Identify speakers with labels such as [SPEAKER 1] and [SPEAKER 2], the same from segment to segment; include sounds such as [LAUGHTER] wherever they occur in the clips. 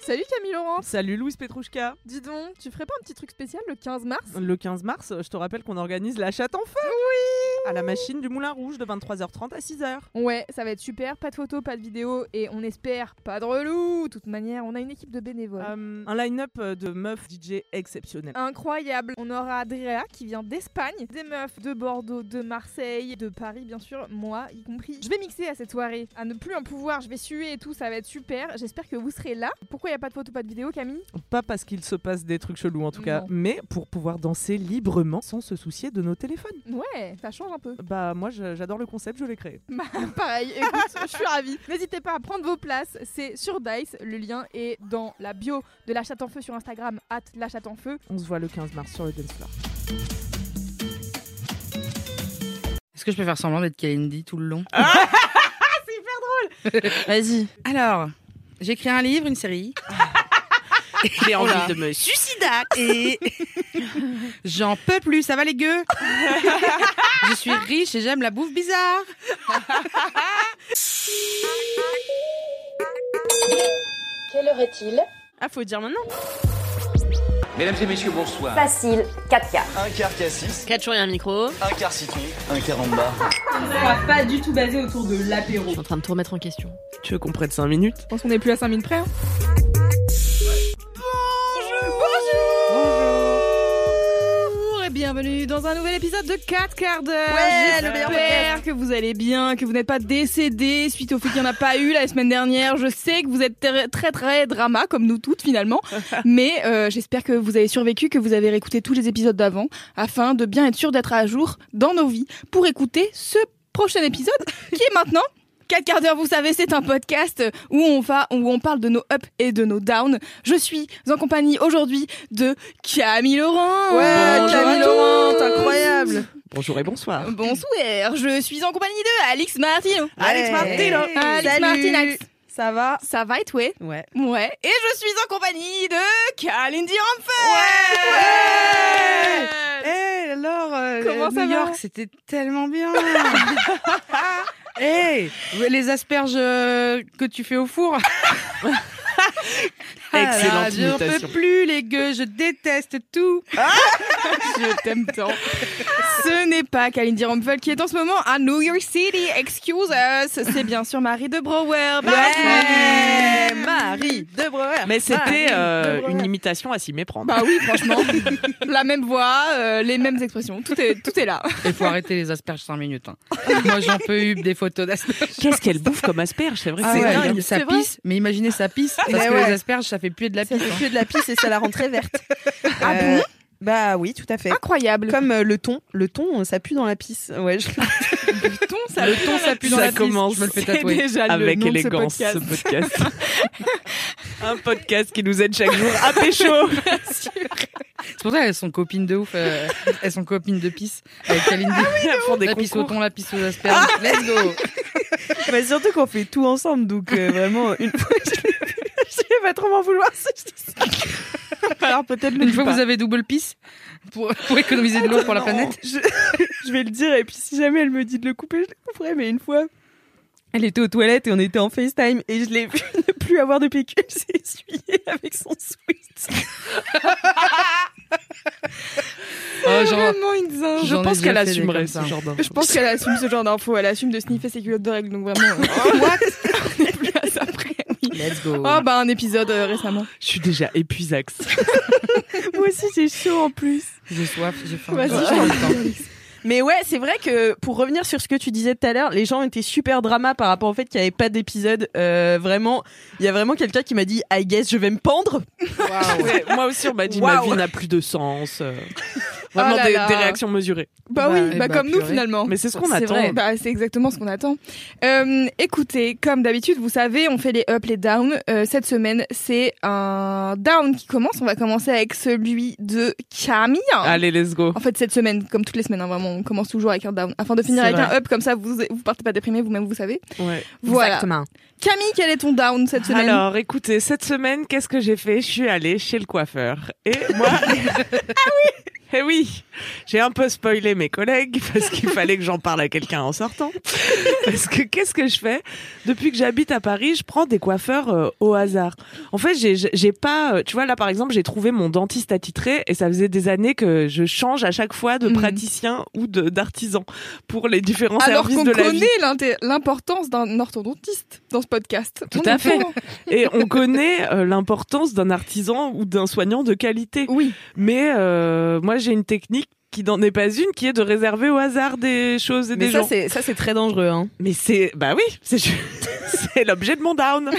[SPEAKER 1] Salut Camille Laurence
[SPEAKER 2] Salut Louise Petrouchka.
[SPEAKER 1] Dis donc, tu ferais pas un petit truc spécial le 15 mars
[SPEAKER 2] Le 15 mars, je te rappelle qu'on organise la chatte en feu à la machine du Moulin Rouge de 23h30 à 6h.
[SPEAKER 1] Ouais, ça va être super, pas de photos, pas de vidéos, et on espère pas de relou De toute manière, on a une équipe de bénévoles.
[SPEAKER 2] Euh, un line-up de meufs DJ exceptionnel.
[SPEAKER 1] Incroyable On aura Adrea qui vient d'Espagne, des meufs de Bordeaux, de Marseille, de Paris bien sûr, moi y compris. Je vais mixer à cette soirée, à ne plus en pouvoir, je vais suer et tout, ça va être super, j'espère que vous serez là. Pourquoi y a pas de photos, pas de vidéos Camille
[SPEAKER 2] Ah. Pas parce qu'il se passe des trucs chelous en tout cas,
[SPEAKER 1] Non.
[SPEAKER 2] mais pour pouvoir danser librement sans se soucier de nos téléphones.
[SPEAKER 1] Ouais, ça change un peu.
[SPEAKER 2] Bah moi je- j'adore le concept, je l'ai créé.
[SPEAKER 1] Bah, [LAUGHS] pareil, écoute, je suis ravie. N'hésitez pas à prendre vos places, c'est sur Dice. Le lien est dans la bio de La Chatte en Feu sur Instagram, at La Chatte en Feu.
[SPEAKER 2] On se voit le 15 mars sur le dance floor.
[SPEAKER 3] Est-ce que je peux faire semblant d'être Kalindi tout le long [LAUGHS] C'est hyper Ah! drôle Vas-y. Alors, j'ai écrit un livre, une [LAUGHS] série.
[SPEAKER 4] J'ai envie
[SPEAKER 3] Oula.
[SPEAKER 4] de me suicider et
[SPEAKER 3] [LAUGHS] J'en peux plus, ça va les gueux [LAUGHS] Je suis riche et j'aime la bouffe bizarre.
[SPEAKER 5] Quelle heure est-il
[SPEAKER 4] ah faut dire maintenant.
[SPEAKER 6] Mesdames et messieurs, bonsoir.
[SPEAKER 5] Facile, 4 quarts.
[SPEAKER 7] Un quart cassis,
[SPEAKER 4] 4 jours et un micro.
[SPEAKER 7] un quart citron, un quart bar.
[SPEAKER 4] Je suis en train de tout remettre en question.
[SPEAKER 2] Tu veux qu'on prenne 5 minutes
[SPEAKER 1] Je pense qu'on n'est plus à 5000 près. hein.
[SPEAKER 3] Bonjour et bienvenue dans un nouvel épisode de 4 quarts d'heure.
[SPEAKER 1] Ouais, le meilleur
[SPEAKER 3] J'espère que vous allez bien, que vous n'êtes pas décédés suite au fait qu'il n'y en a pas eu la semaine dernière. Je sais que vous êtes ter- très très drama comme nous toutes finalement,
[SPEAKER 1] [LAUGHS]
[SPEAKER 3] mais euh, j'espère que vous avez survécu, que vous avez réécouté tous les épisodes d'avant afin de bien être sûr d'être à jour dans nos vies pour écouter ce prochain épisode qui est maintenant 4 quarts d'heure, vous savez, c'est un podcast où on, va, où on parle de nos ups et de nos downs. Je suis en compagnie aujourd'hui de Camille Laurent. Bonjour à tous.
[SPEAKER 2] incroyable Bonjour et bonsoir.
[SPEAKER 3] Bonsoir, je suis en compagnie de Alix Martino.
[SPEAKER 2] Alex Martino.
[SPEAKER 3] Alix
[SPEAKER 8] Salut.
[SPEAKER 3] Martinax.
[SPEAKER 8] Ça va
[SPEAKER 3] Ça va et toi
[SPEAKER 8] Ouais.
[SPEAKER 3] Ouais. Et je suis en compagnie de Kalindi
[SPEAKER 8] Ouais.
[SPEAKER 3] Rampfer.
[SPEAKER 8] Eh alors, euh,
[SPEAKER 3] Comment ça
[SPEAKER 8] New
[SPEAKER 3] va
[SPEAKER 8] York, c'était tellement bien. [LAUGHS] Eh, les asperges euh, que tu fais au four. Ah,
[SPEAKER 2] Excellente
[SPEAKER 8] je ne
[SPEAKER 2] imitation.
[SPEAKER 8] peux plus les gueux, je déteste tout.
[SPEAKER 3] Je t'aime tant. Ce n'est pas Kalindi Rampfer qui est en ce moment à New York City. Excuse us. C'est bien sûr Marie de Brouwer. Bah
[SPEAKER 8] Ouais, Marie de Breuer.
[SPEAKER 2] Ah, Mais c'était euh,
[SPEAKER 8] Breuer.
[SPEAKER 2] une imitation à s'y méprendre.
[SPEAKER 3] Bah oui, franchement. [LAUGHS] La même voix, euh, les mêmes expressions. Tout est, tout est là.
[SPEAKER 8] Il faut arrêter les asperges 5 minutes. hein. Moi, j'en peux eu des photos d'asperges.
[SPEAKER 2] Qu'est-ce qu'elle bouffe comme asperge, c'est vrai que
[SPEAKER 8] Ah
[SPEAKER 2] c'est
[SPEAKER 8] ouais,
[SPEAKER 2] dingue.
[SPEAKER 8] ça
[SPEAKER 3] C'est vrai
[SPEAKER 8] pisse. Mais imaginez, ça pisse. Parce
[SPEAKER 4] Mais
[SPEAKER 8] que
[SPEAKER 4] ouais.
[SPEAKER 8] les asperges, ça fait plus de la
[SPEAKER 4] Ça
[SPEAKER 8] pisse.
[SPEAKER 4] fait
[SPEAKER 8] hein.
[SPEAKER 4] que de la pisse et ça la rentrée verte.
[SPEAKER 8] Ah
[SPEAKER 4] Euh, Bah oui, tout à fait.
[SPEAKER 3] Incroyable.
[SPEAKER 4] Comme euh, le thon, le thon, ça pue dans la pisse. Ouais, je-
[SPEAKER 3] ton, ça
[SPEAKER 8] Le ton, ça pue dans
[SPEAKER 2] ça
[SPEAKER 8] la pisse.
[SPEAKER 2] commence.
[SPEAKER 8] Je me le fais
[SPEAKER 2] C'est
[SPEAKER 8] tatouer.
[SPEAKER 4] [LAUGHS]
[SPEAKER 2] déjà
[SPEAKER 3] Avec
[SPEAKER 2] avec
[SPEAKER 3] élégance,
[SPEAKER 2] élégance ce podcast. [LAUGHS] Un podcast qui nous aide chaque jour à [LAUGHS] pécho.
[SPEAKER 8] C'est pour ça qu'elles sont copines de ouf. euh, elles sont copines de pisse avec Kalindi.
[SPEAKER 2] pour des
[SPEAKER 8] la pisse au
[SPEAKER 2] concours.
[SPEAKER 8] thon, la pisse aux asperges. Let's [LAUGHS] go.
[SPEAKER 4] Bah, surtout qu'on fait tout ensemble,
[SPEAKER 8] [LAUGHS]
[SPEAKER 4] donc euh, vraiment, une fois je l'ai vu, je vais pas trop m'en vouloir si je dis ça. Alors peut-être le
[SPEAKER 8] Une
[SPEAKER 4] dis
[SPEAKER 8] fois que
[SPEAKER 4] pas.
[SPEAKER 8] vous avez double pisse pour, pour économiser de l'eau pour la planète.
[SPEAKER 4] Je... je vais le dire, et puis si jamais elle me dit de le couper, je le couperai, mais une fois... Elle était aux toilettes et on était en FaceTime et je l'ai vu [LAUGHS] ne plus avoir de [LAUGHS] PQ, s'est essuyée avec son sweat.
[SPEAKER 8] Oh, genre,
[SPEAKER 3] une zinge.
[SPEAKER 8] J'en ai déjà fait des comme ça.
[SPEAKER 2] genre d'info.
[SPEAKER 3] Je pense qu'elle assume ce genre d'infos. Elle assume de sniffer ses culottes de règles. Donc vraiment, [LAUGHS] on n'est plus à ça près.
[SPEAKER 8] let's go.
[SPEAKER 2] Ah.
[SPEAKER 3] Oh bah un épisode euh, récemment.
[SPEAKER 2] Je suis déjà épuisax.
[SPEAKER 4] Moi aussi, j'ai chaud en plus.
[SPEAKER 8] J'ai soif, j'ai faim.
[SPEAKER 4] Vas-y,
[SPEAKER 8] Oh,
[SPEAKER 4] je
[SPEAKER 8] j'ai
[SPEAKER 4] t'en
[SPEAKER 8] le temps.
[SPEAKER 4] Mais ouais, c'est vrai que pour revenir sur ce que tu disais tout à l'heure, les gens étaient super drama par rapport au fait qu'il n'y avait pas d'épisode. Euh, vraiment, il y a vraiment quelqu'un qui m'a dit I guess je vais me pendre.
[SPEAKER 2] [LAUGHS] Ouais, moi aussi, on m'a dit ma
[SPEAKER 4] Waouh.
[SPEAKER 2] vie n'a plus de sens. euh, Vraiment
[SPEAKER 3] Oh là
[SPEAKER 2] des,
[SPEAKER 3] là.
[SPEAKER 2] des réactions mesurées.
[SPEAKER 3] Bah,
[SPEAKER 8] Bah,
[SPEAKER 3] oui,
[SPEAKER 8] eh
[SPEAKER 3] bah,
[SPEAKER 8] bah,
[SPEAKER 3] comme nous
[SPEAKER 8] purée.
[SPEAKER 3] finalement.
[SPEAKER 2] Mais c'est ce qu'on
[SPEAKER 3] C'est
[SPEAKER 2] attend.
[SPEAKER 3] vrai. Bah, c'est exactement ce qu'on attend. Euh, écoutez, comme d'habitude, vous savez, on fait les ups, les downs. Euh, cette semaine, c'est un down qui commence. On va commencer avec celui de Camille.
[SPEAKER 2] Allez, let's go.
[SPEAKER 3] En fait, cette semaine, comme toutes les semaines, hein, vraiment, on commence toujours avec un down. Afin de finir
[SPEAKER 2] C'est
[SPEAKER 3] avec
[SPEAKER 2] vrai.
[SPEAKER 3] un up, comme ça, vous vous partez pas déprimé, vous-même, vous savez.
[SPEAKER 2] Ouais.
[SPEAKER 3] Voilà. Camille, quel est ton down cette semaine
[SPEAKER 2] Alors,
[SPEAKER 3] [LAUGHS]
[SPEAKER 2] écoutez,
[SPEAKER 3] Ah
[SPEAKER 2] cette semaine, qu'est-ce que j'ai fait Je suis allée chez le coiffeur. Et moi, Eh oui, j'ai un peu spoilé mes collègues
[SPEAKER 3] [LAUGHS]
[SPEAKER 2] parce qu'il fallait que j'en parle à quelqu'un en sortant. Parce que qu'est-ce que je fais Depuis que j'habite à Paris, je prends des coiffeurs euh, au hasard. En fait, j'ai- j'ai j'ai pas, euh, tu vois là par exemple, j'ai trouvé mon dentiste attitré et ça faisait des années que je change à chaque fois de
[SPEAKER 3] Mhm.
[SPEAKER 2] praticien ou de d'artisan pour les différents
[SPEAKER 3] Alors
[SPEAKER 2] services
[SPEAKER 3] qu'on
[SPEAKER 2] de la vie.
[SPEAKER 3] connaît l'inté- l'importance d'un orthodontiste dans ce podcast.
[SPEAKER 2] Tout
[SPEAKER 3] On
[SPEAKER 2] à
[SPEAKER 3] est
[SPEAKER 2] fait.
[SPEAKER 3] au courant.
[SPEAKER 2] Et on connaît euh, l'importance d'un artisan ou d'un soignant de qualité.
[SPEAKER 3] Oui.
[SPEAKER 2] Mais euh, moi, j'ai une technique qui n'en est pas une, qui est de réserver au hasard des choses et
[SPEAKER 4] Mais
[SPEAKER 2] des
[SPEAKER 4] ça,
[SPEAKER 2] gens.
[SPEAKER 4] c'est ça, c'est très dangereux. Hein.
[SPEAKER 2] Mais c'est, bah oui, c'est ju- c'est l'objet de mon down.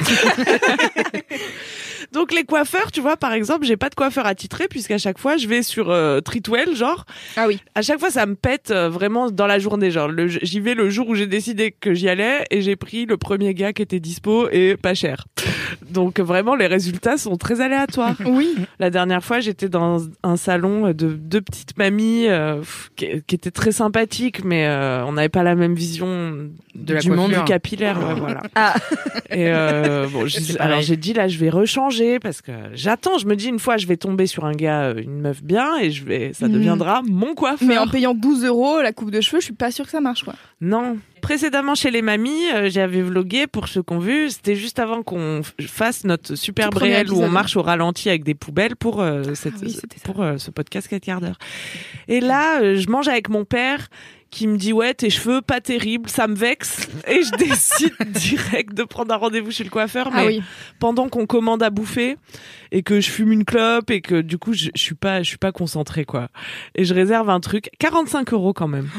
[SPEAKER 2] Donc les coiffeurs, tu vois, par exemple, j'ai pas de coiffeur attitré puisqu'à chaque fois, je vais sur euh, Treatwell, genre.
[SPEAKER 3] Ah oui.
[SPEAKER 2] À chaque fois, ça me pète euh, vraiment dans la journée. Genre, le- j'y vais le jour où j'ai décidé que j'y allais et j'ai pris le premier gars qui était dispo et pas cher. Donc vraiment, les résultats sont très aléatoires.
[SPEAKER 3] Oui.
[SPEAKER 2] La dernière fois, j'étais dans un salon de deux petites mamies euh, pff, qui, qui étaient très sympathiques, mais euh, on n'avait pas la même vision
[SPEAKER 8] De la
[SPEAKER 2] du monde
[SPEAKER 8] coiffure.
[SPEAKER 2] du capillaire. ouais, voilà.
[SPEAKER 4] Ah.
[SPEAKER 2] Et
[SPEAKER 8] [LAUGHS]
[SPEAKER 2] euh, bon, je-
[SPEAKER 8] C'est pareil.
[SPEAKER 2] alors j'ai dit là, je vais rechanger parce que j'attends. Je me dis une fois, je vais tomber sur un gars, euh, une meuf bien, et je vais, ça
[SPEAKER 3] Mhm.
[SPEAKER 2] deviendra mon coiffeur.
[SPEAKER 3] Mais en payant 12 euros la coupe de cheveux, je suis pas sûre que ça marche. Quoi.
[SPEAKER 2] Non. Précédemment chez les mamies, euh, j'avais vlogué pour ceux qu'on vu. C'était juste avant qu'on f- fasse notre superbe
[SPEAKER 3] Tout premier
[SPEAKER 2] réel où on
[SPEAKER 3] épisode. Ah
[SPEAKER 2] marche au ralenti avec des poubelles pour euh, cette-
[SPEAKER 3] oui, c'était ça.
[SPEAKER 2] pour euh, ce podcast 4 quarts d'heure. Et là, euh, je mange avec mon père qui me dit ouais tes cheveux pas terribles, ça me vexe et je [LAUGHS] décide direct de prendre un rendez-vous chez le coiffeur. Mais
[SPEAKER 3] Ah oui.
[SPEAKER 2] pendant qu'on commande à bouffer et que je fume une clope et que du coup je, je suis pas je suis pas concentrée quoi et je réserve un truc 45 euros quand même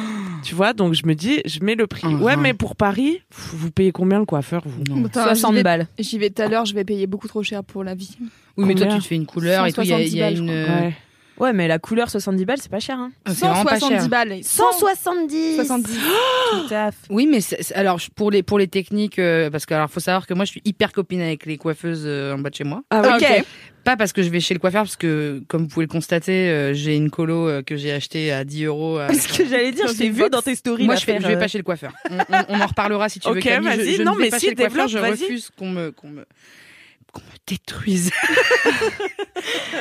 [SPEAKER 2] tu vois donc je me dis je mets le prix
[SPEAKER 8] Ah,
[SPEAKER 2] ouais
[SPEAKER 8] ah.
[SPEAKER 2] mais pour Paris pff, vous payez combien le coiffeur vous
[SPEAKER 8] Non.
[SPEAKER 3] Attends, j'y
[SPEAKER 4] 60
[SPEAKER 3] vais-
[SPEAKER 4] balles.
[SPEAKER 3] J'y vais tout à l'heure, je vais payer beaucoup trop cher pour la vie.
[SPEAKER 8] Oui, mais toi,
[SPEAKER 2] Combien
[SPEAKER 8] tu te fais une couleur et tout. Il y a, il y a
[SPEAKER 3] 170
[SPEAKER 8] une. euh,
[SPEAKER 2] ouais.
[SPEAKER 4] Ouais, mais la couleur 70 balles, c'est pas cher. Hein.
[SPEAKER 8] Ah, C'est vraiment pas cher.
[SPEAKER 3] balles.
[SPEAKER 4] 170
[SPEAKER 3] 170.
[SPEAKER 4] Tout à fait.
[SPEAKER 8] Oui, mais c'est- c'est- alors je- pour les pour les techniques, euh, parce que alors faut savoir que moi je suis hyper copine avec les coiffeuses euh, en bas de chez moi.
[SPEAKER 3] Ah, ok.
[SPEAKER 8] Pas parce que je vais chez le coiffeur, parce que comme vous pouvez le constater, euh, j'ai une colo euh, que j'ai achetée à 10 euros. euh, à-
[SPEAKER 4] [LAUGHS] Parce que j'allais dire, je t'ai vu dans tes stories.
[SPEAKER 8] Moi,
[SPEAKER 4] la
[SPEAKER 8] je, fais-
[SPEAKER 4] faire,
[SPEAKER 8] je vais
[SPEAKER 4] euh,
[SPEAKER 8] pas chez le coiffeur. On, on- on en reparlera si tu veux.
[SPEAKER 2] Ok,
[SPEAKER 8] Camille. Je-
[SPEAKER 2] vas-y.
[SPEAKER 8] Je, ne
[SPEAKER 2] Non,
[SPEAKER 8] vais
[SPEAKER 2] mais
[SPEAKER 8] pas
[SPEAKER 2] si,
[SPEAKER 8] chez le coiffeur,
[SPEAKER 2] développe,
[SPEAKER 8] je
[SPEAKER 2] vas-y.
[SPEAKER 8] refuse qu'on me qu'on me qu'on me détruise. [LAUGHS]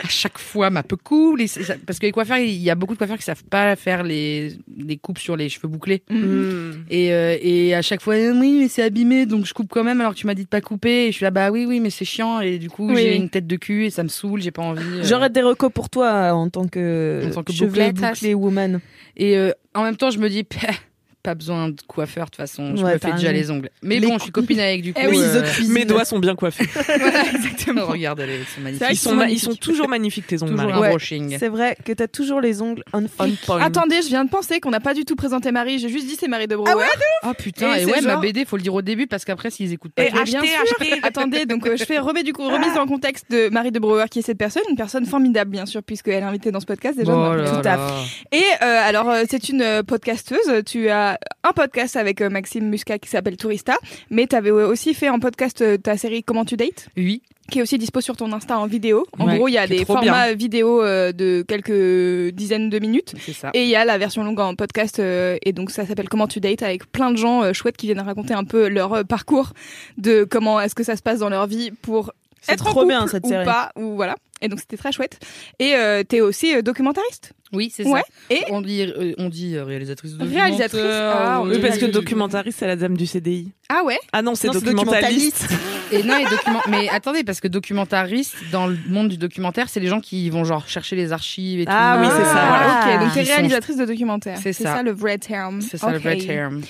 [SPEAKER 8] à chaque fois, ma peu cool. et c'est ça- parce que les coiffeurs, il y a beaucoup de coiffeurs qui savent pas faire les les coupes sur les cheveux bouclés.
[SPEAKER 4] Mm-hmm.
[SPEAKER 2] Mmh.
[SPEAKER 8] Et, euh, et à chaque fois, euh, oui, mais c'est abîmé, donc je coupe quand même. Alors que tu m'as dit de pas couper, et je suis là, bah oui, oui, mais c'est chiant. Et du coup,
[SPEAKER 3] Oui,
[SPEAKER 8] j'ai
[SPEAKER 3] oui.
[SPEAKER 8] une tête de cul et ça me saoule, j'ai pas envie. euh.
[SPEAKER 4] J'aurais des recos pour toi euh, en tant que,
[SPEAKER 8] En tant que
[SPEAKER 4] cheveux
[SPEAKER 8] bouclette.
[SPEAKER 4] bouclés woman.
[SPEAKER 8] Et euh, en même temps, je me dis, Pah, [LAUGHS] pas besoin de coiffeur de toute façon, je
[SPEAKER 4] Ouais,
[SPEAKER 8] me
[SPEAKER 4] t'as
[SPEAKER 8] fais déjà
[SPEAKER 4] raison.
[SPEAKER 8] les ongles. Mais
[SPEAKER 4] Les
[SPEAKER 8] bon, je suis copine avec du coup.
[SPEAKER 3] Eh oui,
[SPEAKER 8] euh, [LAUGHS]
[SPEAKER 2] mes doigts sont bien coiffés
[SPEAKER 3] voilà, exactement.
[SPEAKER 8] Oh, regarde, elle est- ils sont magnifiques.
[SPEAKER 3] vrai
[SPEAKER 2] ils
[SPEAKER 3] qu'ils
[SPEAKER 2] sont
[SPEAKER 3] sont
[SPEAKER 2] ma- ils
[SPEAKER 3] magnifiques.
[SPEAKER 2] sont toujours magnifiques tes ongles
[SPEAKER 8] toujours
[SPEAKER 2] Marie.
[SPEAKER 8] un
[SPEAKER 4] Ouais.
[SPEAKER 8] brushing.
[SPEAKER 4] C'est vrai que t'as toujours les ongles on fleek.
[SPEAKER 8] Oh,
[SPEAKER 3] Attendez, je viens de penser qu'on n'a pas du tout présenté Marie. J'ai juste dit c'est Marie de Brouwer.
[SPEAKER 8] Ah putain,
[SPEAKER 3] Et c'est
[SPEAKER 8] et, ouais,
[SPEAKER 3] genre-
[SPEAKER 8] ma BD, faut le dire au début parce qu'après, s'ils écoutent pas.
[SPEAKER 2] Et
[SPEAKER 8] tu vois.
[SPEAKER 3] bien
[SPEAKER 2] acheter,
[SPEAKER 8] [LAUGHS]
[SPEAKER 2] acheter.
[SPEAKER 3] Attendez, donc euh, je fais remettre du coup, remise dans le contexte de Marie de Brouwer qui est cette personne, une personne formidable bien sûr puisqu'elle est invitée dans ce podcast déjà.
[SPEAKER 8] Oh
[SPEAKER 3] Donc,
[SPEAKER 8] là
[SPEAKER 3] tout à
[SPEAKER 8] là.
[SPEAKER 3] Et euh, alors, euh, c'est une euh, podcasteuse. Tu as un podcast avec euh, Maxime Muscat qui s'appelle Tourista, mais tu avais aussi fait en podcast euh, ta série Comment tu dates,
[SPEAKER 8] Oui,
[SPEAKER 3] qui est aussi dispo sur ton Insta en vidéo. En
[SPEAKER 2] Ouais,
[SPEAKER 3] gros, il y a
[SPEAKER 2] qui est
[SPEAKER 3] des
[SPEAKER 2] trop
[SPEAKER 3] formats vidéo euh, de quelques dizaines de minutes.
[SPEAKER 8] c'est ça.
[SPEAKER 3] Et il y a la version longue en podcast, euh, et donc ça s'appelle Comment tu dates avec plein de gens euh, chouettes qui viennent raconter un peu leur euh, parcours de comment est-ce que ça se passe dans leur vie pour
[SPEAKER 4] C'est
[SPEAKER 3] être en
[SPEAKER 4] trop
[SPEAKER 3] couple
[SPEAKER 4] bien, cette
[SPEAKER 3] ou
[SPEAKER 4] série.
[SPEAKER 3] pas, ou voilà. Et donc c'était très chouette. Et euh, t'es aussi euh, documentariste.
[SPEAKER 8] Oui, c'est
[SPEAKER 3] Ouais.
[SPEAKER 8] ça.
[SPEAKER 3] Et-
[SPEAKER 8] on dit, euh, on dit euh, réalisatrice de
[SPEAKER 3] Réalisatrice, ah, on
[SPEAKER 2] oui,
[SPEAKER 3] dit
[SPEAKER 2] parce que
[SPEAKER 3] Marie de-
[SPEAKER 2] documentariste c'est la dame du CDI
[SPEAKER 3] Ah ouais.
[SPEAKER 2] ah non c'est
[SPEAKER 4] Non, c'est
[SPEAKER 2] documentaliste
[SPEAKER 8] Et non, et document- mais attendez, parce que documentariste, dans le monde du documentaire, c'est les gens qui vont genre chercher les archives et
[SPEAKER 2] Ah
[SPEAKER 8] tout.
[SPEAKER 2] oui, c'est ça, voilà.
[SPEAKER 3] Ah, ok, donc t'es
[SPEAKER 8] Ils sont-
[SPEAKER 3] réalisatrice de documentaire.
[SPEAKER 8] C'est ça.
[SPEAKER 3] le vrai terme.
[SPEAKER 8] C'est ça le
[SPEAKER 3] Ok.
[SPEAKER 8] vrai terme.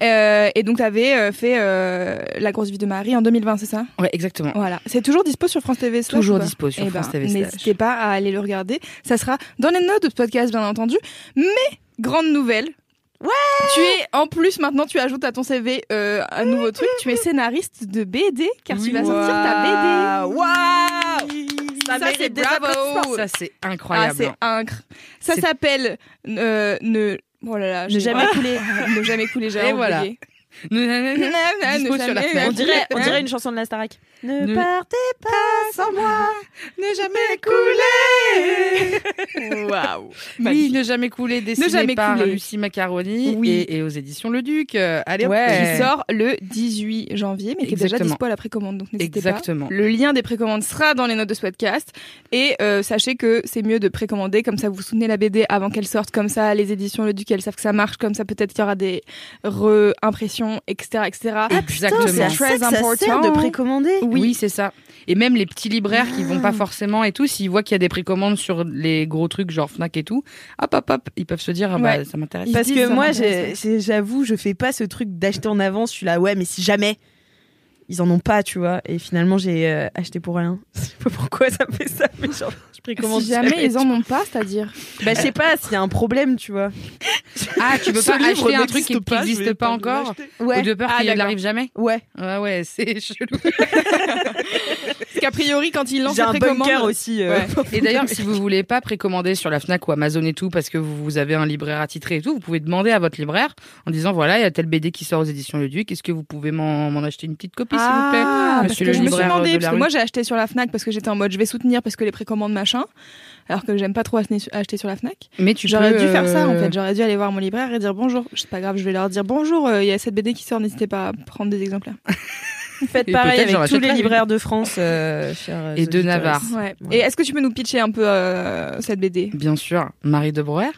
[SPEAKER 3] Euh, et donc t'avais euh, fait euh, La grosse vie de Marie en 2020, c'est ça
[SPEAKER 8] Ouais, exactement.
[SPEAKER 3] Voilà. C'est toujours dispo sur France TV. slash, ou
[SPEAKER 8] Toujours
[SPEAKER 3] pas
[SPEAKER 8] dispo sur
[SPEAKER 3] Eh
[SPEAKER 8] France
[SPEAKER 3] ben,
[SPEAKER 8] TV. slash.
[SPEAKER 3] N'hésitez pas à aller le regarder. Ça sera dans les notes de ce podcast, bien entendu. Mais, grande nouvelle. Ouais tu es, en plus, maintenant, tu ajoutes à ton CV euh, un nouveau truc. Tu es scénariste de BD, car tu vas sortir ta BD. Ça, c'est bravo
[SPEAKER 8] Ça, c'est
[SPEAKER 3] Ah,
[SPEAKER 8] incroyable.
[SPEAKER 3] c'est incre. Ça
[SPEAKER 8] C'est-
[SPEAKER 3] s'appelle euh, ne. Oh là là,
[SPEAKER 4] Ne
[SPEAKER 8] [LAUGHS]
[SPEAKER 4] jamais
[SPEAKER 3] couler. ne jamais couler,
[SPEAKER 8] Et
[SPEAKER 3] j'ai
[SPEAKER 8] voilà.
[SPEAKER 3] oublié. [LAUGHS]
[SPEAKER 8] Dispo sur la
[SPEAKER 3] Hein
[SPEAKER 4] On dirait, on dirait une chanson de la Starac. Ne,
[SPEAKER 8] Ne-
[SPEAKER 4] partez pas sans moi,
[SPEAKER 8] Ne
[SPEAKER 3] [LAUGHS]
[SPEAKER 8] jamais
[SPEAKER 4] couler.
[SPEAKER 8] Waouh. Oui,
[SPEAKER 3] Magnifique.
[SPEAKER 8] ne jamais couler, dessiné
[SPEAKER 3] jamais
[SPEAKER 8] par
[SPEAKER 3] couler.
[SPEAKER 8] Lucie Macaroni
[SPEAKER 3] Oui.
[SPEAKER 8] et, et aux éditions Le Duc. Euh, Allez, hop.
[SPEAKER 3] Ouais.
[SPEAKER 8] Qui
[SPEAKER 3] Eh. sort
[SPEAKER 8] sort-
[SPEAKER 1] sort
[SPEAKER 3] le
[SPEAKER 1] le
[SPEAKER 3] 18
[SPEAKER 1] janvier,
[SPEAKER 3] mais
[SPEAKER 1] mais qui
[SPEAKER 8] qui est
[SPEAKER 1] est
[SPEAKER 8] déjà
[SPEAKER 1] déjà
[SPEAKER 8] Exactement. dispo
[SPEAKER 1] dispo à la précommande, donc n'hésitez pas.
[SPEAKER 8] Exactement.
[SPEAKER 3] Le lien des précommandes sera dans les notes de ce podcast. Et euh, sachez que c'est mieux de précommander, comme ça vous soutenez la BD avant qu'elle sorte, comme ça les éditions Le Duc, elles savent que ça marche, comme ça peut-être qu'il y aura des re-impressions, etc. etc.
[SPEAKER 8] Exactement.
[SPEAKER 3] c'est Très
[SPEAKER 4] ça que ça sert
[SPEAKER 3] important.
[SPEAKER 4] de précommander.
[SPEAKER 8] Oui, c'est ça. Et même les petits libraires qui
[SPEAKER 3] Ah.
[SPEAKER 8] vont pas forcément et tout, s'ils voient qu'il y a des précommandes sur les gros trucs genre Fnac et tout, hop hop hop, ils peuvent se dire ah bah
[SPEAKER 3] Ouais.
[SPEAKER 8] ça m'intéresse.
[SPEAKER 1] Ils
[SPEAKER 4] Parce
[SPEAKER 1] disent,
[SPEAKER 4] que
[SPEAKER 1] ça
[SPEAKER 4] moi, j'ai-
[SPEAKER 1] m'intéresse.
[SPEAKER 4] j'ai- j'avoue, je fais pas ce truc d'acheter en avance. Je suis là, ouais, mais si jamais. Ils en ont pas, tu vois. Et finalement, j'ai euh, acheté pour rien. [LAUGHS] Je sais pas pourquoi ça me fait ça, mais genre, je précommande.
[SPEAKER 3] Si jamais ils en ont pas, c'est-à-dire.
[SPEAKER 4] Bah, je sais pas s'il y a un problème, tu vois.
[SPEAKER 8] Ah, tu
[SPEAKER 2] [LAUGHS]
[SPEAKER 8] peux
[SPEAKER 2] Ce
[SPEAKER 8] pas
[SPEAKER 2] livre
[SPEAKER 8] acheter un
[SPEAKER 2] n'existe
[SPEAKER 8] truc qui
[SPEAKER 2] pas, je vais
[SPEAKER 8] n'existe pas
[SPEAKER 2] pas
[SPEAKER 8] encore
[SPEAKER 2] l'acheter.
[SPEAKER 8] ou de peur
[SPEAKER 3] Ah,
[SPEAKER 8] qu'il
[SPEAKER 3] d'accord.
[SPEAKER 8] n'arrive jamais.
[SPEAKER 4] Ouais.
[SPEAKER 8] Ah ouais, [LAUGHS] c'est chelou.
[SPEAKER 3] Parce qu'a priori, quand ils lancent
[SPEAKER 4] J'ai
[SPEAKER 3] la
[SPEAKER 4] un
[SPEAKER 3] précommande.
[SPEAKER 4] bunker aussi. euh, [LAUGHS]
[SPEAKER 3] Ouais.
[SPEAKER 8] Et d'ailleurs, si vous voulez pas précommander sur la Fnac ou Amazon et tout, parce que vous, vous avez un libraire attitré et tout, vous pouvez demander à votre libraire en disant voilà, il y a tel BD qui sort aux éditions Le Duc, est-ce que vous pouvez m'en m'en acheter une petite copie s'il vous plaît
[SPEAKER 3] Ah, parce
[SPEAKER 8] Monsieur
[SPEAKER 3] que
[SPEAKER 8] le
[SPEAKER 3] je me suis
[SPEAKER 8] libraire de
[SPEAKER 3] demandé,
[SPEAKER 8] la
[SPEAKER 3] parce que
[SPEAKER 8] rue.
[SPEAKER 3] moi j'ai acheté sur la Fnac parce que j'étais en mode je vais soutenir parce que les précommandes machin, alors que j'aime pas trop acheter sur la Fnac.
[SPEAKER 8] Mais tu
[SPEAKER 3] J'aurais
[SPEAKER 8] peux,
[SPEAKER 3] dû faire ça en
[SPEAKER 8] euh,
[SPEAKER 3] fait. J'aurais dû aller voir mon libraire et dire bonjour. C'est pas grave, je vais leur dire bonjour. euh, Il y a cette BD qui sort, n'hésitez pas à prendre des exemplaires.
[SPEAKER 4] Faites
[SPEAKER 8] Et
[SPEAKER 4] pareil
[SPEAKER 8] peut-être j'en
[SPEAKER 4] avec tous les
[SPEAKER 8] achèterai une.
[SPEAKER 4] libraires de France, euh, chers
[SPEAKER 8] Et de
[SPEAKER 4] auditeurs.
[SPEAKER 8] Navarre.
[SPEAKER 3] Ouais.
[SPEAKER 4] Ouais.
[SPEAKER 3] Et est-ce que tu peux nous pitcher un peu euh, cette BD
[SPEAKER 8] Bien sûr, Marie de Brouwer,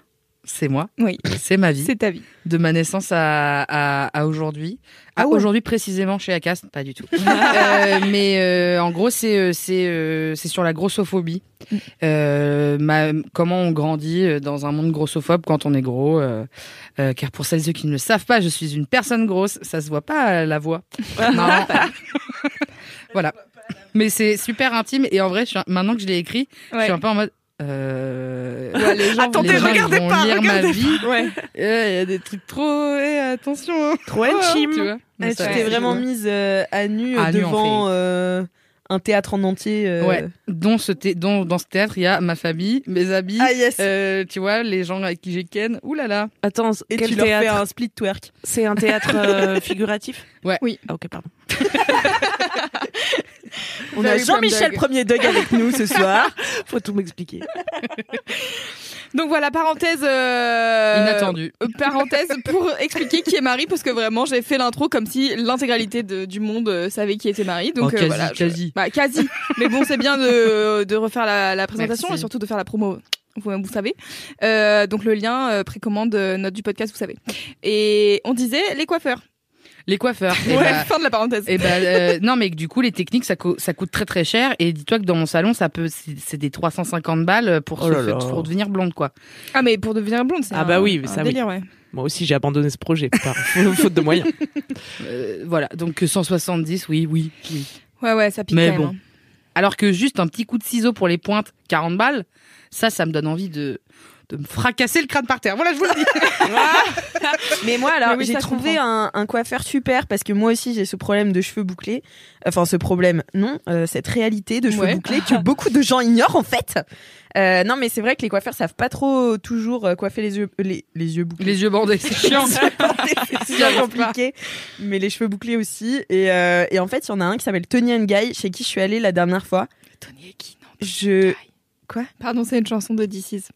[SPEAKER 8] c'est moi,
[SPEAKER 3] Oui,
[SPEAKER 8] c'est ma vie,
[SPEAKER 3] c'est ta vie.
[SPEAKER 8] de ma naissance à, à, à aujourd'hui. À
[SPEAKER 4] Ah ouais.
[SPEAKER 8] aujourd'hui précisément chez Acast, pas du tout. [LAUGHS] Euh, mais euh, en gros, c'est euh, c'est euh, c'est sur la grossophobie.
[SPEAKER 4] Mm.
[SPEAKER 8] Euh, ma- comment on grandit euh, dans un monde grossophobe quand on est gros. euh, euh, car pour celles et ceux qui ne le savent pas, je suis une personne grosse. Ça se voit pas à la
[SPEAKER 4] [LAUGHS]
[SPEAKER 8] voix. [LAUGHS] Non. voilà. Mais c'est super intime et en vrai, je suis un- maintenant que je l'ai écrit, je
[SPEAKER 3] Ouais.
[SPEAKER 8] suis un peu en mode. Euh...
[SPEAKER 3] Ouais, les gens-
[SPEAKER 2] Attendez,
[SPEAKER 8] les gens, ils
[SPEAKER 2] regardez
[SPEAKER 8] vont
[SPEAKER 2] pas,
[SPEAKER 8] lire ma
[SPEAKER 2] regardez
[SPEAKER 8] vie.
[SPEAKER 2] pas.
[SPEAKER 8] [LAUGHS]
[SPEAKER 2] Ouais.
[SPEAKER 8] Il y a des trucs trop. eh, attention. hein.
[SPEAKER 4] Trop
[SPEAKER 8] Tu
[SPEAKER 4] intime.
[SPEAKER 8] vois. Mais
[SPEAKER 4] Eh, Tu
[SPEAKER 8] ça,
[SPEAKER 4] t'es
[SPEAKER 8] c'est
[SPEAKER 4] vraiment
[SPEAKER 8] cool.
[SPEAKER 4] mise euh, à nu euh,
[SPEAKER 8] À nu, en
[SPEAKER 4] devant euh, un théâtre en entier. euh.
[SPEAKER 8] Ouais. Dont ce thé- dont- dans ce théâtre, il y a ma famille, mes habits.
[SPEAKER 4] Ah yes.
[SPEAKER 8] euh, tu vois, les gens avec qui j'ai ken. Ouh là là.
[SPEAKER 2] Attends,
[SPEAKER 4] Et
[SPEAKER 2] quel
[SPEAKER 4] tu leur fais
[SPEAKER 2] théâtre
[SPEAKER 4] un split twerk.
[SPEAKER 2] C'est un théâtre
[SPEAKER 4] [LAUGHS]
[SPEAKER 2] euh, figuratif
[SPEAKER 8] Ouais.
[SPEAKER 3] Oui.
[SPEAKER 2] Ah, ok, [LAUGHS] pardon.
[SPEAKER 4] On a
[SPEAKER 3] Very prom
[SPEAKER 4] Jean-Michel
[SPEAKER 3] dog.
[SPEAKER 4] Premier Dog avec nous ce soir.
[SPEAKER 2] [LAUGHS] Faut tout m'expliquer.
[SPEAKER 3] Donc voilà, parenthèse. euh,
[SPEAKER 8] Inattendu.
[SPEAKER 3] euh, Parenthèse pour [LAUGHS] expliquer qui est Marie parce que vraiment j'ai fait l'intro comme si l'intégralité de- du monde euh, savait qui était Marie. Donc
[SPEAKER 8] Oh,
[SPEAKER 3] euh,
[SPEAKER 8] quasi,
[SPEAKER 3] voilà, je-
[SPEAKER 8] quasi.
[SPEAKER 3] Bah quasi. Mais bon, c'est bien de, de refaire la, la présentation
[SPEAKER 8] Merci.
[SPEAKER 3] et surtout de faire la promo. Vous, vous savez. Euh, donc le lien euh, précommande euh, note du podcast, vous savez. Et on disait les coiffeurs.
[SPEAKER 8] Les coiffeurs. Eh
[SPEAKER 3] Ouais,
[SPEAKER 8] bah,
[SPEAKER 3] fin de la parenthèse.
[SPEAKER 8] eh bah, euh, non, mais du coup, les techniques, ça, co- ça coûte très très cher. Et dis-toi que dans mon salon, ça peut, c'est c'est des 350 balles pour,
[SPEAKER 2] Oh
[SPEAKER 8] se
[SPEAKER 2] là
[SPEAKER 8] faire-
[SPEAKER 2] là.
[SPEAKER 8] pour devenir blonde, quoi.
[SPEAKER 3] Ah mais pour devenir blonde, c'est
[SPEAKER 2] Ah
[SPEAKER 3] un-
[SPEAKER 2] bah oui, mais
[SPEAKER 3] un
[SPEAKER 2] ça, oui.
[SPEAKER 3] délire, ouais.
[SPEAKER 2] Moi aussi, j'ai abandonné ce projet, par- faute de moyens.
[SPEAKER 8] Euh, voilà. Donc, 170, oui, oui, oui.
[SPEAKER 3] Ouais ouais, ça pique
[SPEAKER 8] Mais
[SPEAKER 3] quand même,
[SPEAKER 8] bon. hein. Alors que juste un petit coup de ciseau pour les pointes, 40 balles, ça, ça me donne envie de, de me fracasser le crâne par terre. Voilà, je vous le dis.
[SPEAKER 4] Mais moi, alors,
[SPEAKER 3] hein. Mais oui,
[SPEAKER 4] j'ai
[SPEAKER 3] ça, je
[SPEAKER 4] trouvé un, un coiffeur super parce que moi aussi, j'ai ce problème de cheveux bouclés. Enfin, ce problème, non, euh, cette réalité de cheveux
[SPEAKER 3] Ouais.
[SPEAKER 4] bouclés que beaucoup de gens ignorent en fait. Euh, non, mais c'est vrai que les coiffeurs savent pas trop toujours euh, coiffer les yeux, les, les yeux
[SPEAKER 8] [LAUGHS]
[SPEAKER 4] bouclés.
[SPEAKER 8] Les yeux bandés, c'est
[SPEAKER 3] [LAUGHS]
[SPEAKER 8] chiant.
[SPEAKER 4] [LAUGHS] c'est
[SPEAKER 8] J'y
[SPEAKER 4] super
[SPEAKER 8] arrive
[SPEAKER 4] compliqué. Mais les cheveux bouclés aussi. Et, euh, et en fait, il y en a un qui s'appelle Tony and Guy, chez qui je suis allée la dernière fois.
[SPEAKER 3] Tony et qui non
[SPEAKER 4] Je.
[SPEAKER 3] Pardon, c'est une chanson de DC's.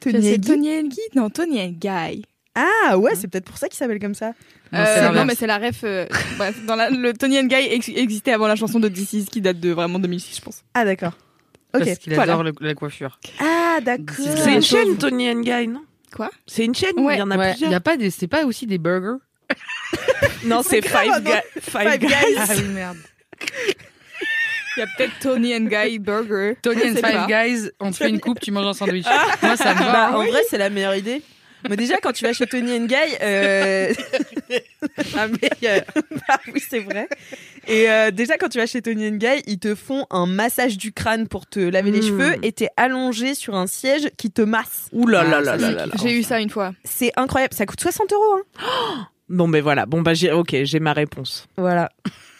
[SPEAKER 4] Tony and Guy
[SPEAKER 3] Tony Mmh. and Guy Non, Tony and Guy.
[SPEAKER 4] Ah ouais, c'est peut-être pour ça qu'il s'appelle comme ça.
[SPEAKER 8] Non, c'est
[SPEAKER 3] non,
[SPEAKER 8] l'inverse.
[SPEAKER 3] mais c'est la ref. euh, [LAUGHS] bref, dans la- le Tony and Guy ex- existait avant la chanson de DC's qui date de vraiment 2006, je pense.
[SPEAKER 4] Ah d'accord.
[SPEAKER 8] [LAUGHS]
[SPEAKER 4] Ok.
[SPEAKER 8] Parce qu'il
[SPEAKER 3] voilà.
[SPEAKER 8] adore le- la coiffure.
[SPEAKER 4] Ah d'accord.
[SPEAKER 8] C'est
[SPEAKER 2] C'est
[SPEAKER 8] la
[SPEAKER 2] une chaîne, Tony and Guy, non
[SPEAKER 3] Quoi
[SPEAKER 2] C'est une chaîne,
[SPEAKER 3] Ouais,
[SPEAKER 2] il y en a
[SPEAKER 8] Ouais. Il
[SPEAKER 2] plusieurs.
[SPEAKER 8] y a pas des, c'est pas aussi des burgers.
[SPEAKER 2] Non, [LAUGHS] c'est Five,
[SPEAKER 4] grave,
[SPEAKER 2] Guy- Five
[SPEAKER 4] Five
[SPEAKER 2] Guys.
[SPEAKER 1] Ah
[SPEAKER 4] Guys.
[SPEAKER 8] oui, merde.
[SPEAKER 3] Il y a peut-être Tony and Guy Burger.
[SPEAKER 8] Tony
[SPEAKER 3] Je
[SPEAKER 8] and
[SPEAKER 3] sais
[SPEAKER 8] Five
[SPEAKER 3] pas.
[SPEAKER 8] Guys, on te fait une coupe, tu manges un sandwich.
[SPEAKER 2] Ah.
[SPEAKER 8] Moi, ça me va.
[SPEAKER 4] Bah, en vrai, c'est la meilleure idée. Mais déjà, quand tu vas chez Tony and Guy, euh... [LAUGHS] la meilleure. [LAUGHS] Bah oui, c'est vrai. Et euh, déjà, quand tu vas chez Tony and Guy, ils te font un massage du crâne pour te laver les
[SPEAKER 2] Mm.
[SPEAKER 4] cheveux et t'es allongé sur un siège qui te masse.
[SPEAKER 2] Ouh là Oh là
[SPEAKER 8] Ah,
[SPEAKER 2] là
[SPEAKER 8] ça,
[SPEAKER 2] là là là.
[SPEAKER 3] J'ai eu ça une fois.
[SPEAKER 4] C'est incroyable. Ça coûte 60 euros. Hein.
[SPEAKER 2] Non, mais voilà. Bon, bah, j'ai, ok, j'ai ma réponse.
[SPEAKER 4] Voilà.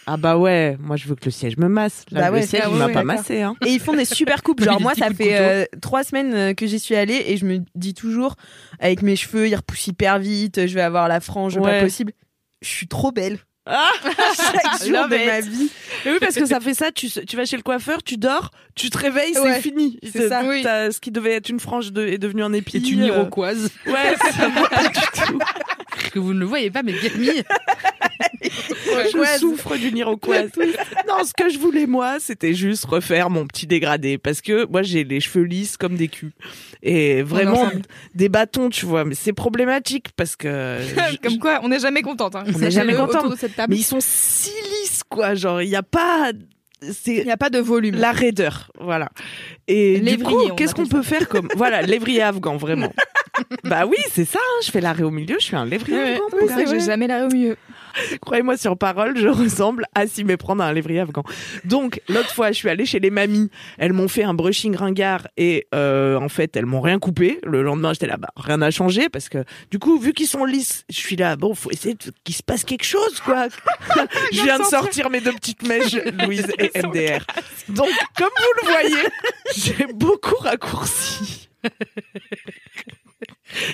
[SPEAKER 2] Ah, bah ouais, moi, je veux que le siège me masse. Là,
[SPEAKER 4] Bah
[SPEAKER 2] le
[SPEAKER 4] ouais,
[SPEAKER 2] siège,
[SPEAKER 3] ah
[SPEAKER 2] il m'a
[SPEAKER 3] ouais,
[SPEAKER 2] pas
[SPEAKER 3] d'accord.
[SPEAKER 2] massé, hein.
[SPEAKER 4] Et ils font des super coupes.
[SPEAKER 8] Oui,
[SPEAKER 4] Genre,
[SPEAKER 8] des
[SPEAKER 4] moi,
[SPEAKER 8] petits
[SPEAKER 4] ça
[SPEAKER 8] coups de
[SPEAKER 4] fait
[SPEAKER 8] couteau.
[SPEAKER 4] euh, trois semaines euh, que j'y suis allée et je me dis toujours, avec mes cheveux, ils repoussent hyper vite, je vais avoir la frange
[SPEAKER 2] Ouais.
[SPEAKER 4] pas possible. Je suis trop belle.
[SPEAKER 2] Ah
[SPEAKER 4] [LAUGHS] chaque jour
[SPEAKER 2] Non,
[SPEAKER 4] de
[SPEAKER 2] mais-
[SPEAKER 4] ma vie.
[SPEAKER 2] Mais oui, parce que ça fait ça, tu, se- tu vas chez le coiffeur, tu dors, tu te réveilles, c'est
[SPEAKER 4] Ouais,
[SPEAKER 2] fini.
[SPEAKER 4] c'est
[SPEAKER 2] T'as-
[SPEAKER 4] ça.
[SPEAKER 2] t'as- Ce qui devait être une frange de, est devenu un épi.
[SPEAKER 8] C'est une
[SPEAKER 2] euh,
[SPEAKER 8] iroquoise
[SPEAKER 2] Ouais, c'est-
[SPEAKER 8] que vous ne le voyez pas, mais Camille,
[SPEAKER 2] je souffre d'une iroquoise. non, ce que je voulais, moi, c'était juste refaire mon petit dégradé. Parce que moi, j'ai les cheveux lisses comme des culs.
[SPEAKER 1] Oh
[SPEAKER 2] Et vraiment, des bâtons, tu vois. Mais c'est problématique
[SPEAKER 1] [LAUGHS]
[SPEAKER 2] parce que. je-
[SPEAKER 1] Comme quoi, on n'est jamais contente.
[SPEAKER 8] [LAUGHS]
[SPEAKER 1] hein.
[SPEAKER 2] On n'est jamais
[SPEAKER 1] Sachez-le
[SPEAKER 2] contente.
[SPEAKER 1] autour de cette table.
[SPEAKER 2] Mais ils sont si lisses, quoi. Genre, il n'y a pas.
[SPEAKER 1] Il
[SPEAKER 2] C'est
[SPEAKER 1] n'y a pas de volume.
[SPEAKER 2] la raideur, voilà. Et du
[SPEAKER 1] Lévrier,
[SPEAKER 2] coup,
[SPEAKER 1] on
[SPEAKER 2] qu'est-ce qu'on
[SPEAKER 1] appelle
[SPEAKER 2] peut faire comme
[SPEAKER 1] [LAUGHS]
[SPEAKER 2] voilà lévrier afghan vraiment Bah oui, c'est ça. hein, je fais l'arrêt au milieu, je suis un lévrier afghan. mon gars.
[SPEAKER 1] J'ai jamais l'arrêt au milieu.
[SPEAKER 2] Croyez-moi sur parole, je [LAUGHS] ressemble à s'y méprendre à un lévrier afghan. Donc, l'autre fois, je suis allée chez les mamies. Elles m'ont fait un brushing ringard et euh, en fait, elles m'ont rien coupé. Le lendemain, j'étais là, bah, rien n'a changé parce que du coup, vu qu'ils sont lisses, je suis là, bon, faut essayer de- qu'il se passe quelque chose,
[SPEAKER 8] [LAUGHS]
[SPEAKER 2] quoi. je viens de sortir mes deux petites mèches, Louise et MDR. Donc, comme vous le voyez, [LAUGHS] j'ai beaucoup raccourci.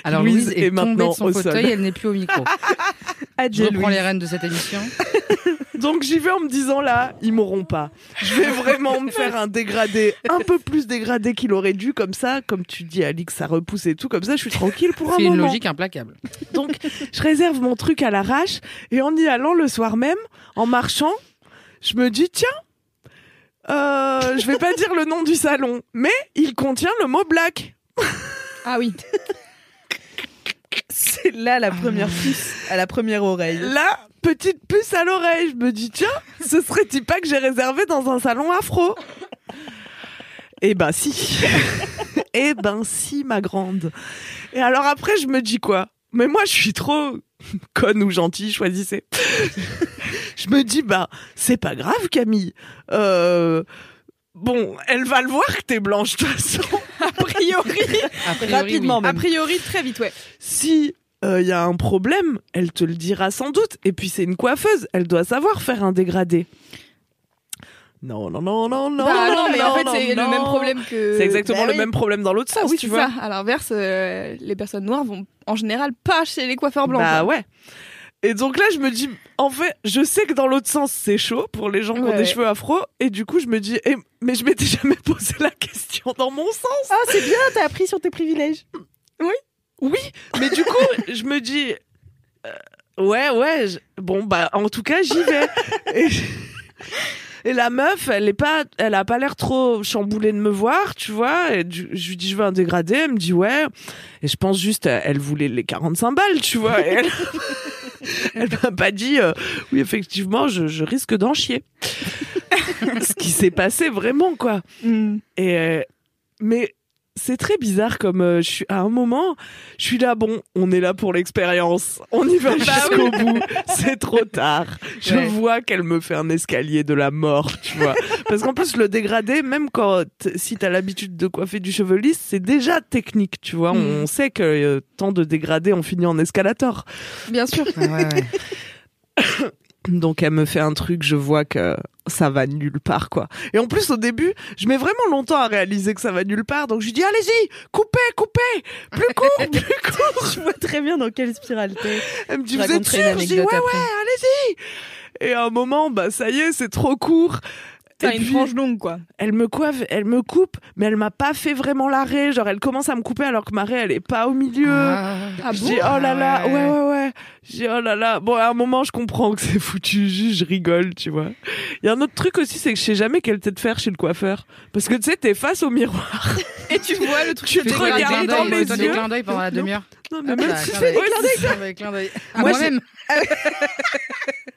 [SPEAKER 8] alors
[SPEAKER 2] Louise
[SPEAKER 8] Louise est,
[SPEAKER 2] est
[SPEAKER 8] tombée
[SPEAKER 2] maintenant
[SPEAKER 8] de son
[SPEAKER 2] au sol. Ah,
[SPEAKER 8] fauteuil, elle n'est plus au micro. Je
[SPEAKER 4] Adieu,
[SPEAKER 8] reprends
[SPEAKER 4] Louise.
[SPEAKER 8] les rênes de cette émission.
[SPEAKER 2] Donc j'y vais en me disant là, ils m'auront pas. Je
[SPEAKER 8] [LAUGHS]
[SPEAKER 2] vais vraiment me faire un dégradé, un peu plus dégradé qu'il aurait dû, comme ça, comme tu dis Alix, ça repousse et tout, comme ça je suis tranquille pour un
[SPEAKER 8] C'est une
[SPEAKER 2] moment.
[SPEAKER 8] logique implacable.
[SPEAKER 2] Donc je réserve mon truc à l'arrache et en y allant le soir même, en marchant, je me dis tiens, euh, je vais pas dire le nom du salon, mais il contient le mot black.
[SPEAKER 1] Ah oui.
[SPEAKER 4] C'est là la première puce à la première oreille.
[SPEAKER 2] Là, petite puce à l'oreille, je me dis tiens, ce serait-il pas que j'ai réservé dans un salon afro Eh
[SPEAKER 1] [LAUGHS]
[SPEAKER 2] ben si. eh ben si, ma grande. Et alors après, je me dis quoi Mais moi, je suis trop conne ou gentille, choisissez. [LAUGHS] je me dis bah c'est pas grave, Camille. Euh, Bon, elle va le voir que t'es blanche de toute façon.
[SPEAKER 1] [LAUGHS] A priori.
[SPEAKER 8] A priori, oui.
[SPEAKER 4] Rapidement
[SPEAKER 1] A
[SPEAKER 4] même.
[SPEAKER 1] priori, très vite, ouais.
[SPEAKER 2] Si il y a un problème, elle te le dira sans doute. Et puis c'est une coiffeuse, elle doit savoir faire un dégradé. Non, non, non, non, non.
[SPEAKER 1] Bah non, mais en fait,
[SPEAKER 2] non,
[SPEAKER 1] c'est le
[SPEAKER 2] non.
[SPEAKER 1] même problème que.
[SPEAKER 2] C'est exactement
[SPEAKER 1] Bah
[SPEAKER 2] le
[SPEAKER 1] oui.
[SPEAKER 2] même problème dans l'autre
[SPEAKER 1] Ah
[SPEAKER 2] sens,
[SPEAKER 1] oui,
[SPEAKER 2] tu
[SPEAKER 1] tu
[SPEAKER 2] vois.
[SPEAKER 1] vois. À l'inverse, euh, les personnes noires vont en général pas chez les coiffeurs blancs.
[SPEAKER 2] Bah
[SPEAKER 1] quoi.
[SPEAKER 2] ouais. Et donc là, je me dis, en fait, je sais que dans l'autre sens, c'est chaud pour les gens qui ont
[SPEAKER 1] Ouais.
[SPEAKER 2] des cheveux afro. Et du coup, je me dis, eh, mais je m'étais [LAUGHS] jamais posé la question dans mon sens.
[SPEAKER 4] Ah, c'est bien, t'as appris sur tes privilèges.
[SPEAKER 2] Oui, mais du coup, je me dis, euh, ouais, ouais, je- bon, bah, en tout cas, j'y vais. Et, et la meuf, elle est pas, elle a pas l'air trop chamboulée de me voir, tu vois. Et du- je lui dis, je veux un dégradé. Elle me dit, ouais. Et je pense juste, euh, elle voulait les 45 balles, tu vois. Et elle [LAUGHS] elle m'a pas dit, euh, oui, effectivement, je, je risque d'en chier. [LAUGHS] Ce qui s'est passé vraiment, quoi.
[SPEAKER 1] Hmm.
[SPEAKER 2] Et euh, mais c'est très bizarre comme euh, je suis à un moment, je suis là bon, on est là pour l'expérience. On y va jusqu'au bout. C'est trop tard. Je
[SPEAKER 8] Ouais.
[SPEAKER 2] vois qu'elle me fait un escalier de la mort, tu vois. Parce qu'en plus le dégradé même quand t- si t'as l'habitude de coiffer du cheveu lisse, c'est déjà technique, tu vois. On sait que euh, tant de dégradés on finit en escalator.
[SPEAKER 1] Bien
[SPEAKER 4] [LAUGHS]
[SPEAKER 1] sûr.
[SPEAKER 8] Ah ouais, ouais.
[SPEAKER 2] Donc elle me fait un truc, je vois que ça va nulle part quoi. Et en plus au début, je mets vraiment longtemps à réaliser que ça va nulle part. Donc je lui dis allez-y, coupez, coupez, plus
[SPEAKER 4] [LAUGHS]
[SPEAKER 2] court, plus court.
[SPEAKER 4] Je vois très bien dans quelle spirale t'es.
[SPEAKER 2] Elle me dit
[SPEAKER 4] Je
[SPEAKER 2] vous êtes
[SPEAKER 4] raconterai
[SPEAKER 2] sûr
[SPEAKER 4] une
[SPEAKER 2] Je dis ouais
[SPEAKER 4] anecdote
[SPEAKER 2] ouais,
[SPEAKER 4] après.
[SPEAKER 2] allez-y. Et à un moment, bah ça y est, c'est trop court.
[SPEAKER 1] T'as
[SPEAKER 2] Et
[SPEAKER 1] une
[SPEAKER 2] puis,
[SPEAKER 1] frange longue, quoi.
[SPEAKER 2] elle me coiffe, elle me coupe, mais elle m'a pas fait vraiment l'arrêt. Genre elle commence à me couper alors que ma raie elle est pas au milieu.
[SPEAKER 8] Ah.
[SPEAKER 2] je dis oh là là, ouais ouais ouais. Je dis oh là là. Bon, à un moment, je comprends que c'est foutu, juste je rigole, tu vois. Il y a un autre truc aussi, c'est que je sais jamais quelle tête faire chez le coiffeur. Parce que tu sais, t'es face au miroir.
[SPEAKER 1] Et tu vois le truc.
[SPEAKER 2] Tu te
[SPEAKER 8] Fais-toi des
[SPEAKER 2] regardes
[SPEAKER 8] clins
[SPEAKER 2] dans
[SPEAKER 8] d'œil,
[SPEAKER 2] les
[SPEAKER 8] fais-toi des
[SPEAKER 2] yeux.
[SPEAKER 8] clins d'œil pendant la demi-heure.
[SPEAKER 2] Non, mais
[SPEAKER 8] Ah,
[SPEAKER 2] même
[SPEAKER 8] bah,
[SPEAKER 2] si
[SPEAKER 8] clin
[SPEAKER 2] c'est-
[SPEAKER 8] d'œil.
[SPEAKER 2] Ouais, non,
[SPEAKER 8] Avec clin d'œil. À
[SPEAKER 2] Moi,
[SPEAKER 8] Moi-même.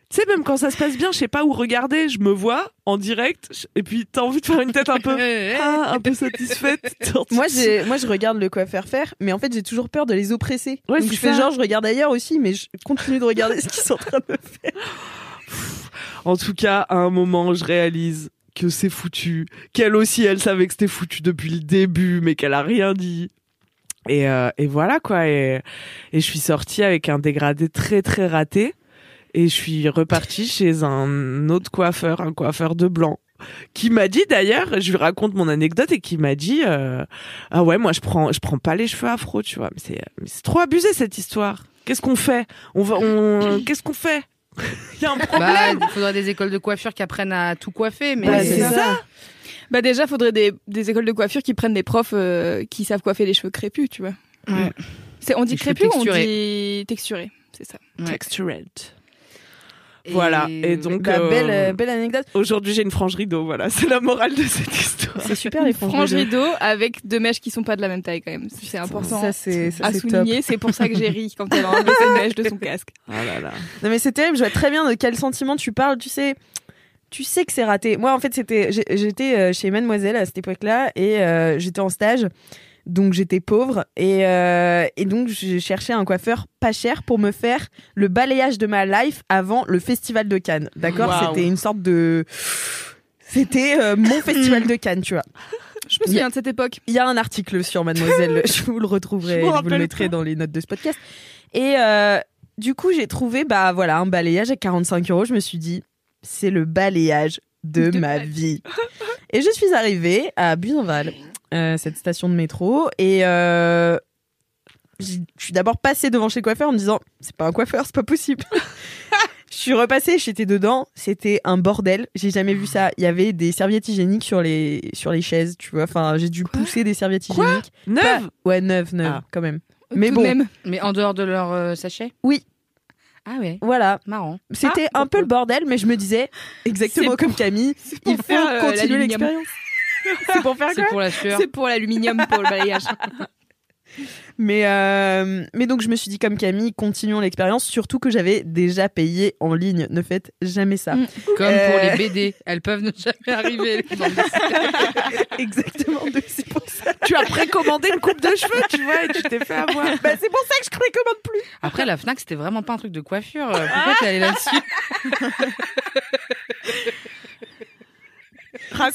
[SPEAKER 2] Tu sais, même quand ça se passe bien, je sais pas où regarder, je me vois en direct, je- et puis t'as envie de faire une tête un [LAUGHS] peu, ah, un peu satisfaite.
[SPEAKER 4] Moi, j'ai, moi, je regarde le coiffeur faire, mais en fait, j'ai toujours peur de les oppresser.
[SPEAKER 2] Ouais,
[SPEAKER 4] Donc,
[SPEAKER 2] c'est
[SPEAKER 4] je fais
[SPEAKER 2] ça.
[SPEAKER 4] genre, je regarde ailleurs aussi, mais je continue de regarder ce qu'ils sont en train de faire.
[SPEAKER 2] En tout cas, à un moment, je réalise que c'est foutu, qu'elle aussi, elle savait que c'était foutu depuis le début, mais qu'elle a rien dit. Et, euh, et voilà quoi. Et, et je suis sortie avec un dégradé très très raté. Et je suis repartie chez un autre coiffeur, un coiffeur de blanc, qui m'a dit d'ailleurs, je lui raconte mon anecdote et qui m'a dit, euh, ah ouais, moi je prends, je prends pas les cheveux afro, tu vois. Mais c'est, mais c'est trop abusé cette histoire. Qu'est-ce qu'on fait [LAUGHS] On va, on, qu'est-ce qu'on fait Il y a un problème.
[SPEAKER 8] [LAUGHS] Bah, il faudrait des écoles de coiffure qui apprennent à tout coiffer, mais
[SPEAKER 2] Bah,
[SPEAKER 3] c'est
[SPEAKER 2] c'est ça.
[SPEAKER 3] Bah déjà, faudrait des, des écoles de coiffure qui prennent des profs euh, qui savent coiffer les cheveux crépus, tu vois.
[SPEAKER 8] Ouais.
[SPEAKER 3] C'est on
[SPEAKER 8] Les
[SPEAKER 3] dit
[SPEAKER 8] cheveux
[SPEAKER 3] crépus, ou on
[SPEAKER 8] texturés.
[SPEAKER 3] dit texturé, c'est ça.
[SPEAKER 8] Ouais.
[SPEAKER 2] Textured. Voilà. Et donc,
[SPEAKER 4] Bah,
[SPEAKER 2] euh,
[SPEAKER 4] belle, euh, belle anecdote.
[SPEAKER 2] aujourd'hui, j'ai une frange rideau. Voilà, c'est la morale de cette histoire.
[SPEAKER 4] C'est super les franges
[SPEAKER 3] Frange
[SPEAKER 4] rideaux.
[SPEAKER 3] rideau avec deux mèches qui sont pas de la même taille quand même. C'est important
[SPEAKER 4] Ça c'est ça,
[SPEAKER 3] à
[SPEAKER 4] c'est top.
[SPEAKER 3] souligner. C'est pour ça que
[SPEAKER 4] [LAUGHS]
[SPEAKER 3] j'ai ri quand elle a enlevé ses mèches de son casque.
[SPEAKER 2] Oh là là.
[SPEAKER 4] Non mais c'est terrible, je vois très bien de quel sentiment tu parles, tu sais. Tu sais que c'est raté. Moi en fait, c'était j'ai- j'étais euh, chez Mademoiselle à cette époque-là et euh, j'étais en stage. Donc j'étais pauvre et, euh, et donc je cherchais un coiffeur pas cher pour me faire le balayage de ma life avant le festival de Cannes. D'accord,
[SPEAKER 2] Waouh.
[SPEAKER 4] c'était une sorte de c'était euh, mon festival de Cannes, tu vois.
[SPEAKER 3] Je me souviens de cette époque.
[SPEAKER 4] Il y a un article sur [LAUGHS] Mademoiselle, je vous le
[SPEAKER 2] Je
[SPEAKER 4] retrouverai,
[SPEAKER 2] m'en
[SPEAKER 4] je, vous le
[SPEAKER 2] rappelle
[SPEAKER 4] mettrai dans les notes de ce podcast. Et euh, du coup, j'ai trouvé bah voilà un balayage à 45 euros. Je me suis dit, c'est le balayage de,
[SPEAKER 3] De
[SPEAKER 4] ma
[SPEAKER 3] ma
[SPEAKER 4] vie. [LAUGHS] et je suis arrivée à Buzenval, euh, cette station de métro, et euh, j'ai- je suis d'abord passée devant chez le coiffeur en me disant, c'est pas un coiffeur, c'est pas possible. Je suis repassée, j'étais dedans, c'était un bordel. J'ai jamais vu ça. Il y avait des serviettes hygiéniques sur les sur les chaises, tu vois. Enfin, j'ai dû pousser des serviettes
[SPEAKER 2] Quoi
[SPEAKER 4] hygiéniques.
[SPEAKER 2] Neuf.
[SPEAKER 4] Pas- Ouais, neuves, neuves,
[SPEAKER 2] Ah.
[SPEAKER 4] quand même. Mais
[SPEAKER 3] Tout de
[SPEAKER 4] bon.
[SPEAKER 3] même.
[SPEAKER 8] Mais en dehors de leur euh, sachet
[SPEAKER 4] Oui.
[SPEAKER 8] Ah ouais,
[SPEAKER 4] Voilà,
[SPEAKER 8] marrant.
[SPEAKER 2] Ah,
[SPEAKER 4] c'était un peu le bordel, mais je me disais exactement
[SPEAKER 3] C'est
[SPEAKER 4] comme Camille,
[SPEAKER 2] [LAUGHS]
[SPEAKER 3] pour
[SPEAKER 4] il faut
[SPEAKER 3] faire, euh,
[SPEAKER 4] continuer
[SPEAKER 3] l'aluminium.
[SPEAKER 4] l'expérience. C'est pour faire
[SPEAKER 8] C'est pour la sueur.
[SPEAKER 3] C'est pour l'aluminium pour le balayage.
[SPEAKER 4] Mais, euh, mais donc je me suis dit comme Camille, continuons l'expérience, surtout que j'avais déjà payé en ligne. Ne faites jamais ça.
[SPEAKER 3] Mm.
[SPEAKER 8] Comme pour
[SPEAKER 4] Euh.
[SPEAKER 8] les BD, elles peuvent ne jamais arriver. les bandes
[SPEAKER 4] Exactement, donc c'est pour ça.
[SPEAKER 2] Tu as précommandé une coupe de cheveux, tu vois, et tu t'es fait avoir.
[SPEAKER 4] Bah, c'est pour ça que je précommande plus.
[SPEAKER 8] Après, la Fnac, c'était vraiment pas un truc de coiffure. Euh, Pourquoi t'es allée là-dessus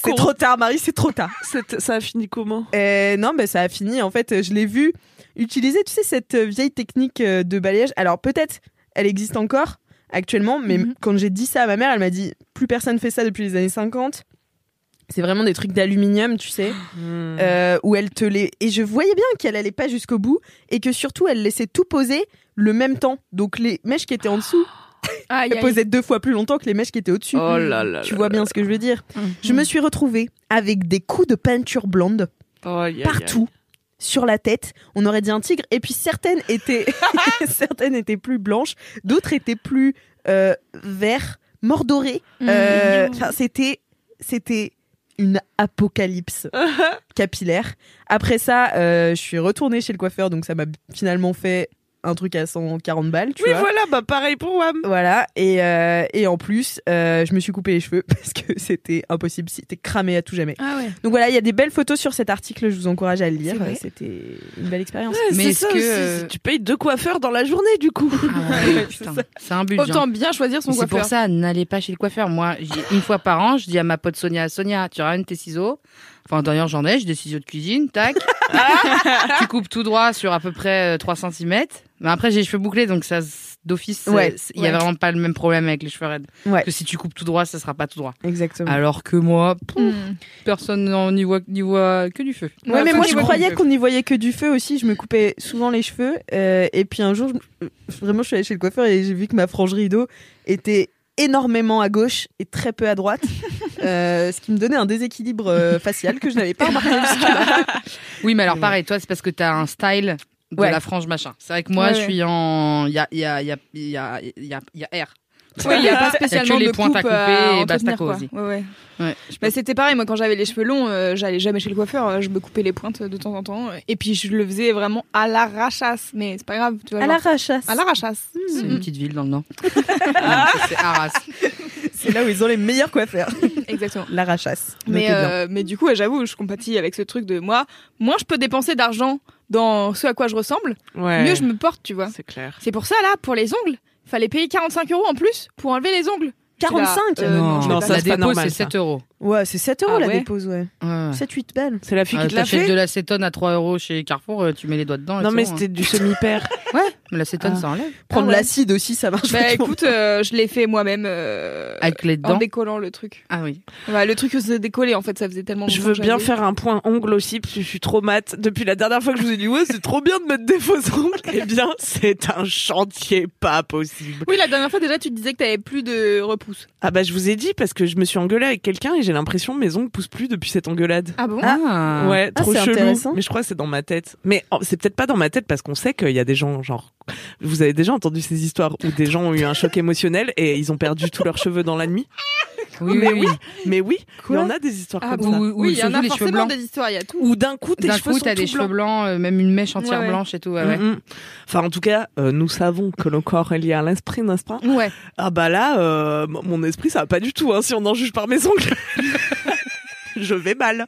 [SPEAKER 4] C'est trop tard, Marie, c'est trop tard.
[SPEAKER 2] C'est- Ça a fini comment
[SPEAKER 4] Euh, non, bah, ça a fini. En fait, euh, je l'ai vu utiliser, tu sais, cette euh, vieille technique euh, de balayage. Alors, peut-être, elle existe encore actuellement, mais
[SPEAKER 3] Mhm.
[SPEAKER 4] quand j'ai dit ça à ma mère, elle m'a dit plus personne fait ça depuis les années 50. C'est vraiment des trucs d'aluminium, tu sais,
[SPEAKER 2] Hmm.
[SPEAKER 4] euh, où elle te les. Et je voyais bien qu'elle allait pas jusqu'au bout et que surtout, elle laissait tout poser le même temps. Donc, les mèches qui étaient en dessous,
[SPEAKER 3] Aïe,
[SPEAKER 4] elles
[SPEAKER 3] aïe.
[SPEAKER 4] posaient deux fois plus longtemps que les mèches qui étaient au-dessus.
[SPEAKER 2] Oh là là.
[SPEAKER 4] Tu vois bien ce que je veux dire. Je me suis retrouvée avec des coups de peinture blonde
[SPEAKER 2] Oh,
[SPEAKER 4] partout sur la tête, on aurait dit un tigre et puis certaines étaient [LAUGHS] certaines étaient plus blanches, d'autres étaient plus euh, verts, mordorées. Euh, enfin, c'était c'était une apocalypse capillaire. Après ça, euh, je suis retournée chez le coiffeur donc ça m'a finalement fait un truc à 140 balles, tu
[SPEAKER 2] Oui,
[SPEAKER 4] vois.
[SPEAKER 2] voilà, bah pareil pour Wam.
[SPEAKER 4] Voilà, et, euh, et en plus, euh, je me suis coupé les cheveux [LAUGHS] parce que c'était impossible, c'était cramé à tout jamais.
[SPEAKER 3] Ah ouais.
[SPEAKER 4] Donc voilà, il y a des belles photos sur cet article, je vous encourage à le lire.
[SPEAKER 3] C'est vrai.
[SPEAKER 4] C'était une belle expérience.
[SPEAKER 8] Mais
[SPEAKER 2] c'est
[SPEAKER 8] est-ce
[SPEAKER 2] ça
[SPEAKER 8] que,
[SPEAKER 2] aussi,
[SPEAKER 8] euh,
[SPEAKER 2] c'est- tu payes deux coiffeurs dans la journée du coup
[SPEAKER 8] Ah ouais, putain, C'est un budget.
[SPEAKER 3] Autant bien choisir son
[SPEAKER 8] Mais C'est
[SPEAKER 3] coiffeur.
[SPEAKER 8] pour ça, n'allez pas chez le coiffeur. Moi, j'y- une fois par an, je dis à ma pote Sonia, Sonia, tu ramènes tes ciseaux. Enfin, d'ailleurs, j'en ai, j'ai des ciseaux de cuisine, tac. tu coupes tout droit sur à peu près euh, 3 cm. Mais après, j'ai les cheveux bouclés, donc ça, c'est- d'office, c'est-
[SPEAKER 4] Ouais,
[SPEAKER 8] c'est- il y a
[SPEAKER 3] ouais.
[SPEAKER 8] vraiment pas le même problème avec les cheveux raides.
[SPEAKER 4] Ouais.
[SPEAKER 8] Que si tu coupes tout droit, ça sera pas tout droit.
[SPEAKER 4] Exactement.
[SPEAKER 8] Alors que moi, pff,
[SPEAKER 3] Mm.
[SPEAKER 8] personne n'en y voit, n'y voit que du feu.
[SPEAKER 4] ouais, mais
[SPEAKER 3] faut que
[SPEAKER 4] moi je
[SPEAKER 3] tu vois
[SPEAKER 4] croyais qu'on n'y voyait que du feu aussi. Je me coupais souvent les cheveux. euh, et puis un jour, je- euh, vraiment, je suis allée chez le coiffeur et j'ai vu que ma frange rideau était énormément à gauche et très peu
[SPEAKER 3] [LAUGHS]
[SPEAKER 4] à droite, Euh, ce qui me donnait un déséquilibre euh, facial que je n'avais pas
[SPEAKER 3] [LAUGHS]
[SPEAKER 4] remarqué.
[SPEAKER 8] Oui, mais alors
[SPEAKER 2] euh,
[SPEAKER 8] pareil, toi, c'est parce que t'as un style de
[SPEAKER 4] Ouais.
[SPEAKER 8] la frange machin. C'est vrai que moi,
[SPEAKER 3] Ouais,
[SPEAKER 8] je
[SPEAKER 3] ouais.
[SPEAKER 8] suis en. Il y a, il y, a, il y, a, il y, a, il y, a, il y a R.
[SPEAKER 3] [LAUGHS] Ouais, il y a pas spécialement
[SPEAKER 8] les
[SPEAKER 3] de
[SPEAKER 8] pointes à
[SPEAKER 3] coupe euh,
[SPEAKER 8] couper et
[SPEAKER 3] entretenir,
[SPEAKER 8] basta
[SPEAKER 3] quoi.
[SPEAKER 8] cosy.
[SPEAKER 3] Ouais, ouais.
[SPEAKER 8] Ouais, je
[SPEAKER 3] Bah, c'était pareil, moi quand j'avais les cheveux longs, euh, j'allais jamais chez le coiffeur, euh, je me coupais les pointes euh, de temps en temps, euh, et puis je le faisais vraiment à la rachasse, mais c'est pas grave, tu vois.
[SPEAKER 4] À
[SPEAKER 3] genre,
[SPEAKER 4] la rachasse. Hmm.
[SPEAKER 3] à la rachasse.
[SPEAKER 8] C'est
[SPEAKER 2] Mm-hmm.
[SPEAKER 8] une petite ville dans
[SPEAKER 2] [LAUGHS]
[SPEAKER 8] le Nord. Non, c'est Arras.
[SPEAKER 4] C'est là où ils ont les meilleurs coiffeurs.
[SPEAKER 3] [LAUGHS]
[SPEAKER 8] [LAUGHS]
[SPEAKER 3] Exactement.
[SPEAKER 4] La rachasse.
[SPEAKER 3] Mais,
[SPEAKER 4] Notez bien.
[SPEAKER 3] euh, mais du coup, ouais, j'avoue, je compatis avec ce truc de moi, moins je peux dépenser d'argent dans ce à quoi je ressemble,
[SPEAKER 2] [LAUGHS] Ouais.
[SPEAKER 3] mieux je me porte, tu vois.
[SPEAKER 2] C'est clair.
[SPEAKER 3] C'est pour ça, là, pour les ongles, fallait payer 45 euros en plus pour enlever les ongles. J'étais là,
[SPEAKER 8] [LAUGHS]
[SPEAKER 4] 45
[SPEAKER 3] euh, non, je vais
[SPEAKER 2] Non,
[SPEAKER 3] pas
[SPEAKER 2] ça,
[SPEAKER 8] la
[SPEAKER 2] c'est pas
[SPEAKER 8] dépôt,
[SPEAKER 2] normal,
[SPEAKER 8] c'est
[SPEAKER 2] ça.
[SPEAKER 8] 7 euros.
[SPEAKER 4] Ouais, c'est 7 euros
[SPEAKER 3] Ah
[SPEAKER 4] la
[SPEAKER 3] ouais
[SPEAKER 4] dépose, ouais.
[SPEAKER 8] Ouais, ouais.
[SPEAKER 4] 7-8 balles.
[SPEAKER 2] C'est la fille
[SPEAKER 8] Ah,
[SPEAKER 2] qui te l'a
[SPEAKER 8] T'achètes
[SPEAKER 2] fait
[SPEAKER 8] de l'acétone à 3 euros chez Carrefour, euh, tu mets les doigts dedans. et
[SPEAKER 2] Non,
[SPEAKER 8] c'est
[SPEAKER 2] mais
[SPEAKER 8] bon,
[SPEAKER 2] c'était du [LAUGHS] semi-père.
[SPEAKER 8] hein. Ouais, mais l'acétone,
[SPEAKER 2] Ah.
[SPEAKER 8] ça enlève.
[SPEAKER 4] Prendre
[SPEAKER 3] ouais.
[SPEAKER 4] l'acide aussi, ça marche
[SPEAKER 3] Bah
[SPEAKER 4] vachement.
[SPEAKER 3] écoute, euh, je l'ai fait moi-même euh,
[SPEAKER 8] Avec les
[SPEAKER 3] en
[SPEAKER 8] dents.
[SPEAKER 3] décollant le truc.
[SPEAKER 8] Ah oui.
[SPEAKER 3] Bah, le truc se décollait en fait, ça faisait tellement.
[SPEAKER 2] Je
[SPEAKER 3] longtemps
[SPEAKER 2] veux
[SPEAKER 3] que
[SPEAKER 2] bien
[SPEAKER 3] j'avais-
[SPEAKER 2] faire un point ongle aussi, parce que je suis trop mat. Depuis la dernière fois que je vous ai dit, ouais, c'est trop bien de mettre des faux ongles. [LAUGHS] Eh bien, c'est un chantier pas possible.
[SPEAKER 3] Oui, la dernière fois déjà, tu te disais que t'avais plus de repousse.
[SPEAKER 2] Ah bah, je vous ai dit, parce que je me suis engueulée avec quelqu'un et j'ai l'impression que mes ongles poussent plus depuis cette engueulade.
[SPEAKER 3] Ah bon
[SPEAKER 8] Ah.
[SPEAKER 2] Ouais,
[SPEAKER 4] Ah,
[SPEAKER 2] trop
[SPEAKER 4] c'est
[SPEAKER 2] chelou.
[SPEAKER 4] intéressant.
[SPEAKER 2] Mais je crois que c'est dans ma tête. Mais oh, c'est peut-être pas dans ma tête parce qu'on sait qu'il y a des gens, genre, vous avez déjà entendu ces histoires où des gens ont eu un choc émotionnel et ils ont perdu tous leurs cheveux dans la nuit.
[SPEAKER 8] Oui,
[SPEAKER 2] Oh, mais
[SPEAKER 8] oui, oui.
[SPEAKER 2] Mais oui, il y en
[SPEAKER 3] Quoi
[SPEAKER 2] a des histoires
[SPEAKER 3] Ah
[SPEAKER 2] comme
[SPEAKER 3] bon
[SPEAKER 2] ça.
[SPEAKER 8] Ou- ou
[SPEAKER 3] Oui, il y en
[SPEAKER 8] surtout
[SPEAKER 3] a
[SPEAKER 8] les cheveux
[SPEAKER 3] forcément
[SPEAKER 8] blancs.
[SPEAKER 3] des histoires, il y a tout.
[SPEAKER 2] Ou d'un coup, tes
[SPEAKER 8] D'un
[SPEAKER 2] cheveux
[SPEAKER 8] coup,
[SPEAKER 2] sont
[SPEAKER 8] t'as
[SPEAKER 2] tout
[SPEAKER 8] des
[SPEAKER 2] blancs.
[SPEAKER 8] cheveux blancs, euh, même une mèche entière
[SPEAKER 3] Ouais, ouais.
[SPEAKER 8] blanche et tout. ouais, ouais.
[SPEAKER 2] Mm, mm. Enfin, en tout cas, euh, nous savons que le corps est lié à l'esprit, n'est-ce pas
[SPEAKER 3] Ouais.
[SPEAKER 2] Ah bah là, euh, m- mon esprit, ça va pas du tout, hein, si on en juge par mes
[SPEAKER 8] [LAUGHS]
[SPEAKER 2] ongles. Je vais mal.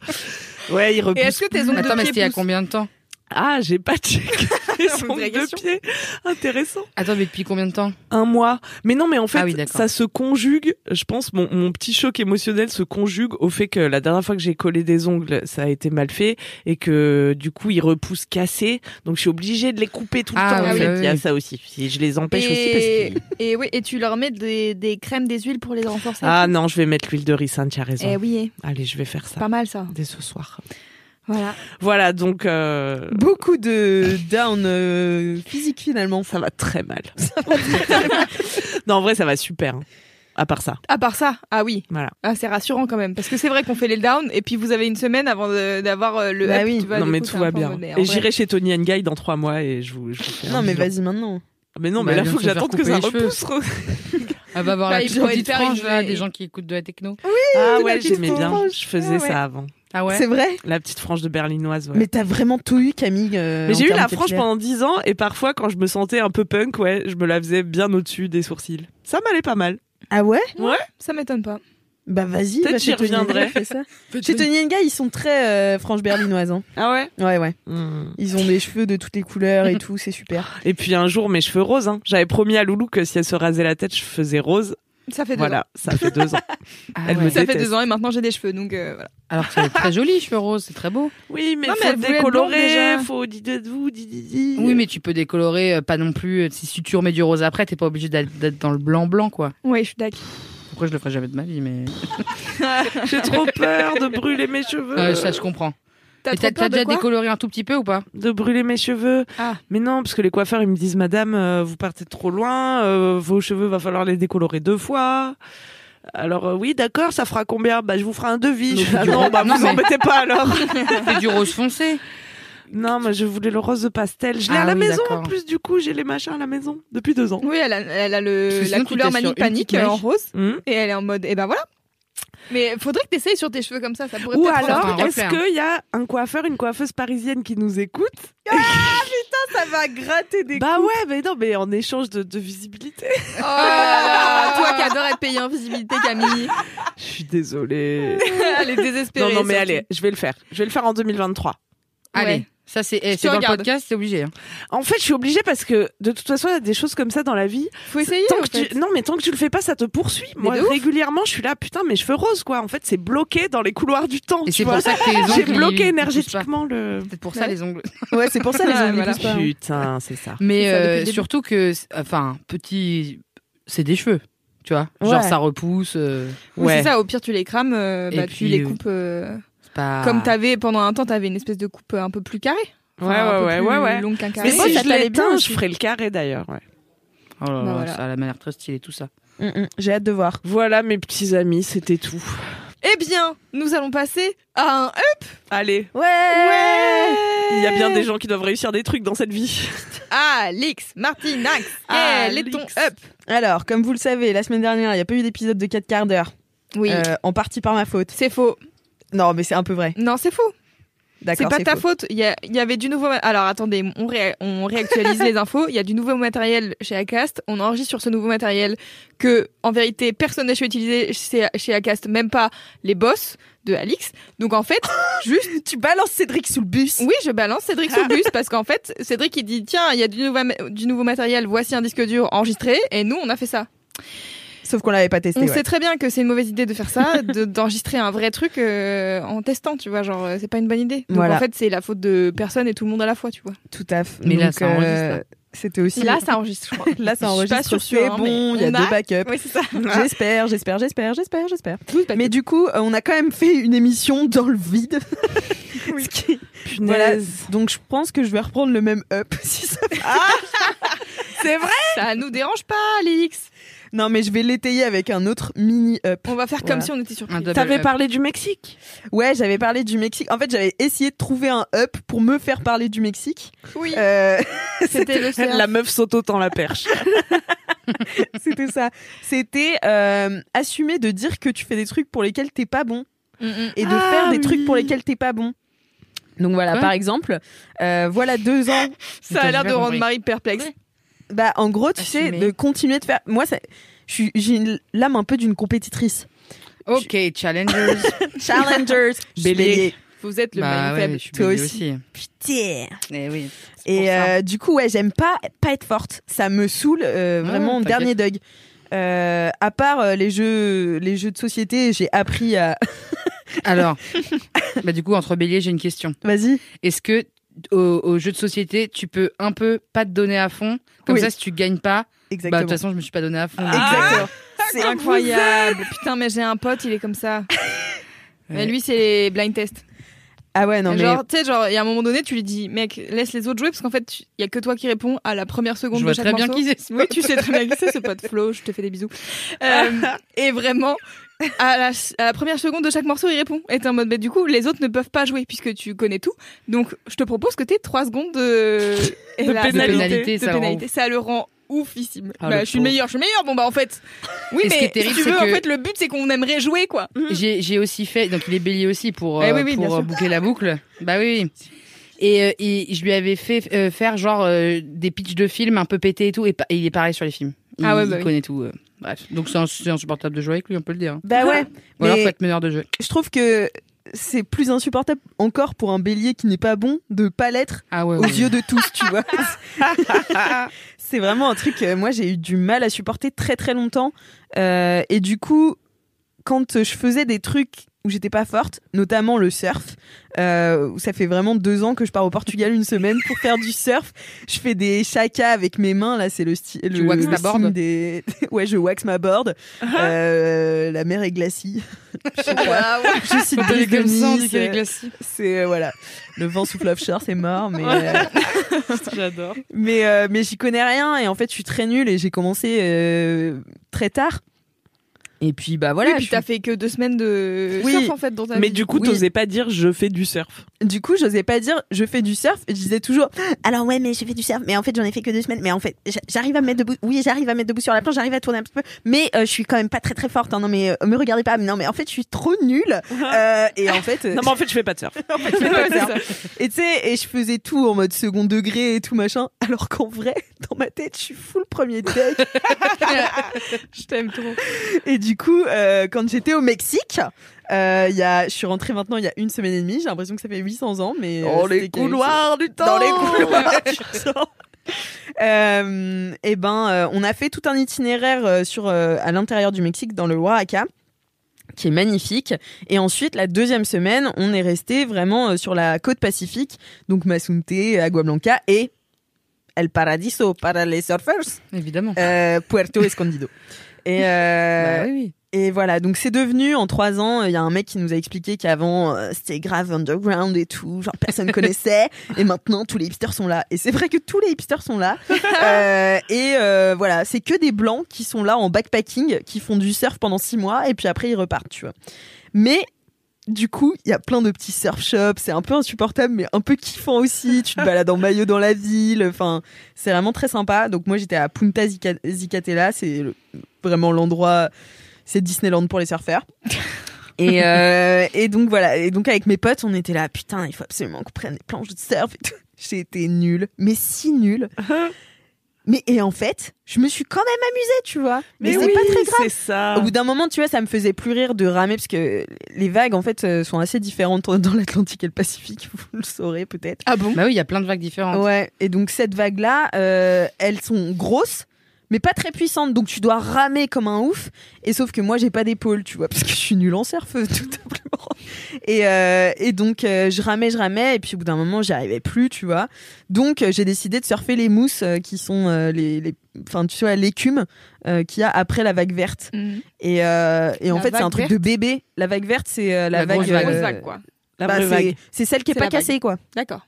[SPEAKER 2] Ouais, il
[SPEAKER 3] Et
[SPEAKER 2] repousse.
[SPEAKER 3] est-ce que tes ongles
[SPEAKER 8] Attends,
[SPEAKER 3] de
[SPEAKER 8] mais
[SPEAKER 3] pied
[SPEAKER 8] c'était il y a
[SPEAKER 3] poussent
[SPEAKER 8] combien de temps
[SPEAKER 2] Ah, j'ai pas
[SPEAKER 8] [LAUGHS]
[SPEAKER 2] checké les
[SPEAKER 3] vraie
[SPEAKER 2] ongles de
[SPEAKER 3] question.
[SPEAKER 2] pied. Intéressant.
[SPEAKER 8] Attends, mais depuis combien de temps
[SPEAKER 2] Un mois. Mais non, mais en fait,
[SPEAKER 8] Ah oui, d'accord.
[SPEAKER 2] ça se conjugue. Je pense mon, mon petit choc émotionnel se conjugue au fait que la dernière fois que j'ai collé des ongles, ça a été mal fait et que du coup, ils repoussent cassés. Donc, je suis obligée de les couper tout le
[SPEAKER 8] Ah
[SPEAKER 2] temps. en
[SPEAKER 8] oui,
[SPEAKER 2] fait.
[SPEAKER 8] oui,
[SPEAKER 2] Il y a
[SPEAKER 8] oui.
[SPEAKER 2] ça aussi. Si je les empêche aussi parce
[SPEAKER 3] et...
[SPEAKER 2] qu'ils
[SPEAKER 3] et oui, et tu leur mets des, des crèmes, des huiles pour les renforcer.
[SPEAKER 2] Ah non, je vais mettre l'huile de ricin, tu as raison.
[SPEAKER 3] Eh oui,
[SPEAKER 2] Allez, je vais faire ça
[SPEAKER 3] pas mal ça.
[SPEAKER 2] dès ce soir.
[SPEAKER 3] Voilà.
[SPEAKER 2] Voilà, donc euh,
[SPEAKER 4] Beaucoup de down euh, physique finalement.
[SPEAKER 2] ça va très mal. non, en vrai, ça va super. hein. À part ça,
[SPEAKER 3] À part ça, ah oui,
[SPEAKER 2] voilà.
[SPEAKER 3] ah, c'est rassurant quand même, parce que c'est vrai qu'on fait les down et puis vous avez une semaine avant de- d'avoir euh, le
[SPEAKER 4] Bah
[SPEAKER 3] up,
[SPEAKER 4] oui.
[SPEAKER 3] tu vois,
[SPEAKER 2] Ah non,
[SPEAKER 3] du
[SPEAKER 2] mais
[SPEAKER 3] coup,
[SPEAKER 2] tout
[SPEAKER 3] c'est un
[SPEAKER 2] va
[SPEAKER 3] peu en
[SPEAKER 2] bien.
[SPEAKER 3] mode, eh, en vrai,
[SPEAKER 2] Et j'irai chez Tony Guy dans trois mois et je vous, je vous fais un
[SPEAKER 4] Non, mais
[SPEAKER 2] bilan.
[SPEAKER 4] vas-y maintenant.
[SPEAKER 2] Mais non,
[SPEAKER 8] Bah,
[SPEAKER 2] mais là,
[SPEAKER 8] viens
[SPEAKER 2] faut
[SPEAKER 8] te
[SPEAKER 2] que
[SPEAKER 8] faire
[SPEAKER 2] j'attende que ça
[SPEAKER 8] couper les cheveux.
[SPEAKER 2] repousse. Rose.
[SPEAKER 8] Elle va voir
[SPEAKER 3] Bah,
[SPEAKER 8] la
[SPEAKER 3] il
[SPEAKER 8] petite
[SPEAKER 3] pourrait te
[SPEAKER 8] petite
[SPEAKER 3] faire une
[SPEAKER 8] frange là,
[SPEAKER 3] vraie-
[SPEAKER 8] des gens qui écoutent de
[SPEAKER 2] [LAUGHS]
[SPEAKER 8] la techno.
[SPEAKER 2] ah
[SPEAKER 4] la
[SPEAKER 2] ouais,
[SPEAKER 4] petite
[SPEAKER 2] j'aimais bien.
[SPEAKER 4] frange.
[SPEAKER 2] Je faisais
[SPEAKER 4] Ah ouais.
[SPEAKER 2] ça avant.
[SPEAKER 8] Ah ouais
[SPEAKER 4] C'est vrai
[SPEAKER 2] La petite frange de berlinoise. ouais.
[SPEAKER 4] Mais t'as vraiment tout eu, Camille. euh,
[SPEAKER 2] Mais
[SPEAKER 4] en
[SPEAKER 2] j'ai eu
[SPEAKER 4] termes
[SPEAKER 2] la frange
[SPEAKER 4] capillaires.
[SPEAKER 2] pendant 10 ans et parfois quand je me sentais un peu punk, ouais, je me la faisais bien au-dessus des sourcils. Ça m'allait pas mal.
[SPEAKER 4] Ah ouais
[SPEAKER 3] Ça m'étonne pas.
[SPEAKER 4] Bah vas-y.
[SPEAKER 2] Peut-être
[SPEAKER 4] va
[SPEAKER 2] j'y
[SPEAKER 4] chez Tony
[SPEAKER 2] reviendrai.
[SPEAKER 4] Henga, fais ça. Chez Tony Nga, ils sont très euh, franges berlinoises. hein.
[SPEAKER 2] Ah ouais
[SPEAKER 4] Ouais, ouais.
[SPEAKER 2] Hmm.
[SPEAKER 4] Ils ont des cheveux de toutes les couleurs et tout,
[SPEAKER 2] [LAUGHS]
[SPEAKER 4] c'est super.
[SPEAKER 2] Et puis un jour mes cheveux roses. Hein. J'avais promis à Loulou que si elle se rasait la tête, je faisais rose.
[SPEAKER 3] Ça fait deux ans.
[SPEAKER 2] Voilà, ça fait [LAUGHS] deux ans.
[SPEAKER 8] Ah
[SPEAKER 2] Elle me
[SPEAKER 8] ouais.
[SPEAKER 2] dit-
[SPEAKER 3] Ça fait
[SPEAKER 2] déteste.
[SPEAKER 3] deux ans et maintenant j'ai des cheveux, donc euh, voilà.
[SPEAKER 8] Alors que c'est très joli, cheveux roses, c'est très beau.
[SPEAKER 2] Oui, mais
[SPEAKER 3] Non, mais
[SPEAKER 2] faut
[SPEAKER 3] elle voulait être blonde
[SPEAKER 2] décolorer,
[SPEAKER 3] déjà.
[SPEAKER 2] faut dites-vous, dites
[SPEAKER 8] Oui, mais tu peux décolorer, euh, pas non plus. euh, Si si tu remets du rose après, t'es pas obligé d'être d'être dans le blanc blanc quoi.
[SPEAKER 3] Ouais, je suis d'accord.
[SPEAKER 8] Pourquoi je le ferais jamais de ma vie, mais
[SPEAKER 2] j'ai trop peur de brûler mes cheveux.
[SPEAKER 8] Euh, ça je comprends.
[SPEAKER 3] T'as
[SPEAKER 8] Et
[SPEAKER 3] trop
[SPEAKER 8] T'as t'as
[SPEAKER 3] peur de
[SPEAKER 8] déjà
[SPEAKER 3] quoi
[SPEAKER 8] décoloré un tout petit peu ou pas
[SPEAKER 2] de brûler mes cheveux.
[SPEAKER 3] Ah.
[SPEAKER 2] Mais non, parce que les coiffeurs, ils me disent, madame, euh, vous partez trop loin, euh, vos cheveux, va falloir les décolorer deux fois. Alors euh, oui, d'accord, ça fera combien Bah je vous ferai un devis.
[SPEAKER 8] Non,
[SPEAKER 2] Je fais, ah
[SPEAKER 8] tu-
[SPEAKER 2] non, bah
[SPEAKER 8] non,
[SPEAKER 2] vous
[SPEAKER 8] mais-
[SPEAKER 2] embêtez pas
[SPEAKER 8] [LAUGHS]
[SPEAKER 2] alors.
[SPEAKER 8] Fais du rose foncé.
[SPEAKER 2] non, mais je voulais le rose de pastel. Je l'ai
[SPEAKER 8] Ah
[SPEAKER 2] à la
[SPEAKER 8] oui,
[SPEAKER 2] maison en
[SPEAKER 8] d'accord.
[SPEAKER 2] plus. Du coup, j'ai les machins à la maison depuis deux ans.
[SPEAKER 3] Oui, elle a, elle a
[SPEAKER 8] Parce
[SPEAKER 3] le,
[SPEAKER 8] que
[SPEAKER 3] la
[SPEAKER 8] sinon, tu
[SPEAKER 3] couleur
[SPEAKER 8] t'assures
[SPEAKER 3] Manu
[SPEAKER 8] une petite
[SPEAKER 3] Panique euh, en
[SPEAKER 8] mèche.
[SPEAKER 3] rose
[SPEAKER 2] Hmm.
[SPEAKER 3] et elle est en mode, et ben voilà. Mais faudrait que t'essayes sur tes cheveux comme ça, ça pourrait
[SPEAKER 2] Ou
[SPEAKER 3] peut-être rendre-
[SPEAKER 8] faire
[SPEAKER 2] alors,
[SPEAKER 8] un
[SPEAKER 2] est-ce
[SPEAKER 8] reflet, hein.
[SPEAKER 2] qu'il y a un coiffeur, une coiffeuse parisienne qui nous écoute
[SPEAKER 4] Ça va gratter des
[SPEAKER 2] Bah ouais, mais non, mais en échange de, de visibilité.
[SPEAKER 3] Oh là là, toi qui adore être payé en visibilité, Camille.
[SPEAKER 2] [LAUGHS] Je suis désolée.
[SPEAKER 3] elle est
[SPEAKER 2] Non,
[SPEAKER 3] désespérée.
[SPEAKER 2] non, mais
[SPEAKER 3] surtout.
[SPEAKER 2] allez, je vais le faire. Je vais le faire en 2023.
[SPEAKER 8] Allez,
[SPEAKER 3] Ouais.
[SPEAKER 8] ça c'est eh,
[SPEAKER 3] te
[SPEAKER 8] c'est dans le
[SPEAKER 3] regarde.
[SPEAKER 8] podcast, c'est obligé. hein.
[SPEAKER 2] En fait, je suis obligée parce que de toute façon, il y a des choses comme ça dans la vie.
[SPEAKER 3] Faut essayer.
[SPEAKER 2] Tant
[SPEAKER 3] en
[SPEAKER 2] que
[SPEAKER 3] fait.
[SPEAKER 2] tu... Non, mais tant que tu le fais pas, ça te poursuit.
[SPEAKER 3] Mais
[SPEAKER 2] Moi,
[SPEAKER 3] de ouf.
[SPEAKER 2] régulièrement, je suis là, putain, mes cheveux roses, quoi. En fait, c'est bloqué dans les couloirs du temps.
[SPEAKER 8] Et
[SPEAKER 2] tu
[SPEAKER 8] c'est
[SPEAKER 2] vois.
[SPEAKER 8] pour ça
[SPEAKER 3] [LAUGHS]
[SPEAKER 8] que les ongles.
[SPEAKER 2] J'ai
[SPEAKER 8] ils- ils poussent
[SPEAKER 2] bloqué
[SPEAKER 8] pas.
[SPEAKER 2] énergétiquement le.
[SPEAKER 8] Peut-être pour ça
[SPEAKER 3] Ouais.
[SPEAKER 8] les ongles.
[SPEAKER 4] Ouais, c'est pour ça les
[SPEAKER 3] Ah,
[SPEAKER 4] ongles ils
[SPEAKER 3] voilà.
[SPEAKER 4] poussent pas, hein.
[SPEAKER 2] Putain, c'est ça.
[SPEAKER 8] Mais
[SPEAKER 3] ça, depuis
[SPEAKER 8] euh,
[SPEAKER 3] le début.
[SPEAKER 8] surtout que, c'est- enfin, petit, c'est des cheveux, tu vois.
[SPEAKER 4] Ouais.
[SPEAKER 8] Genre ça repousse. euh,
[SPEAKER 3] Oui,
[SPEAKER 2] Ouais.
[SPEAKER 3] c'est ça, au pire, tu les crames, euh,
[SPEAKER 8] Et
[SPEAKER 3] bah,
[SPEAKER 8] puis,
[SPEAKER 3] tu les
[SPEAKER 8] euh, ah.
[SPEAKER 3] coupes. euh,
[SPEAKER 8] c'est pas...
[SPEAKER 3] Comme t'avais, pendant un temps, t'avais une espèce de coupe euh, un peu plus carrée.
[SPEAKER 2] Ouais,
[SPEAKER 3] Enfin, un
[SPEAKER 2] ouais,
[SPEAKER 3] peu
[SPEAKER 2] ouais,
[SPEAKER 3] plus
[SPEAKER 2] ouais, ouais.
[SPEAKER 3] longue qu'un carré.
[SPEAKER 2] Mais
[SPEAKER 4] Ouais,
[SPEAKER 2] si
[SPEAKER 4] ça
[SPEAKER 2] je
[SPEAKER 4] t'allait bien
[SPEAKER 2] l'éteins, je
[SPEAKER 4] aussi.
[SPEAKER 2] ferai le carré d'ailleurs. ouais.
[SPEAKER 8] Oh là
[SPEAKER 3] Bah
[SPEAKER 8] là,
[SPEAKER 3] voilà.
[SPEAKER 8] ça a l'air très stylé tout ça.
[SPEAKER 4] Mm, mm. J'ai hâte de voir.
[SPEAKER 2] Voilà, mes petits amis, c'était tout.
[SPEAKER 3] Eh bien, nous allons passer à un up.
[SPEAKER 2] Allez,
[SPEAKER 4] Ouais,
[SPEAKER 2] il y a bien des gens qui doivent réussir des trucs dans cette vie.
[SPEAKER 3] Alix Martinax, quel est ton
[SPEAKER 2] Alix.
[SPEAKER 3] up
[SPEAKER 4] Alors, comme vous le savez, la semaine dernière, il n'y a pas eu d'épisode de 4 quarts d'heure.
[SPEAKER 3] Oui.
[SPEAKER 4] Euh, en partie par ma faute.
[SPEAKER 3] C'est faux.
[SPEAKER 4] Non, mais c'est un peu vrai.
[SPEAKER 3] Non, c'est faux.
[SPEAKER 4] D'accord.
[SPEAKER 3] C'est pas ta
[SPEAKER 4] faux.
[SPEAKER 3] faute. Il y, a- il y avait du nouveau. ma- Alors attendez, on, ré- on réactualise
[SPEAKER 4] [LAUGHS]
[SPEAKER 3] les infos. Il y a du nouveau matériel chez Acast. On enregistre sur ce nouveau matériel que, en vérité, personne n'a chez utilisé chez, chez Acast, même pas les boss de Alix. Donc en
[SPEAKER 4] [LAUGHS]
[SPEAKER 3] fait, juste
[SPEAKER 4] Tu balances Cédric sous le bus.
[SPEAKER 3] Oui, je balance Cédric sous le bus parce qu'en fait, Cédric il dit tiens, il y a du nouveau, ma- du nouveau matériel, voici un disque dur enregistré et nous on a fait ça.
[SPEAKER 4] Sauf qu'on l'avait pas testé.
[SPEAKER 3] On
[SPEAKER 4] ouais.
[SPEAKER 3] sait très bien que c'est une mauvaise idée de faire ça, de- [LAUGHS] d'enregistrer un vrai truc euh, en testant, tu vois, genre euh, c'est pas une bonne idée. Donc
[SPEAKER 4] Voilà.
[SPEAKER 3] en fait, c'est la faute de personne et tout le monde à la fois, tu vois.
[SPEAKER 4] Tout à fait.
[SPEAKER 8] Mais là,
[SPEAKER 4] Donc,
[SPEAKER 8] ça enregistre, hein.
[SPEAKER 4] euh,
[SPEAKER 8] là.
[SPEAKER 4] C'était aussi.
[SPEAKER 3] Là, ça enregistre, je crois. je
[SPEAKER 4] Là, ça
[SPEAKER 3] suis pas
[SPEAKER 4] enregistre.
[SPEAKER 3] sûre,
[SPEAKER 4] C'est
[SPEAKER 3] hein,
[SPEAKER 4] bon,
[SPEAKER 3] mais
[SPEAKER 4] il y a
[SPEAKER 3] on
[SPEAKER 4] deux
[SPEAKER 3] a- [LAUGHS]
[SPEAKER 4] backups.
[SPEAKER 3] Oui, c'est ça.
[SPEAKER 4] J'espère, j'espère, j'espère, j'espère, j'espère.
[SPEAKER 3] Douze papiers.
[SPEAKER 4] Mais du coup, euh, on a quand même fait une émission dans le vide. Ce qui- Voilà. Donc je pense que je vais reprendre le même up. [LAUGHS] si ça-
[SPEAKER 3] c'est vrai Ça nous dérange pas, Alix.
[SPEAKER 4] Non, mais je vais l'étayer avec un autre mini up.
[SPEAKER 3] On va faire
[SPEAKER 4] Voilà.
[SPEAKER 3] comme si on était surpris.
[SPEAKER 8] Un double
[SPEAKER 2] T'avais
[SPEAKER 8] up.
[SPEAKER 2] parlé du Mexique.
[SPEAKER 4] Ouais, j'avais parlé du Mexique. En fait, j'avais essayé de trouver un up pour me faire parler du Mexique.
[SPEAKER 3] Oui,
[SPEAKER 4] Euh,
[SPEAKER 3] c'était
[SPEAKER 8] [LAUGHS]
[SPEAKER 3] le surf.
[SPEAKER 2] La meuf saute autant la [LAUGHS] perche.
[SPEAKER 4] [LAUGHS] C'était ça. C'était euh, assumer de dire que tu fais des trucs pour lesquels t'es pas bon
[SPEAKER 3] Mm, mm.
[SPEAKER 4] et de
[SPEAKER 2] Ah
[SPEAKER 4] faire des trucs pour
[SPEAKER 2] oui.
[SPEAKER 4] lesquels t'es pas bon. Donc voilà,
[SPEAKER 8] Quoi
[SPEAKER 4] par exemple, euh, voilà deux ans.
[SPEAKER 3] [LAUGHS] Ça
[SPEAKER 8] Putain,
[SPEAKER 3] a
[SPEAKER 8] j'ai
[SPEAKER 3] l'air
[SPEAKER 8] pas
[SPEAKER 3] de rendre
[SPEAKER 8] compris.
[SPEAKER 3] Marie perplexe.
[SPEAKER 4] Bah en gros, tu sais,
[SPEAKER 8] Assumer.
[SPEAKER 4] de continuer de faire. Moi, ça- je suis- j'ai une- l'âme un peu
[SPEAKER 3] [LAUGHS]
[SPEAKER 4] d'une compétitrice.
[SPEAKER 8] Ok, [LAUGHS] challengers.
[SPEAKER 4] Challengers,
[SPEAKER 2] Bélier.
[SPEAKER 3] Vous êtes le
[SPEAKER 8] bah
[SPEAKER 3] maillon
[SPEAKER 8] ouais,
[SPEAKER 3] faible.
[SPEAKER 8] je suis
[SPEAKER 4] Toi
[SPEAKER 8] bélier
[SPEAKER 4] aussi.
[SPEAKER 8] aussi.
[SPEAKER 4] Putain.
[SPEAKER 8] Eh oui. c'est pour
[SPEAKER 4] Et
[SPEAKER 8] ça.
[SPEAKER 4] euh, du coup, ouais, j'aime pas pas être forte. Ça me saoule euh,
[SPEAKER 8] Ouais,
[SPEAKER 4] vraiment
[SPEAKER 8] t'inquiète.
[SPEAKER 4] dernier dog. Euh, à part euh, les jeux les jeux de société, j'ai appris à [LAUGHS]
[SPEAKER 8] Alors, bah du coup, entre bélier, j'ai une question.
[SPEAKER 4] Vas-y.
[SPEAKER 8] Est-ce que au, au jeu de société, tu peux un peu pas te donner à fond Comme
[SPEAKER 4] Oui.
[SPEAKER 8] ça, si tu gagnes pas, bah de
[SPEAKER 4] Exactement. Ah.
[SPEAKER 8] toute façon, je me suis pas donné à fond. Ah.
[SPEAKER 4] Exactement.
[SPEAKER 3] C'est incroyable. Putain, mais j'ai un pote, il est comme
[SPEAKER 4] [LAUGHS]
[SPEAKER 3] ça. Mais
[SPEAKER 8] Ouais.
[SPEAKER 3] lui, c'est les blind tests.
[SPEAKER 4] Ah ouais, non mais
[SPEAKER 3] genre, tu sais, genre, il y a un moment donné, tu lui dis, mec, laisse les autres jouer parce qu'en fait, tu- il y a que toi qui réponds à la première seconde
[SPEAKER 8] Je
[SPEAKER 3] de
[SPEAKER 8] vois
[SPEAKER 3] chaque
[SPEAKER 8] très bien
[SPEAKER 3] morceau.
[SPEAKER 8] qui c'est.
[SPEAKER 3] Oui, tu sais très bien qui c'est, ce pote Flo, je te fais des bisous.
[SPEAKER 8] [LAUGHS]
[SPEAKER 3] Euh, et vraiment, à la, à la première seconde de chaque morceau, il répond. Et t'es en mode, mais du coup, les autres ne peuvent pas jouer puisque tu connais tout. Donc, je te propose que t'aies 3 secondes
[SPEAKER 8] [LAUGHS]
[SPEAKER 3] de, et
[SPEAKER 2] De
[SPEAKER 3] là-
[SPEAKER 2] pénalité.
[SPEAKER 8] pénalité,
[SPEAKER 3] de
[SPEAKER 8] ça rend
[SPEAKER 3] pénalité. Ça le rend oufissime.
[SPEAKER 2] Ah,
[SPEAKER 3] Bah,
[SPEAKER 2] le
[SPEAKER 3] je suis le
[SPEAKER 2] pauvre.
[SPEAKER 3] meilleur, je suis le meilleur. Bon, bah, en fait, oui,
[SPEAKER 8] Et ce
[SPEAKER 3] mais
[SPEAKER 8] qui est terrible,
[SPEAKER 3] si tu
[SPEAKER 8] c'est
[SPEAKER 3] veux, en
[SPEAKER 8] que-
[SPEAKER 3] fait, le but, c'est qu'on aimerait jouer, quoi.
[SPEAKER 8] J'ai j'ai aussi fait, donc il est bélier aussi pour,
[SPEAKER 3] Eh
[SPEAKER 8] euh,
[SPEAKER 3] oui, oui, bien
[SPEAKER 8] pour euh,
[SPEAKER 3] sûr.
[SPEAKER 8] boucler la boucle. Bah oui. oui. Et, euh, et je lui avais fait euh, faire genre euh, des pitchs de films un peu pétés et tout, et, pa- et il est pareil sur les films. Il,
[SPEAKER 3] Ah ouais, bah
[SPEAKER 8] il
[SPEAKER 3] oui.
[SPEAKER 8] connaît tout. euh, bref. Donc c'est un- c'est insupportable de jouer avec lui, on peut le dire. hein.
[SPEAKER 4] bah ouais.
[SPEAKER 8] Ou alors
[SPEAKER 4] Mais-
[SPEAKER 8] faut être meneur de jeu.
[SPEAKER 4] je trouve que c'est plus insupportable encore pour un bélier qui n'est pas bon de pas l'être
[SPEAKER 8] Ah ouais.
[SPEAKER 4] aux yeux de tous, tu vois. [LAUGHS] c'est vraiment un truc, euh, moi j'ai eu du mal à supporter très très longtemps. Euh, et du coup, quand je faisais des trucs où j'étais pas forte, notamment le surf, euh, où ça fait vraiment deux ans que je pars au Portugal une semaine pour faire du surf, je fais des chaka avec mes mains, là c'est le style.
[SPEAKER 8] Tu waxes ta board
[SPEAKER 4] des... [LAUGHS] Ouais, je wax ma board. Euh, la mer est glacie. Uh-huh. [LAUGHS] je sais pas. Je cite Brice de Nice, euh,
[SPEAKER 3] [LAUGHS]
[SPEAKER 4] c'est euh, voilà le vent souffle offshore c'est mort mais euh,
[SPEAKER 2] J'adore.
[SPEAKER 4] mais euh, mais j'y connais rien et en fait je suis très nulle et j'ai commencé euh, très tard et puis bah voilà
[SPEAKER 3] oui, puis
[SPEAKER 4] je
[SPEAKER 3] t'as fait que deux semaines de
[SPEAKER 4] Oui.
[SPEAKER 3] surf, en fait, dans ta
[SPEAKER 2] Mais
[SPEAKER 3] vie.
[SPEAKER 2] du coup,
[SPEAKER 4] Oui.
[SPEAKER 2] t'osais pas dire je fais du surf.
[SPEAKER 4] suis- du coup j'osais pas dire je fais du surf je disais toujours
[SPEAKER 9] Alors ouais, mais j'ai fait du surf, mais en fait j'en ai fait que deux semaines. Mais en fait, j'a- j'arrive à me mettre debout. Oui, j'arrive à me mettre debout sur la planche, j'arrive à tourner un petit peu. Mais euh, je suis quand même pas très très forte. hein. non mais euh, me regardez pas. Mais Non mais en fait je suis trop nulle. Euh, et en
[SPEAKER 3] [LAUGHS]
[SPEAKER 9] fait, euh,
[SPEAKER 2] Non, mais en fait, je fais pas de [LAUGHS] surf.
[SPEAKER 4] en fait, je fais pas de surf. et tu sais et je faisais tout en mode second degré et tout machin alors qu'en vrai dans ma tête je suis full premier deck
[SPEAKER 3] je t'aime trop.
[SPEAKER 4] Et du coup, euh, quand j'étais au Mexique, euh, il y a, je suis rentrée maintenant il y a une semaine et demie. J'ai l'impression que ça fait 800 ans, mais euh,
[SPEAKER 2] Dans les
[SPEAKER 4] c'était qu'il y a eu
[SPEAKER 2] couloirs
[SPEAKER 4] ce- dans les couloirs
[SPEAKER 2] [LAUGHS]
[SPEAKER 4] du temps. Euh, et ben, euh, on a fait tout un itinéraire euh, sur euh, à l'intérieur du Mexique, dans le Oaxaca qui est magnifique. Et ensuite, la deuxième semaine, on est resté vraiment euh, sur la côte pacifique, donc Masunte, Aguablanca et El Paradiso para les surfers,
[SPEAKER 8] Évidemment.
[SPEAKER 4] euh, Puerto Escondido. Et, euh,
[SPEAKER 8] Bah oui, oui.
[SPEAKER 4] et voilà, donc c'est devenu en trois ans. Il y a un mec qui nous a expliqué qu'avant euh, c'était grave underground et tout, genre personne connaissait. et maintenant tous les hipsters sont là. Et c'est vrai que tous les hipsters sont là. Euh, et euh, voilà, c'est que des blancs qui sont là en backpacking, qui font du surf pendant six mois et puis après ils repartent, tu vois. Mais du coup, il y a plein de petits surf shops. C'est un peu insupportable, mais un peu kiffant aussi. Tu te balades en maillot dans la ville. Enfin, c'est vraiment très sympa. Donc moi j'étais à Punta Zica- Zicatela. C'est le- vraiment l'endroit c'est Disneyland pour les surfeurs. Et, euh, et donc voilà, et donc avec mes potes, on était là, putain, il faut absolument qu'on prenne des planches de surf et tout. [LAUGHS] J'ai été nulle, mais si nulle. Mais et en fait, je me suis quand même amusée, tu vois. Mais, c'est
[SPEAKER 2] oui,
[SPEAKER 4] pas très grave.
[SPEAKER 2] C'est ça.
[SPEAKER 4] Au bout d'un moment, tu vois, ça me faisait plus rire de ramer parce que les vagues, en fait, euh, sont assez différentes [LAUGHS] dans l'Atlantique et le Pacifique. Vous le saurez peut-être.
[SPEAKER 3] Ah bon
[SPEAKER 8] Bah oui, il y a plein de vagues différentes.
[SPEAKER 4] Ouais, et donc cette vague-là, euh, elles sont grosses, mais pas très puissante. Donc tu dois ramer comme un ouf. Et sauf que moi, j'ai pas d'épaule, tu vois, [LAUGHS] parce que je suis nulle en surf, [LAUGHS] tout simplement. Et, euh, et donc, euh, je ramais, je ramais. Et puis au bout d'un moment, j'y arrivais plus, tu vois. Donc, euh, j'ai décidé de surfer les mousses euh, qui sont euh, les. les- Enfin, tu vois, l'écume euh, qu'il y a après la vague verte.
[SPEAKER 3] Mhm.
[SPEAKER 4] Et, euh, et en
[SPEAKER 10] La
[SPEAKER 4] fait, c'est un
[SPEAKER 10] vague
[SPEAKER 4] truc de bébé. La vague verte, c'est euh, la,
[SPEAKER 8] La
[SPEAKER 4] vague.
[SPEAKER 8] grosse vague.
[SPEAKER 10] Grosse
[SPEAKER 4] euh,
[SPEAKER 10] vague, quoi.
[SPEAKER 2] La
[SPEAKER 4] bah,
[SPEAKER 2] vraie
[SPEAKER 4] c'est-
[SPEAKER 2] vague.
[SPEAKER 4] C'est celle qui est
[SPEAKER 3] C'est
[SPEAKER 4] pas
[SPEAKER 3] la vague.
[SPEAKER 4] cassée, quoi.
[SPEAKER 3] D'accord.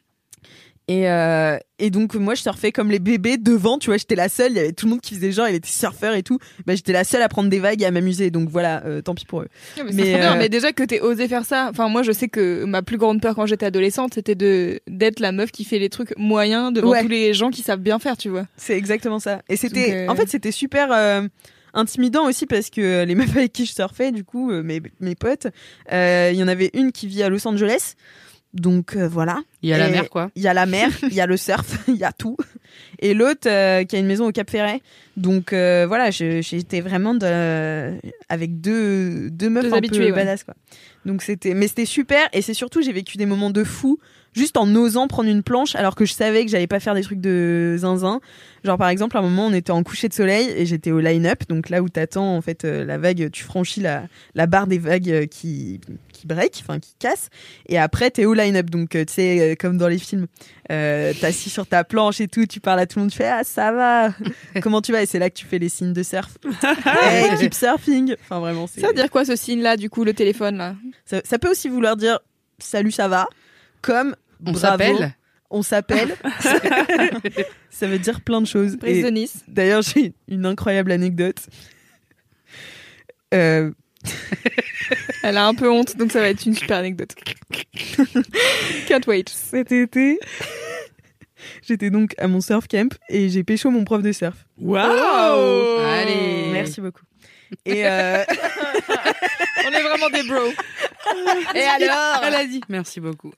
[SPEAKER 4] Et, euh, et donc, moi, je surfais comme les bébés devant, tu vois, j'étais la seule, il y avait tout le monde qui faisait genre, il était surfeur et tout. Bah, j'étais la seule à prendre des vagues et à m'amuser, donc voilà, euh, tant pis pour eux.
[SPEAKER 10] mais
[SPEAKER 4] Mais,
[SPEAKER 10] c'est trop
[SPEAKER 4] euh,
[SPEAKER 10] bien,
[SPEAKER 3] Non, mais déjà que t'aies osé faire ça. Enfin, moi, je sais que ma plus grande peur quand j'étais adolescente, c'était de d'être la meuf qui fait les trucs moyens devant
[SPEAKER 4] Ouais.
[SPEAKER 3] tous les gens qui savent bien faire, tu vois.
[SPEAKER 4] C'est exactement ça. Et c'était,
[SPEAKER 3] Donc, euh,
[SPEAKER 4] en fait, c'était super euh, intimidant aussi parce que les [LAUGHS] meufs avec qui je surfais, du coup, euh, mes, mes potes, euh, il y en avait une qui vit à Los Angeles. Donc euh, voilà,
[SPEAKER 8] Il y a la
[SPEAKER 4] Et-
[SPEAKER 8] mer, quoi.
[SPEAKER 4] il y a
[SPEAKER 3] [LAUGHS]
[SPEAKER 4] la mer, il y a le surf, [LAUGHS] il y a tout. Et l'autre euh, qui a une maison au Cap Ferret. Donc euh, voilà, je- j'étais vraiment de- avec deux, deux meufs
[SPEAKER 3] Deux
[SPEAKER 4] un
[SPEAKER 3] habituées, ouais.
[SPEAKER 4] peu badass, quoi. Donc c'était, mais c'était super. Et c'est surtout, j'ai vécu des moments de fou juste en osant prendre une planche alors que je savais que j'allais pas faire des trucs de zinzin. Genre par exemple, à un moment, on était en coucher de soleil et j'étais au line-up, donc là où t'attends en fait euh, la vague, tu franchis la, la barre des vagues euh, qui qui break, enfin qui casse, et après t'es au line-up, donc euh, tu sais euh, comme dans les films, euh, t'es assis sur ta planche et tout, tu parles à tout le monde, tu fais ah ça va, comment tu vas, et c'est là que tu fais les signes de surf, Hey, keep surfing, enfin vraiment c'est
[SPEAKER 3] Ça veut dire quoi ce signe-là, du coup, le téléphone là
[SPEAKER 4] ça, ça peut aussi vouloir dire salut ça va, comme
[SPEAKER 8] On
[SPEAKER 4] bravo,
[SPEAKER 8] s'appelle.
[SPEAKER 4] on s'appelle, [LAUGHS] ça veut dire plein de choses.
[SPEAKER 3] Prise
[SPEAKER 4] Et-
[SPEAKER 3] de Nice.
[SPEAKER 4] D'ailleurs, j'ai une incroyable anecdote. Euh,
[SPEAKER 3] Elle a un peu honte, donc ça va être une super [LAUGHS] anecdote. Can't wait.
[SPEAKER 4] cet été, [LAUGHS] j'étais donc à mon surf camp et j'ai pécho mon prof de surf.
[SPEAKER 2] Waouh
[SPEAKER 8] Allez.
[SPEAKER 4] Merci beaucoup. Et euh,
[SPEAKER 3] On est vraiment des bros.
[SPEAKER 8] Et alors Elle a dit. Merci beaucoup.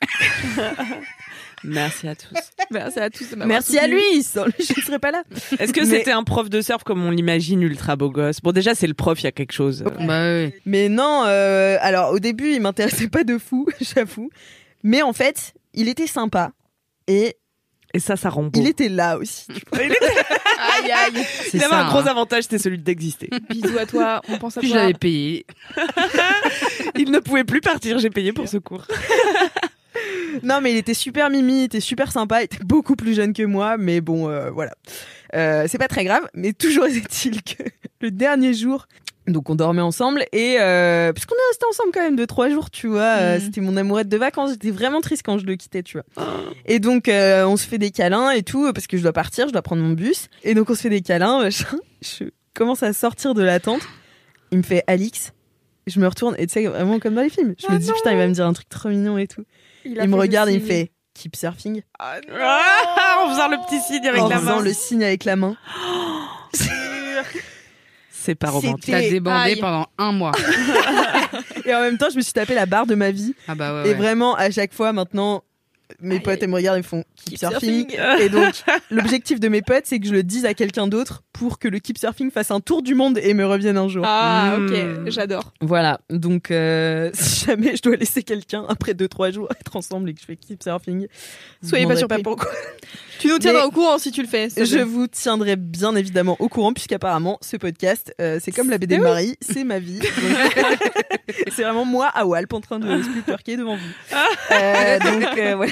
[SPEAKER 2] Merci à tous.
[SPEAKER 3] Merci à tous [LAUGHS] de m'avoir
[SPEAKER 4] [LAUGHS] merci à
[SPEAKER 3] soutenu.
[SPEAKER 4] lui, sans lui, je ne serais pas là.
[SPEAKER 2] Est-ce [LAUGHS] que
[SPEAKER 4] Mais-
[SPEAKER 2] c'était un prof de surf comme on l'imagine, ultra beau gosse Bon, déjà, c'est le prof, il y a quelque chose.
[SPEAKER 8] Bah oui.
[SPEAKER 4] Mais non, euh, alors au début, il m'intéressait pas de fou, [LAUGHS] j'avoue. Mais en fait, il était sympa et
[SPEAKER 2] Et ça, ça rend beau.
[SPEAKER 4] il était là aussi. tu vois.
[SPEAKER 3] Aïe aïe.
[SPEAKER 8] C'est
[SPEAKER 2] Il avait
[SPEAKER 8] ça.
[SPEAKER 2] un gros
[SPEAKER 8] hein.
[SPEAKER 2] avantage, c'était celui [LAUGHS] d'exister.
[SPEAKER 3] Bisous à toi. On pense à
[SPEAKER 8] Plus je
[SPEAKER 3] toi.
[SPEAKER 8] l'avais payé.
[SPEAKER 2] il ne pouvait plus partir, j'ai payé pour ce cours.
[SPEAKER 4] non, mais il était super mimi, il était super sympa, il était beaucoup plus jeune que moi, mais bon, euh, voilà. Euh, c'est pas très grave, mais toujours [LAUGHS] est-il que le dernier jour, donc on dormait ensemble et euh, parce qu'on est resté ensemble quand même de trois jours, tu vois. euh,
[SPEAKER 3] Mm.
[SPEAKER 4] C'était mon amourette de vacances, j'étais vraiment triste quand je le quittais, tu vois. Et donc euh, on se fait des câlins et tout parce que je dois partir, je dois prendre mon bus. Et donc on se fait des câlins, [LAUGHS] machin. Je commence à sortir de la tente. Il me fait Alix. Je me retourne et tu sais vraiment comme dans les films. Je me dis putain, il va me dire un truc trop mignon et tout. Il,
[SPEAKER 10] a
[SPEAKER 4] me
[SPEAKER 10] fait le
[SPEAKER 4] regarde et il me
[SPEAKER 10] signe.
[SPEAKER 4] fait keep surfing
[SPEAKER 2] [LAUGHS] Ah, en faisant le petit signe avec
[SPEAKER 4] en
[SPEAKER 2] la
[SPEAKER 4] faisant
[SPEAKER 2] main.
[SPEAKER 4] le signe avec
[SPEAKER 3] [GASPS]
[SPEAKER 4] la main.
[SPEAKER 2] C'est pas romantique.
[SPEAKER 8] T'as débandé
[SPEAKER 3] Aïe.
[SPEAKER 8] pendant un mois.
[SPEAKER 4] Et en même temps, je me suis tapé la barre de ma vie.
[SPEAKER 8] Ah bah ouais.
[SPEAKER 4] Et
[SPEAKER 8] ouais.
[SPEAKER 4] vraiment, à chaque fois, maintenant, mes
[SPEAKER 3] Aïe,
[SPEAKER 4] potes,
[SPEAKER 3] aïe.
[SPEAKER 4] elles me regardent et me font keep,
[SPEAKER 3] Keep
[SPEAKER 4] surfing.
[SPEAKER 3] [LAUGHS]
[SPEAKER 4] Et donc, l'objectif de mes potes, c'est que je le dise à quelqu'un d'autre pour que le keep surfing fasse un tour du monde et me revienne un jour.
[SPEAKER 3] Ah
[SPEAKER 2] Mm.
[SPEAKER 3] ok. J'adore.
[SPEAKER 4] Voilà. Donc, euh, [LAUGHS] si jamais je dois laisser quelqu'un après 2-3 jours être ensemble et que je fais keep surfing, vous
[SPEAKER 3] Soyez
[SPEAKER 4] me
[SPEAKER 3] pas
[SPEAKER 4] demanderez
[SPEAKER 3] surpris.
[SPEAKER 4] pourquoi.
[SPEAKER 3] Tu nous tiendras
[SPEAKER 4] Mais-
[SPEAKER 3] au courant si tu le fais. ça
[SPEAKER 4] Je
[SPEAKER 3] fait. [LAUGHS]
[SPEAKER 4] vous tiendrai bien évidemment au courant, puisqu'apparemment, ce podcast, euh, c'est comme la BD de Marie, c'est ma vie. [LAUGHS] Donc, c'est vraiment moi à Walp en train de spluterquer devant vous. Euh, donc, euh, voilà.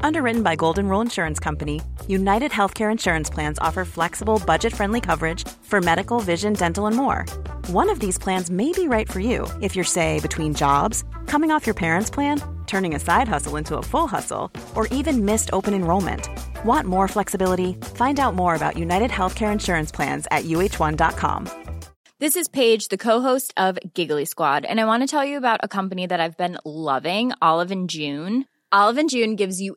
[SPEAKER 11] Underwritten by Golden Rule Insurance Company, United Healthcare Insurance Plans offer flexible, budget friendly coverage for medical, vision, dental, and more. One of these plans may be right for you if you're, say, between jobs, coming off your parents' plan, turning a side hustle into a full hustle, or even missed open enrollment. Want more flexibility? Find out more about United Healthcare Insurance Plans at uh1.com.
[SPEAKER 12] This is Paige, the co-host of Giggly Squad, and I want to tell you about a company that I've been loving, Olive and June. Olive and June gives you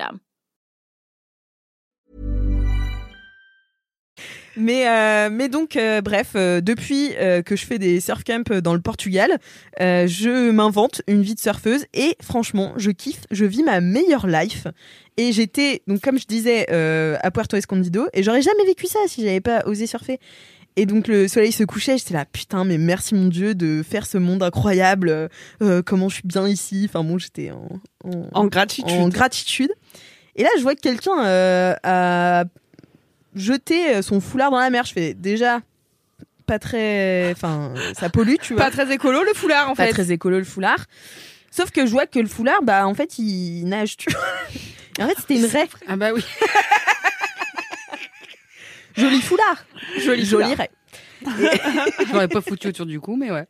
[SPEAKER 4] Mais, euh, mais donc, euh, bref, euh, depuis euh, que je fais des surf camps dans le Portugal, euh, je m'invente une vie de surfeuse et franchement, je kiffe, je vis ma meilleure life. Et j'étais, donc comme je disais, euh, à Puerto Escondido et j'aurais jamais vécu ça si j'avais pas osé surfer. Et donc le soleil se couchait, j'étais là, putain, mais merci mon Dieu de faire ce monde incroyable, euh, euh, comment je suis bien ici. Enfin bon, j'étais en, en,
[SPEAKER 2] En gratitude.
[SPEAKER 4] en gratitude. Et là, je vois que quelqu'un euh, a jeté euh, son foulard dans la mer. Je fais déjà pas très. Enfin, ça pollue, tu vois.
[SPEAKER 1] Pas très écolo le foulard en
[SPEAKER 4] Pas
[SPEAKER 1] fait.
[SPEAKER 4] très écolo le foulard. Sauf que je vois que le foulard, bah en fait, il nage, tu vois. Et en fait, c'était une raie.
[SPEAKER 8] Ah bah oui. [LAUGHS]
[SPEAKER 4] Joli foulard.
[SPEAKER 8] Joli
[SPEAKER 4] Joli
[SPEAKER 8] foulard.
[SPEAKER 4] raie.
[SPEAKER 8] Je l'aurais pas foutu autour du cou, mais ouais.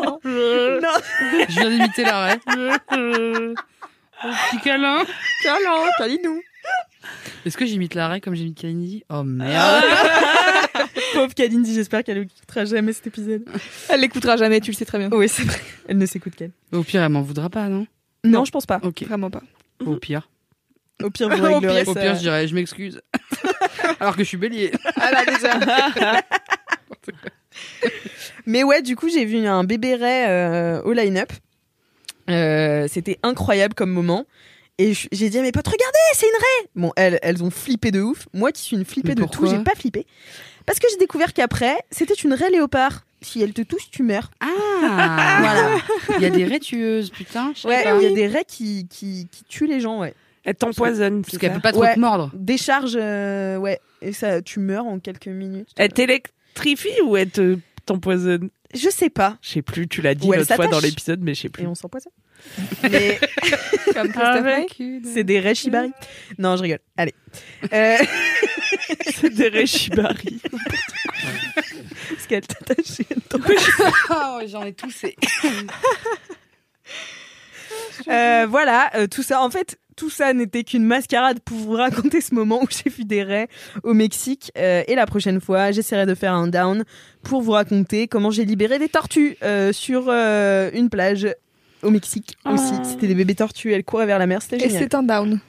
[SPEAKER 4] non.
[SPEAKER 8] Je viens d'imiter [LAUGHS] l'arrêt. Petit câlin.
[SPEAKER 4] Câlin, câlinou.
[SPEAKER 8] Est-ce que j'imite l'arrêt comme j'imite Kalindi Oh merde.
[SPEAKER 4] Ah. Pauvre Kalindi, j'espère qu'elle écoutera jamais cet épisode.
[SPEAKER 1] Elle l'écoutera jamais, tu le sais très bien.
[SPEAKER 4] Oui, c'est vrai. Elle ne s'écoute qu'elle.
[SPEAKER 8] Au pire, elle m'en voudra pas, non
[SPEAKER 4] Non, je pense pas.
[SPEAKER 8] Ok.
[SPEAKER 1] Vraiment pas.
[SPEAKER 8] Au pire.
[SPEAKER 4] Au pire, vous
[SPEAKER 1] [LAUGHS] Au
[SPEAKER 4] réglerez
[SPEAKER 8] Au
[SPEAKER 4] ça. Ah,
[SPEAKER 8] pire, je dirais, je
[SPEAKER 4] [LAUGHS]
[SPEAKER 8] m'excuse. Alors que je suis bélier.
[SPEAKER 4] bah,
[SPEAKER 8] [LAUGHS]
[SPEAKER 4] Mais ouais, du coup, j'ai vu un bébé ray euh, au line-up. Euh, C'était incroyable comme moment. Et je- j'ai dit à mes potes, regardez, c'est une raie Bon, elles, elles ont flippé de ouf. Moi qui suis une flippée
[SPEAKER 8] Mais
[SPEAKER 4] de tout,
[SPEAKER 8] pourquoi
[SPEAKER 4] j'ai pas flippé. Parce que j'ai découvert qu'après, c'était une raie léopard. Si elle te touche, tu meurs.
[SPEAKER 8] Ah
[SPEAKER 4] Voilà.
[SPEAKER 8] Il y a des rétueuses, putain. je savais
[SPEAKER 4] Ouais,
[SPEAKER 8] pas.
[SPEAKER 4] il y a des raies qui, qui, qui tuent les gens, ouais.
[SPEAKER 2] Elle t'empoisonne.
[SPEAKER 8] Parce
[SPEAKER 2] c'est
[SPEAKER 8] qu'elle
[SPEAKER 2] ça
[SPEAKER 8] peut pas trop
[SPEAKER 4] Ouais.
[SPEAKER 8] te mordre.
[SPEAKER 4] Décharge, euh, ouais. Et ça, tu meurs en quelques minutes.
[SPEAKER 2] Elle t'électrifie ou elle te- t'empoisonne
[SPEAKER 4] Je sais pas.
[SPEAKER 2] Je sais plus, tu l'as dit
[SPEAKER 4] Ou elle
[SPEAKER 2] l'autre fois dans
[SPEAKER 4] s'attache.
[SPEAKER 2] l'épisode, mais je sais
[SPEAKER 4] Et
[SPEAKER 2] plus.
[SPEAKER 4] on s'empoisonne. Mais
[SPEAKER 3] Ah,
[SPEAKER 1] Comme Christophe May.
[SPEAKER 4] c'est des raies shibari. Non, je rigole. Allez.
[SPEAKER 1] [LAUGHS]
[SPEAKER 4] Euh,
[SPEAKER 2] C'est des reshibari.
[SPEAKER 4] parce qu'elle t'attache.
[SPEAKER 8] Oh, J'en ai toussé.
[SPEAKER 4] Euh, voilà, euh, tout ça. En fait, tout ça n'était qu'une mascarade pour vous raconter ce moment où j'ai vu des raies au Mexique. Euh, et la prochaine fois, j'essaierai de faire un down pour vous raconter comment j'ai libéré des tortues euh, sur euh, une plage au Mexique aussi. C'était des bébés tortues, elles couraient vers la mer, c'était
[SPEAKER 1] Ah. Et
[SPEAKER 4] génial.
[SPEAKER 1] c'est un down.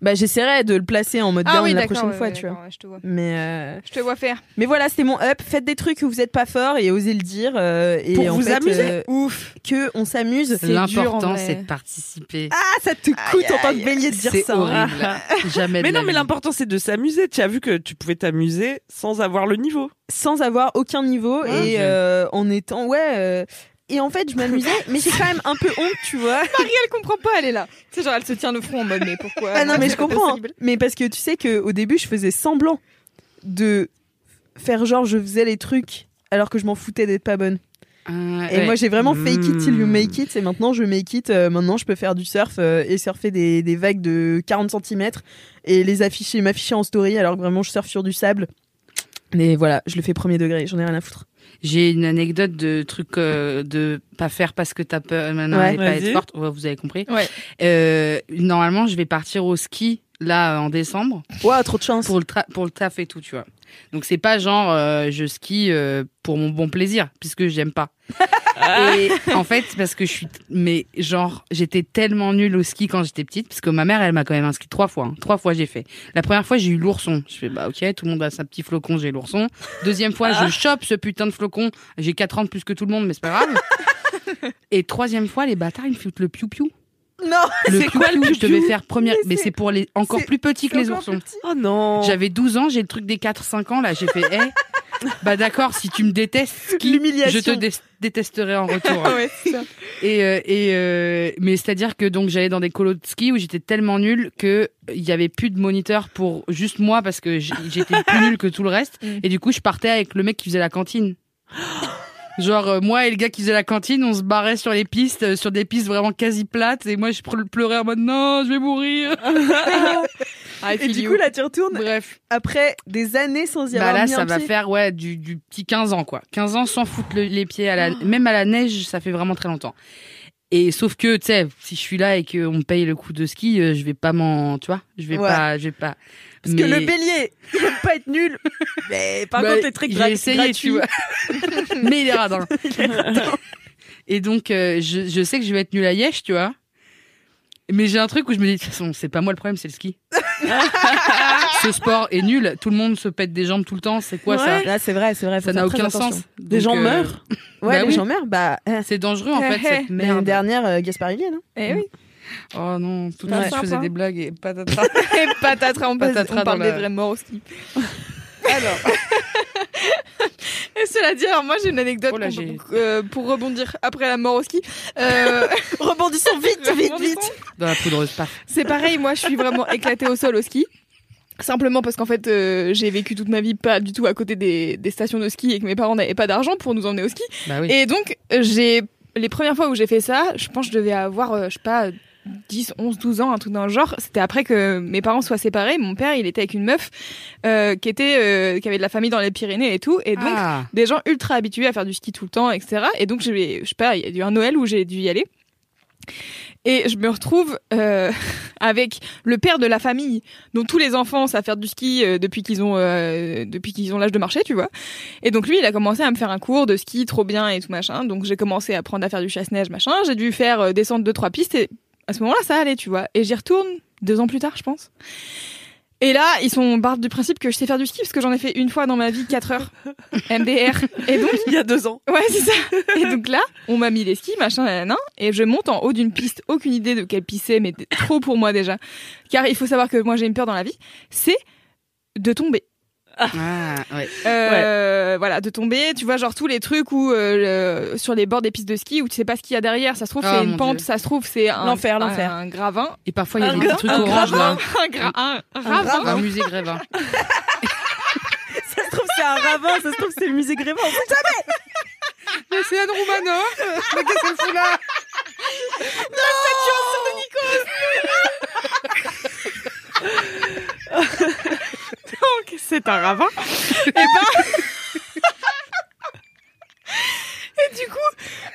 [SPEAKER 4] Bah, j'essaierai de le placer en mode
[SPEAKER 3] Ah
[SPEAKER 4] down la
[SPEAKER 1] d'accord,
[SPEAKER 4] prochaine
[SPEAKER 1] ouais,
[SPEAKER 4] fois,
[SPEAKER 1] ouais,
[SPEAKER 4] tu vois.
[SPEAKER 1] d'accord, ouais, je te vois.
[SPEAKER 4] Mais, euh,
[SPEAKER 1] Je te vois faire.
[SPEAKER 4] mais voilà, c'était mon up. Faites des trucs où vous n'êtes pas fort et osez le dire. euh, et
[SPEAKER 2] Pour
[SPEAKER 4] en
[SPEAKER 2] vous
[SPEAKER 4] fait,
[SPEAKER 2] amuser.
[SPEAKER 4] euh, ouf, que on s'amuse.
[SPEAKER 8] L'important,
[SPEAKER 1] vrai.
[SPEAKER 8] c'est de participer.
[SPEAKER 4] Ah, ça te coûte en tant que bélier de dire
[SPEAKER 8] C'est
[SPEAKER 4] ça. hein.
[SPEAKER 8] horrible. Jamais. de
[SPEAKER 2] Mais
[SPEAKER 8] la
[SPEAKER 2] non, mais
[SPEAKER 8] vie.
[SPEAKER 2] l'important c'est de s'amuser. Tu as vu que tu pouvais t'amuser sans avoir le niveau.
[SPEAKER 4] sans avoir aucun niveau
[SPEAKER 8] Ouais.
[SPEAKER 4] et
[SPEAKER 8] Ok.
[SPEAKER 4] euh, en étant ouais euh, et en fait je [LAUGHS] m'amusais mais j'ai quand même un peu honte tu vois
[SPEAKER 1] Elle comprend pas, elle est là. Tu sais, genre, elle se tient le front en mode, mais pourquoi
[SPEAKER 4] ah non mais je
[SPEAKER 1] C'est pas
[SPEAKER 4] comprends
[SPEAKER 1] possible.
[SPEAKER 4] mais parce que tu sais que au début je faisais semblant de faire genre je faisais les trucs alors que je m'en foutais d'être pas bonne
[SPEAKER 8] Ah,
[SPEAKER 4] et
[SPEAKER 8] ouais. Hmm.
[SPEAKER 4] moi j'ai vraiment fake it till you
[SPEAKER 2] Mm.
[SPEAKER 4] make it et maintenant je make it euh, maintenant je peux faire du surf euh, et surfer des, des vagues de 40 cm et les afficher m'afficher en story alors que vraiment je surfe sur du sable mais voilà je le fais premier degré j'en ai rien à foutre
[SPEAKER 8] J'ai une anecdote de truc euh, de pas faire parce que t'as peur maintenant
[SPEAKER 4] Ouais.
[SPEAKER 8] et pas
[SPEAKER 2] Vas-y.
[SPEAKER 8] être forte. Ouais, vous avez compris.
[SPEAKER 1] Ouais.
[SPEAKER 8] Euh, normalement, je vais partir au ski là euh, en décembre
[SPEAKER 4] waouh trop de chance
[SPEAKER 8] pour le tra- pour le taf et tout, tu vois. Donc c'est pas genre euh, je skie euh, pour mon bon plaisir puisque j'aime pas.
[SPEAKER 4] Ah.
[SPEAKER 8] et en fait parce que je suis mais genre j'étais tellement nulle au ski quand j'étais petite parce que ma mère elle m'a quand même inscrit trois fois hein. trois fois j'ai fait la première fois j'ai eu l'ourson je fais bah ok tout le monde a sa petit flocon j'ai l'ourson deuxième fois
[SPEAKER 4] Ah.
[SPEAKER 8] je chope ce putain de flocon j'ai quatre ans de plus que tout le monde mais c'est pas grave
[SPEAKER 4] [LAUGHS]
[SPEAKER 8] et troisième fois les bâtards ils me foutent le piou piou
[SPEAKER 4] non
[SPEAKER 8] le piou piou je devais faire première
[SPEAKER 4] Mais
[SPEAKER 8] mais
[SPEAKER 4] c'est-
[SPEAKER 8] c'est pour les encore
[SPEAKER 4] c'est-
[SPEAKER 8] plus petits que les
[SPEAKER 4] encore plus
[SPEAKER 8] oursons
[SPEAKER 2] Oh non.
[SPEAKER 8] j'avais 12 ans, j'ai le truc des 4-5 ans, là, j'ai fait,
[SPEAKER 4] [LAUGHS]
[SPEAKER 8] hey, bah d'accord, si tu me détestes, qui-
[SPEAKER 4] L'humiliation. Ah
[SPEAKER 8] je te dé- détesterai en retour.
[SPEAKER 4] [LAUGHS] ouais, c'est ça.
[SPEAKER 8] et, euh, et, euh, mais c'est-à-dire que donc j'allais dans des colos de ski où j'étais tellement nulle que euh, il y avait plus de moniteur pour juste moi parce que j- j'étais plus nulle que tout le reste.
[SPEAKER 1] Mm.
[SPEAKER 4] [GASPS]
[SPEAKER 8] Et du coup, je partais avec le mec qui faisait la cantine. Genre, euh, moi et le gars qui faisait la cantine, on se barrait sur les pistes, euh, sur des pistes vraiment quasi plates, et moi je pre- pleurais en mode non, je vais
[SPEAKER 4] [LAUGHS]
[SPEAKER 8] mourir. [LAUGHS]
[SPEAKER 4] Et Ah, du coup, là, tu retournes
[SPEAKER 8] Bref.
[SPEAKER 4] après des années sans y
[SPEAKER 8] Bah
[SPEAKER 4] avoir
[SPEAKER 8] là,
[SPEAKER 4] mis
[SPEAKER 8] ça
[SPEAKER 4] un
[SPEAKER 8] va
[SPEAKER 4] pied.
[SPEAKER 8] faire ouais du, du petit 15 ans quoi. 15 ans sans foutre le- les pieds à la,
[SPEAKER 4] Ah.
[SPEAKER 8] même à la neige, ça fait vraiment très longtemps. Et sauf que tu sais, si je suis là et qu'on me paye le coup de ski, euh, je vais pas m'en, tu vois, je vais
[SPEAKER 4] Ouais.
[SPEAKER 8] pas, je vais pas.
[SPEAKER 4] Parce que le bélier, il aime pas
[SPEAKER 8] [LAUGHS]
[SPEAKER 4] être nul. Mais par
[SPEAKER 8] Bah,
[SPEAKER 4] contre, les trucs
[SPEAKER 8] j'ai
[SPEAKER 4] gra-
[SPEAKER 8] essayé,
[SPEAKER 4] gratuits.
[SPEAKER 8] tu vois. mais il est
[SPEAKER 4] [LAUGHS]
[SPEAKER 8] radin. [LAUGHS] Et donc, euh, je, je sais que je vais être nul à Yesh, tu vois. Mais j'ai un truc où je me dis, de toute façon, c'est pas moi le problème, c'est le
[SPEAKER 4] [LAUGHS]
[SPEAKER 8] ski. Ce sport est nul, tout le monde se pète des jambes tout le temps, c'est quoi ça
[SPEAKER 4] Ouais. Là, c'est vrai, c'est vrai. faut
[SPEAKER 8] Ça n'a
[SPEAKER 4] faire très
[SPEAKER 8] aucun
[SPEAKER 4] attention.
[SPEAKER 8] sens.
[SPEAKER 4] Des
[SPEAKER 8] Donc,
[SPEAKER 4] gens
[SPEAKER 8] euh,
[SPEAKER 4] meurent. Ouais,
[SPEAKER 8] bah
[SPEAKER 4] les
[SPEAKER 8] oui.
[SPEAKER 4] gens meurent. Bah, eh.
[SPEAKER 8] C'est dangereux en
[SPEAKER 4] Eh,
[SPEAKER 8] fait,
[SPEAKER 4] eh.
[SPEAKER 8] cette
[SPEAKER 4] L'année
[SPEAKER 8] merde.
[SPEAKER 4] dernière, euh, Gaspard Ulliel, non
[SPEAKER 3] Eh oui.
[SPEAKER 8] Oh non, tout le
[SPEAKER 3] Ouais.
[SPEAKER 8] temps je faisais
[SPEAKER 3] Sympa.
[SPEAKER 8] des blagues et patata.
[SPEAKER 3] [LAUGHS] Et patatras, on, passe-
[SPEAKER 8] Patatras
[SPEAKER 3] on parle
[SPEAKER 8] dans la-
[SPEAKER 3] des vrais morts [LAUGHS] aussi. Alors. Et cela dit, alors moi j'ai une anecdote
[SPEAKER 8] Oh là,
[SPEAKER 3] qu'on-
[SPEAKER 8] j'ai-
[SPEAKER 3] euh, pour rebondir après la mort au ski. Euh,
[SPEAKER 4] [LAUGHS]
[SPEAKER 3] [LAUGHS]
[SPEAKER 4] Rebondissons vite, vite, vite.
[SPEAKER 8] Dans la poudreuse, paf.
[SPEAKER 3] C'est pareil, moi je suis vraiment éclatée au sol au ski. Simplement parce qu'en fait, euh, j'ai vécu toute ma vie pas du tout à côté des, des stations de ski et que mes parents n'avaient pas d'argent pour nous emmener au ski.
[SPEAKER 8] Bah oui.
[SPEAKER 3] Et donc, euh, j'ai les premières fois où j'ai fait ça, je pense que je devais avoir, euh, je sais pas, 10, 11, 12 ans, un truc dans le genre. C'était après que mes parents soient séparés. Mon père, il était avec une meuf euh, qui, était, euh, qui avait de la famille dans les Pyrénées et tout. Et donc,
[SPEAKER 8] Ah.
[SPEAKER 3] des gens ultra habitués à faire du ski tout le temps, etc. Et donc, j'ai- je sais pas, il y a eu un Noël où j'ai dû y aller. Et je me retrouve euh, [LAUGHS] avec le père de la famille, dont tous les enfants savent faire du ski euh, depuis qu'ils ont euh, depuis qu'ils ont l'âge de marcher, tu vois. Et donc lui, il a commencé à me faire un cours de ski trop bien et tout machin. Donc j'ai commencé à apprendre à faire du chasse-neige, machin. J'ai dû faire euh, descendre deux trois pistes et à ce moment-là, ça allait, tu vois. Et j'y retourne deux ans plus tard, je pense. Et là, ils sont barres du principe que je sais faire du ski parce que j'en ai fait une fois dans ma vie 4 heures MDR. Et donc
[SPEAKER 4] Il y a deux ans.
[SPEAKER 3] Ouais, c'est ça. Et donc là, on m'a mis les skis, machin, nanana, et je monte en haut d'une piste. Aucune idée de quelle piste c'est, mais d- trop pour moi déjà. Car il faut savoir que moi j'ai une peur dans la vie, c'est de tomber.
[SPEAKER 8] Ah, ouais.
[SPEAKER 3] Euh, Voilà, de tomber. Tu vois, genre tous les trucs où euh, le- sur les bords des pistes de ski où tu sais pas ce qu'il y a derrière. Ça se trouve
[SPEAKER 8] Oh,
[SPEAKER 3] c'est une
[SPEAKER 8] mon
[SPEAKER 3] pente,
[SPEAKER 8] Dieu.
[SPEAKER 3] ça se trouve c'est un
[SPEAKER 4] L'enfer,
[SPEAKER 3] un-
[SPEAKER 4] l'enfer.
[SPEAKER 3] un gravin,
[SPEAKER 8] Et parfois, il y a
[SPEAKER 4] Un
[SPEAKER 8] des petits
[SPEAKER 4] gra-
[SPEAKER 8] trucs
[SPEAKER 4] un Ah
[SPEAKER 8] orange là.
[SPEAKER 3] [LAUGHS] un, gra- un
[SPEAKER 8] Un
[SPEAKER 3] ravin.
[SPEAKER 8] Un musée grévin.
[SPEAKER 4] Ça se trouve, c'est un ravin, ça se trouve, c'est le musée Grévin.
[SPEAKER 8] Mais c'est Anne Roumano Mais qu'est-ce qu'elle fout là
[SPEAKER 2] C'est un ravin.
[SPEAKER 3] du coup,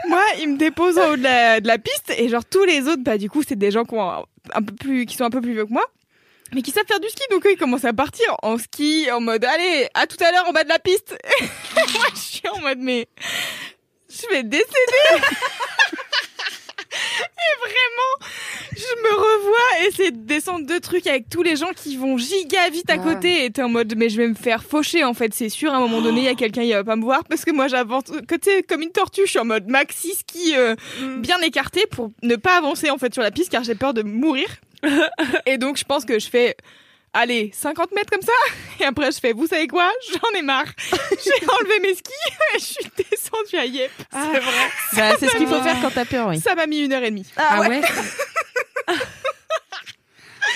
[SPEAKER 3] moi, ils me déposent en haut de la, de la piste et genre tous les autres, bah du coup, c'est des gens qui, ont un, un peu plus, qui sont un peu plus vieux que moi. Mais qui savent faire du ski, donc eux ils commencent à partir en ski, en mode allez, à tout à l'heure en bas de la piste. Moi je suis en mode mais je vais décéder. [LAUGHS] et vraiment, je me revois essayer de descendre deux trucs avec tous les gens qui vont giga vite à
[SPEAKER 8] Ouais.
[SPEAKER 3] côté et t'es en mode mais je vais me faire faucher en fait, c'est sûr. À un moment donné, il y a quelqu'un qui va pas me voir parce que moi j'avance que tu sais, comme une tortue, je suis en mode maxi ski euh, bien écarté pour ne pas avancer en fait sur la piste car j'ai peur de mourir. et donc je pense que je fais allez, 50 mètres comme ça. Et après, je fais, vous savez quoi J'en ai marre. J'ai enlevé mes skis et [LAUGHS] je suis descendue à Yep.
[SPEAKER 4] C'est vrai.
[SPEAKER 8] Bah,
[SPEAKER 4] c'est ce qu'il faut faire quand t'as peur, oui.
[SPEAKER 3] Ça m'a mis une heure et demie.
[SPEAKER 8] Ah ouais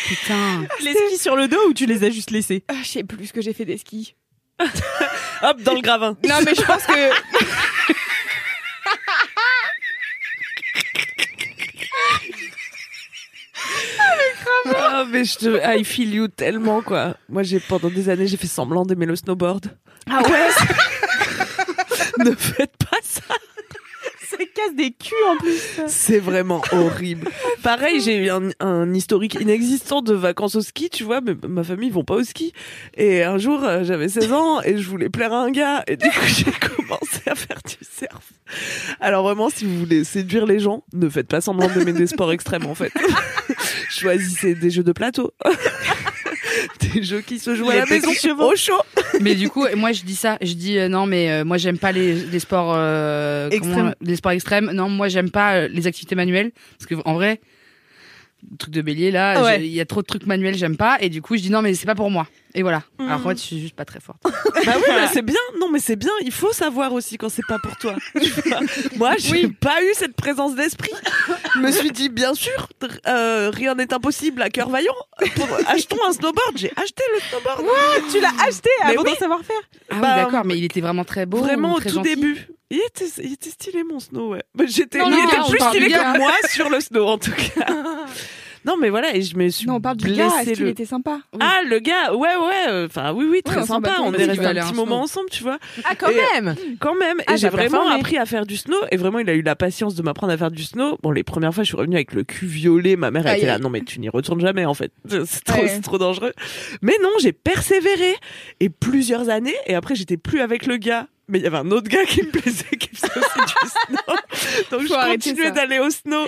[SPEAKER 8] Putain.
[SPEAKER 4] Les skis sur le dos ou tu les as juste laissés
[SPEAKER 3] Ah, je sais plus ce que j'ai fait des skis.
[SPEAKER 4] Hop, dans le gravin.
[SPEAKER 3] Non, mais je pense que...
[SPEAKER 2] Ah, mais je te. I feel you tellement, quoi. Moi, j'ai pendant des années, j'ai fait semblant d'aimer le snowboard.
[SPEAKER 3] Ah ouais
[SPEAKER 4] [LAUGHS]
[SPEAKER 2] ne faites pas ça.
[SPEAKER 4] Ça casse des culs en plus.
[SPEAKER 2] C'est vraiment horrible. Pareil, j'ai eu un, un historique inexistant de vacances au ski, tu vois, mais ma famille, ils vont pas au ski. Et un jour, euh, j'avais 16 ans et je voulais plaire à un gars. Et du coup, [LAUGHS] j'ai commencé à faire du surf. Alors vraiment, si vous voulez séduire les gens, ne faites pas semblant d'aimer des sports extrêmes, en fait. [LAUGHS] Choisissez des jeux de plateau. [LAUGHS] des jeux qui se jouent à la maison, au chaud.
[SPEAKER 8] Mais du coup, moi je dis ça, je dis euh, non, mais euh, moi j'aime pas les, les sports euh, comment-
[SPEAKER 4] Extrêmes.
[SPEAKER 8] les sports extrêmes. Non, moi j'aime pas euh, les activités manuelles parce que en vrai, le truc de Bélier là,
[SPEAKER 4] Ah ouais.
[SPEAKER 8] j'ai- il y a trop de trucs manuels, j'aime pas. Et du coup, je dis non, mais c'est pas pour moi. Et voilà. Alors moi, je suis juste pas très forte.
[SPEAKER 2] Bah oui, mais c'est bien. Non, mais c'est bien. Il faut savoir aussi quand c'est pas pour toi. [LAUGHS] Tu vois. Moi, j'ai pas eu cette présence d'esprit. Je me suis dit, bien sûr, tr- euh, rien n'est impossible à cœur vaillant. Pour- euh, achetons un snowboard. J'ai acheté le snowboard.
[SPEAKER 4] Tu l'as acheté
[SPEAKER 2] Mais
[SPEAKER 4] avant
[SPEAKER 2] oui.
[SPEAKER 4] d'en savoir faire.
[SPEAKER 8] Ah oui,
[SPEAKER 2] Bah,
[SPEAKER 8] d'accord, mais il était vraiment très beau.
[SPEAKER 2] Vraiment
[SPEAKER 8] ou
[SPEAKER 2] au
[SPEAKER 8] très
[SPEAKER 2] tout
[SPEAKER 8] gentil.
[SPEAKER 2] début. Il était, il était stylé mon snow, ouais. Mais J'étais,
[SPEAKER 3] Non,
[SPEAKER 2] il
[SPEAKER 3] non,
[SPEAKER 2] était
[SPEAKER 3] non, on
[SPEAKER 2] plus
[SPEAKER 3] parle
[SPEAKER 2] stylé
[SPEAKER 3] du gars.
[SPEAKER 2] que moi sur le snow en tout cas. Non mais voilà et je me suis
[SPEAKER 3] Non, on parle du
[SPEAKER 2] blessée
[SPEAKER 3] gars, est-ce qu'il
[SPEAKER 2] le-
[SPEAKER 3] était sympa
[SPEAKER 2] Ah le gars, ouais ouais, euh, enfin oui oui très
[SPEAKER 3] on s'en bat
[SPEAKER 2] sympa.
[SPEAKER 3] pas,
[SPEAKER 2] On
[SPEAKER 3] vas-y,
[SPEAKER 2] est
[SPEAKER 3] tu
[SPEAKER 2] resté
[SPEAKER 3] vas
[SPEAKER 2] un
[SPEAKER 3] aller
[SPEAKER 2] petit
[SPEAKER 3] en
[SPEAKER 2] moment
[SPEAKER 3] snow.
[SPEAKER 2] ensemble, tu vois. euh,
[SPEAKER 3] Ah, quand même
[SPEAKER 2] Quand même.
[SPEAKER 3] Ah,
[SPEAKER 2] et j'ai
[SPEAKER 3] t'as
[SPEAKER 2] vraiment
[SPEAKER 3] performé.
[SPEAKER 2] appris à faire du snow. Et vraiment, il a eu la patience de m'apprendre à faire du snow. Bon, les premières fois, je suis revenue avec le cul violet. Ma mère elle
[SPEAKER 3] Aïe,
[SPEAKER 2] était là,
[SPEAKER 3] aïe.
[SPEAKER 2] non mais tu n'y retournes jamais en fait. [LAUGHS] C'est trop,
[SPEAKER 3] Ouais.
[SPEAKER 2] c'est trop dangereux. Mais non, j'ai persévéré et plusieurs années. Et après, j'étais plus avec le gars. Mais il y avait un autre gars qui me plaisait, qui faisait aussi du snow. Donc
[SPEAKER 3] Faut
[SPEAKER 2] je
[SPEAKER 3] arrêter
[SPEAKER 2] continuais
[SPEAKER 3] ça.
[SPEAKER 2] d'aller au snow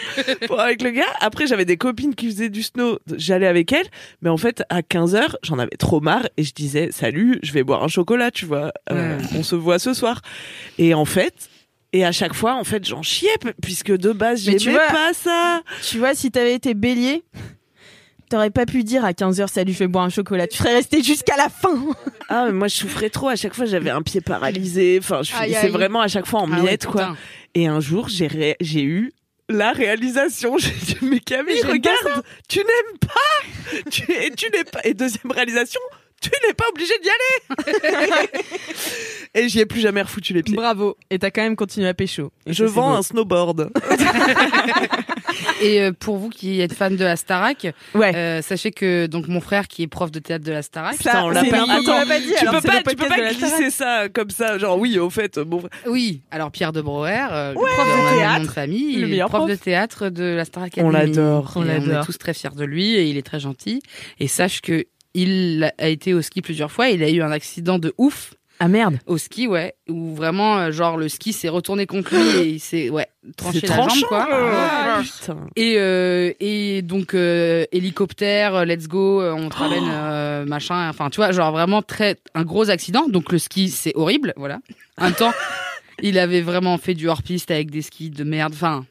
[SPEAKER 2] pour- avec le gars. Après, j'avais des copines qui faisaient du snow. J'allais avec elles. Mais en fait, à 15 heures, j'en avais trop marre et je disais, salut, je vais boire un chocolat, tu vois. Euh,
[SPEAKER 8] Ouais.
[SPEAKER 2] On se voit ce soir. Et en fait, et à chaque fois, en fait, j'en chiais p- puisque de base,
[SPEAKER 4] Mais tu
[SPEAKER 2] j'aimais
[SPEAKER 4] vois-
[SPEAKER 2] pas ça.
[SPEAKER 4] [LAUGHS] Tu vois, si t'avais été bélier, t'aurais pas pu dire à 15h salut, je vais boire un chocolat. Tu serais resté jusqu'à la fin.
[SPEAKER 2] Ah, mais moi, je souffrais trop. À chaque fois, j'avais un pied paralysé. Enfin, je
[SPEAKER 3] Aïe,
[SPEAKER 2] finissais
[SPEAKER 3] aïe.
[SPEAKER 2] vraiment à chaque fois en
[SPEAKER 8] Ah ouais,
[SPEAKER 2] miettes, quoi.
[SPEAKER 8] putain.
[SPEAKER 2] Et un jour, j'ai ré- j'ai eu la réalisation. [LAUGHS] J'ai dit, mais Camille,
[SPEAKER 4] j'aime pas
[SPEAKER 2] regarde, tu n'aimes pas. [LAUGHS] tu, et tu n'es pas. Et deuxième réalisation, tu n'es pas obligé d'y aller. [LAUGHS] Bah, et j'y ai plus jamais refoutu les pieds.
[SPEAKER 4] Bravo. Et t'as quand même continué à pécho. Et
[SPEAKER 2] Je
[SPEAKER 4] ça, c'est
[SPEAKER 2] vends
[SPEAKER 4] beau.
[SPEAKER 2] un snowboard.
[SPEAKER 8] Et euh, pour vous qui êtes fan de la Starac,
[SPEAKER 4] Ouais.
[SPEAKER 8] euh, sachez que donc mon frère qui est prof de théâtre de la Starac,
[SPEAKER 2] Putain, on l'a
[SPEAKER 4] c'est
[SPEAKER 2] pas
[SPEAKER 4] n'importe
[SPEAKER 2] dit.
[SPEAKER 4] quoi, on l'a pas dit,
[SPEAKER 2] tu
[SPEAKER 4] alors
[SPEAKER 2] peux
[SPEAKER 4] c'est le
[SPEAKER 2] pas, tu peux
[SPEAKER 4] podcast de
[SPEAKER 2] pas
[SPEAKER 4] la
[SPEAKER 2] glisser ça comme ça, genre oui, au fait, euh, bon.
[SPEAKER 8] Oui, alors Pierre de Brouwer, euh, le
[SPEAKER 4] Ouais.
[SPEAKER 8] prof
[SPEAKER 4] de
[SPEAKER 8] de
[SPEAKER 4] théâtre,
[SPEAKER 8] nom de famille,
[SPEAKER 4] le
[SPEAKER 8] il est
[SPEAKER 4] meilleur
[SPEAKER 8] prof,
[SPEAKER 4] prof.
[SPEAKER 8] de théâtre de la Star Academy.
[SPEAKER 2] On l'adore,
[SPEAKER 8] Et
[SPEAKER 4] on l'adore.
[SPEAKER 8] est tous très fiers de lui et il est très gentil. Et sache que il a été au ski plusieurs fois. Il a eu un accident de ouf
[SPEAKER 4] Ah merde.
[SPEAKER 8] au ski, ouais, où vraiment euh, genre le ski s'est retourné contre lui et il s'est ouais tranché la jambe quoi.
[SPEAKER 2] euh, putain.
[SPEAKER 8] Et, euh, et donc euh, hélicoptère, euh, let's go, euh, on te ramène euh, machin. Enfin, tu vois, genre vraiment très un gros accident. Donc le ski, c'est horrible, voilà. Un temps, il avait vraiment fait du hors piste avec des skis de merde. Enfin,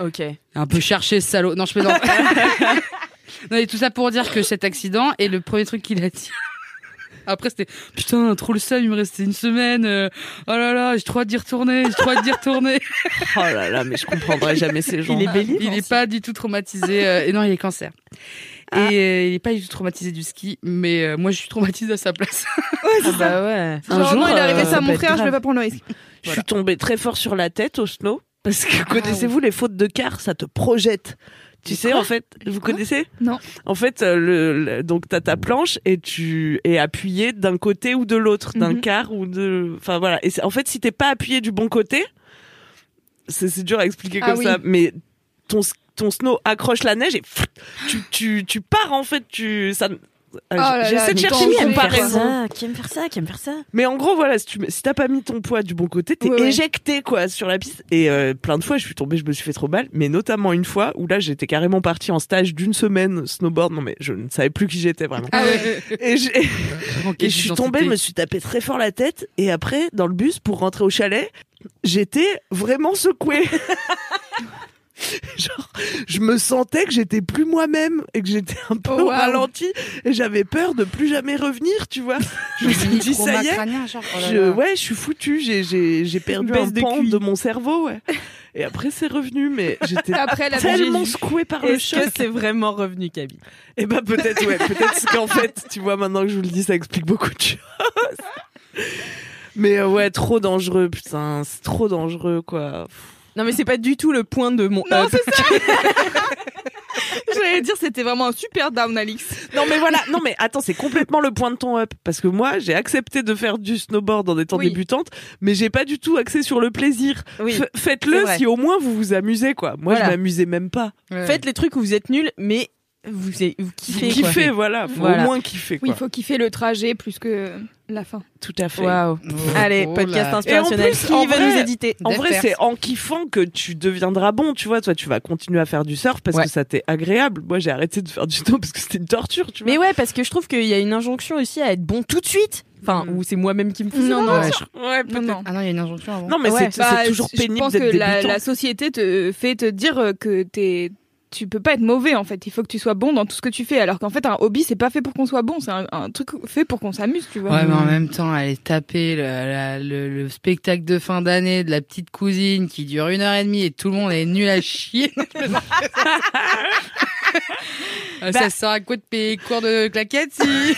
[SPEAKER 4] Ok.
[SPEAKER 8] un peu cherché, ce salaud. Non, je plaisante. non, et tout ça pour dire que cet accident est le premier truc qu'il a dit. Après, c'était putain, trop le seul, il me restait une semaine. euh, oh là là, j'ai trop hâte d'y retourner, j'ai trop hâte d'y retourner.
[SPEAKER 2] Oh là là, mais je comprendrai jamais ces gens.
[SPEAKER 4] Il est bélier.
[SPEAKER 8] Il n'est
[SPEAKER 4] Nancy.
[SPEAKER 8] pas du tout traumatisé. euh, et non, il est
[SPEAKER 2] [LAUGHS]
[SPEAKER 8] cancer. Et
[SPEAKER 2] Ah.
[SPEAKER 8] euh, il est pas du tout traumatisé du ski, mais euh, moi je suis traumatisée à
[SPEAKER 2] [LAUGHS]
[SPEAKER 8] sa place.
[SPEAKER 4] Ah bah ouais.
[SPEAKER 2] Un
[SPEAKER 3] Genre,
[SPEAKER 2] jour,
[SPEAKER 3] non, il est
[SPEAKER 2] euh,
[SPEAKER 3] arrivé
[SPEAKER 2] [LAUGHS]
[SPEAKER 3] ça à
[SPEAKER 2] ça peut
[SPEAKER 3] mon
[SPEAKER 2] être
[SPEAKER 3] frère, je
[SPEAKER 2] grave.
[SPEAKER 3] vais pas prendre le risque.
[SPEAKER 2] Je suis tombée très fort sur la tête au snow parce
[SPEAKER 3] Ah
[SPEAKER 2] que connaissez-vous les fautes de car, ça te projette. Tu sais, en fait, vous connaissez
[SPEAKER 3] Non.
[SPEAKER 2] En fait, euh, le, le- donc t'as ta planche et tu es appuyé d'un côté ou de l'autre, d'un
[SPEAKER 3] Mhm.
[SPEAKER 2] quart ou de, enfin voilà. Et c'est- en fait, si t'es pas appuyé du bon côté, c'est c'est dur à expliquer
[SPEAKER 3] Ah
[SPEAKER 2] comme
[SPEAKER 3] oui.
[SPEAKER 2] ça, mais ton s- ton snow accroche la neige et pfft, tu tu tu pars en fait, tu ça.
[SPEAKER 3] Oh là là,
[SPEAKER 2] J'essaie de
[SPEAKER 3] mais
[SPEAKER 2] chercher
[SPEAKER 3] t'en
[SPEAKER 2] une
[SPEAKER 3] fais, quoi.
[SPEAKER 2] comparaison.
[SPEAKER 4] ça, qui aime faire ça, qui aime faire ça.
[SPEAKER 2] Mais en gros, voilà, si tu mets- si t'as pas mis ton poids du bon côté, t'es
[SPEAKER 3] Ouais, ouais.
[SPEAKER 2] éjecté quoi sur la piste. Et euh, plein de fois, je suis tombée, je me suis fait trop mal. Mais notamment une fois où là, j'étais carrément partie en stage d'une semaine snowboard. Non mais je ne savais plus qui j'étais [LAUGHS] vraiment.
[SPEAKER 8] Ah ouais.
[SPEAKER 2] Et, j'ai- et je suis tombée, je me suis tapé très fort la tête. Et après, dans le bus pour rentrer au chalet, j'étais vraiment secouée. [LAUGHS] Genre, je me sentais que j'étais plus moi-même et que j'étais un peu
[SPEAKER 3] Oh,
[SPEAKER 2] au
[SPEAKER 3] wow.
[SPEAKER 2] ralenti et j'avais peur de plus jamais revenir, tu vois. [LAUGHS] Je me suis dit, ça y est,
[SPEAKER 8] oh
[SPEAKER 2] je, ouais, je suis foutu, j'ai, j'ai, j'ai perdu
[SPEAKER 4] Baisse
[SPEAKER 2] un
[SPEAKER 4] de
[SPEAKER 2] pan
[SPEAKER 4] QI.
[SPEAKER 2] de mon cerveau. Ouais. Et après, c'est revenu,
[SPEAKER 4] [LAUGHS]
[SPEAKER 2] mais j'étais
[SPEAKER 3] Après, la
[SPEAKER 2] tellement secouée par le
[SPEAKER 4] Ah, Est-ce
[SPEAKER 2] choc.
[SPEAKER 4] que c'est vraiment revenu, Kaby
[SPEAKER 2] Et bah peut-être, ouais, peut-être qu'en fait, tu vois, maintenant que je vous le dis, ça explique beaucoup de choses. Mais euh, ouais, trop dangereux, putain, c'est trop dangereux, quoi.
[SPEAKER 4] Non, mais c'est pas du tout le point de mon.
[SPEAKER 3] Non,
[SPEAKER 4] Euh,
[SPEAKER 3] c'est ça Euh, [LAUGHS] J'allais dire, c'était vraiment un super down, Alix.
[SPEAKER 2] Non mais voilà, non mais attends, c'est complètement le point de ton up parce que moi, j'ai accepté de faire du snowboard en étant
[SPEAKER 3] Oui.
[SPEAKER 2] débutante, mais j'ai pas du tout axé sur le plaisir.
[SPEAKER 4] oui.
[SPEAKER 2] F- Faites-le
[SPEAKER 4] c'est vrai.
[SPEAKER 2] si au moins vous vous amusez, quoi. Moi, je
[SPEAKER 4] Voilà.
[SPEAKER 2] m'amusais même pas.
[SPEAKER 8] Mm.
[SPEAKER 4] Faites les trucs où vous êtes nuls, mais vous, êtes- vous kiffez.
[SPEAKER 2] Kiffer,
[SPEAKER 4] quoi.
[SPEAKER 2] voilà. Faut
[SPEAKER 4] Voilà.
[SPEAKER 2] au moins kiffer,
[SPEAKER 3] Oui,
[SPEAKER 2] quoi.
[SPEAKER 3] il faut kiffer le trajet plus que la fin.
[SPEAKER 2] Tout à fait.
[SPEAKER 4] Waouh.
[SPEAKER 8] Oh
[SPEAKER 4] Allez,
[SPEAKER 2] Oh
[SPEAKER 4] podcast
[SPEAKER 2] Et en
[SPEAKER 4] inspirationnel.
[SPEAKER 2] plus,
[SPEAKER 4] qui
[SPEAKER 2] en
[SPEAKER 4] va
[SPEAKER 2] vrai-
[SPEAKER 4] nous éditer
[SPEAKER 2] En
[SPEAKER 8] Des
[SPEAKER 2] vrai,
[SPEAKER 8] pertes.
[SPEAKER 2] c'est en kiffant que tu deviendras bon, tu vois. Toi, tu vas continuer à faire du surf parce
[SPEAKER 4] Ouais.
[SPEAKER 2] que ça t'est agréable. Moi, j'ai arrêté de faire du snow parce que c'était une torture, tu vois.
[SPEAKER 4] Mais ouais, parce que je trouve qu'il y a une injonction aussi à être bon tout de suite. Enfin,
[SPEAKER 2] Mm.
[SPEAKER 4] ou c'est moi-même qui me pousse.
[SPEAKER 3] Non, non,
[SPEAKER 8] ouais,
[SPEAKER 2] Ouais, peut-
[SPEAKER 3] Non, non.
[SPEAKER 8] Ah non, il y a une injonction avant.
[SPEAKER 2] Non, mais
[SPEAKER 4] Ouais.
[SPEAKER 2] c'est
[SPEAKER 3] Bah,
[SPEAKER 2] c'est toujours
[SPEAKER 3] je-
[SPEAKER 2] pénible
[SPEAKER 3] Je pense
[SPEAKER 2] d'être
[SPEAKER 3] que la,
[SPEAKER 2] débutant.
[SPEAKER 3] la société te fait te dire euh, que t'es tu peux pas être mauvais en fait. Il faut que tu sois bon dans tout ce que tu fais. Alors qu'en fait, un hobby, c'est pas fait pour qu'on soit bon. C'est un, un truc fait pour qu'on s'amuse, tu vois.
[SPEAKER 8] Ouais, mais en même temps, elle est tapée le, la- le, le spectacle de fin d'année de la petite cousine qui dure une heure et demie et tout le monde est nul à
[SPEAKER 4] [LAUGHS]
[SPEAKER 8] chier. Ah,
[SPEAKER 4] Bah
[SPEAKER 8] Euh, Ça sert à quoi de payer cours de claquettes si y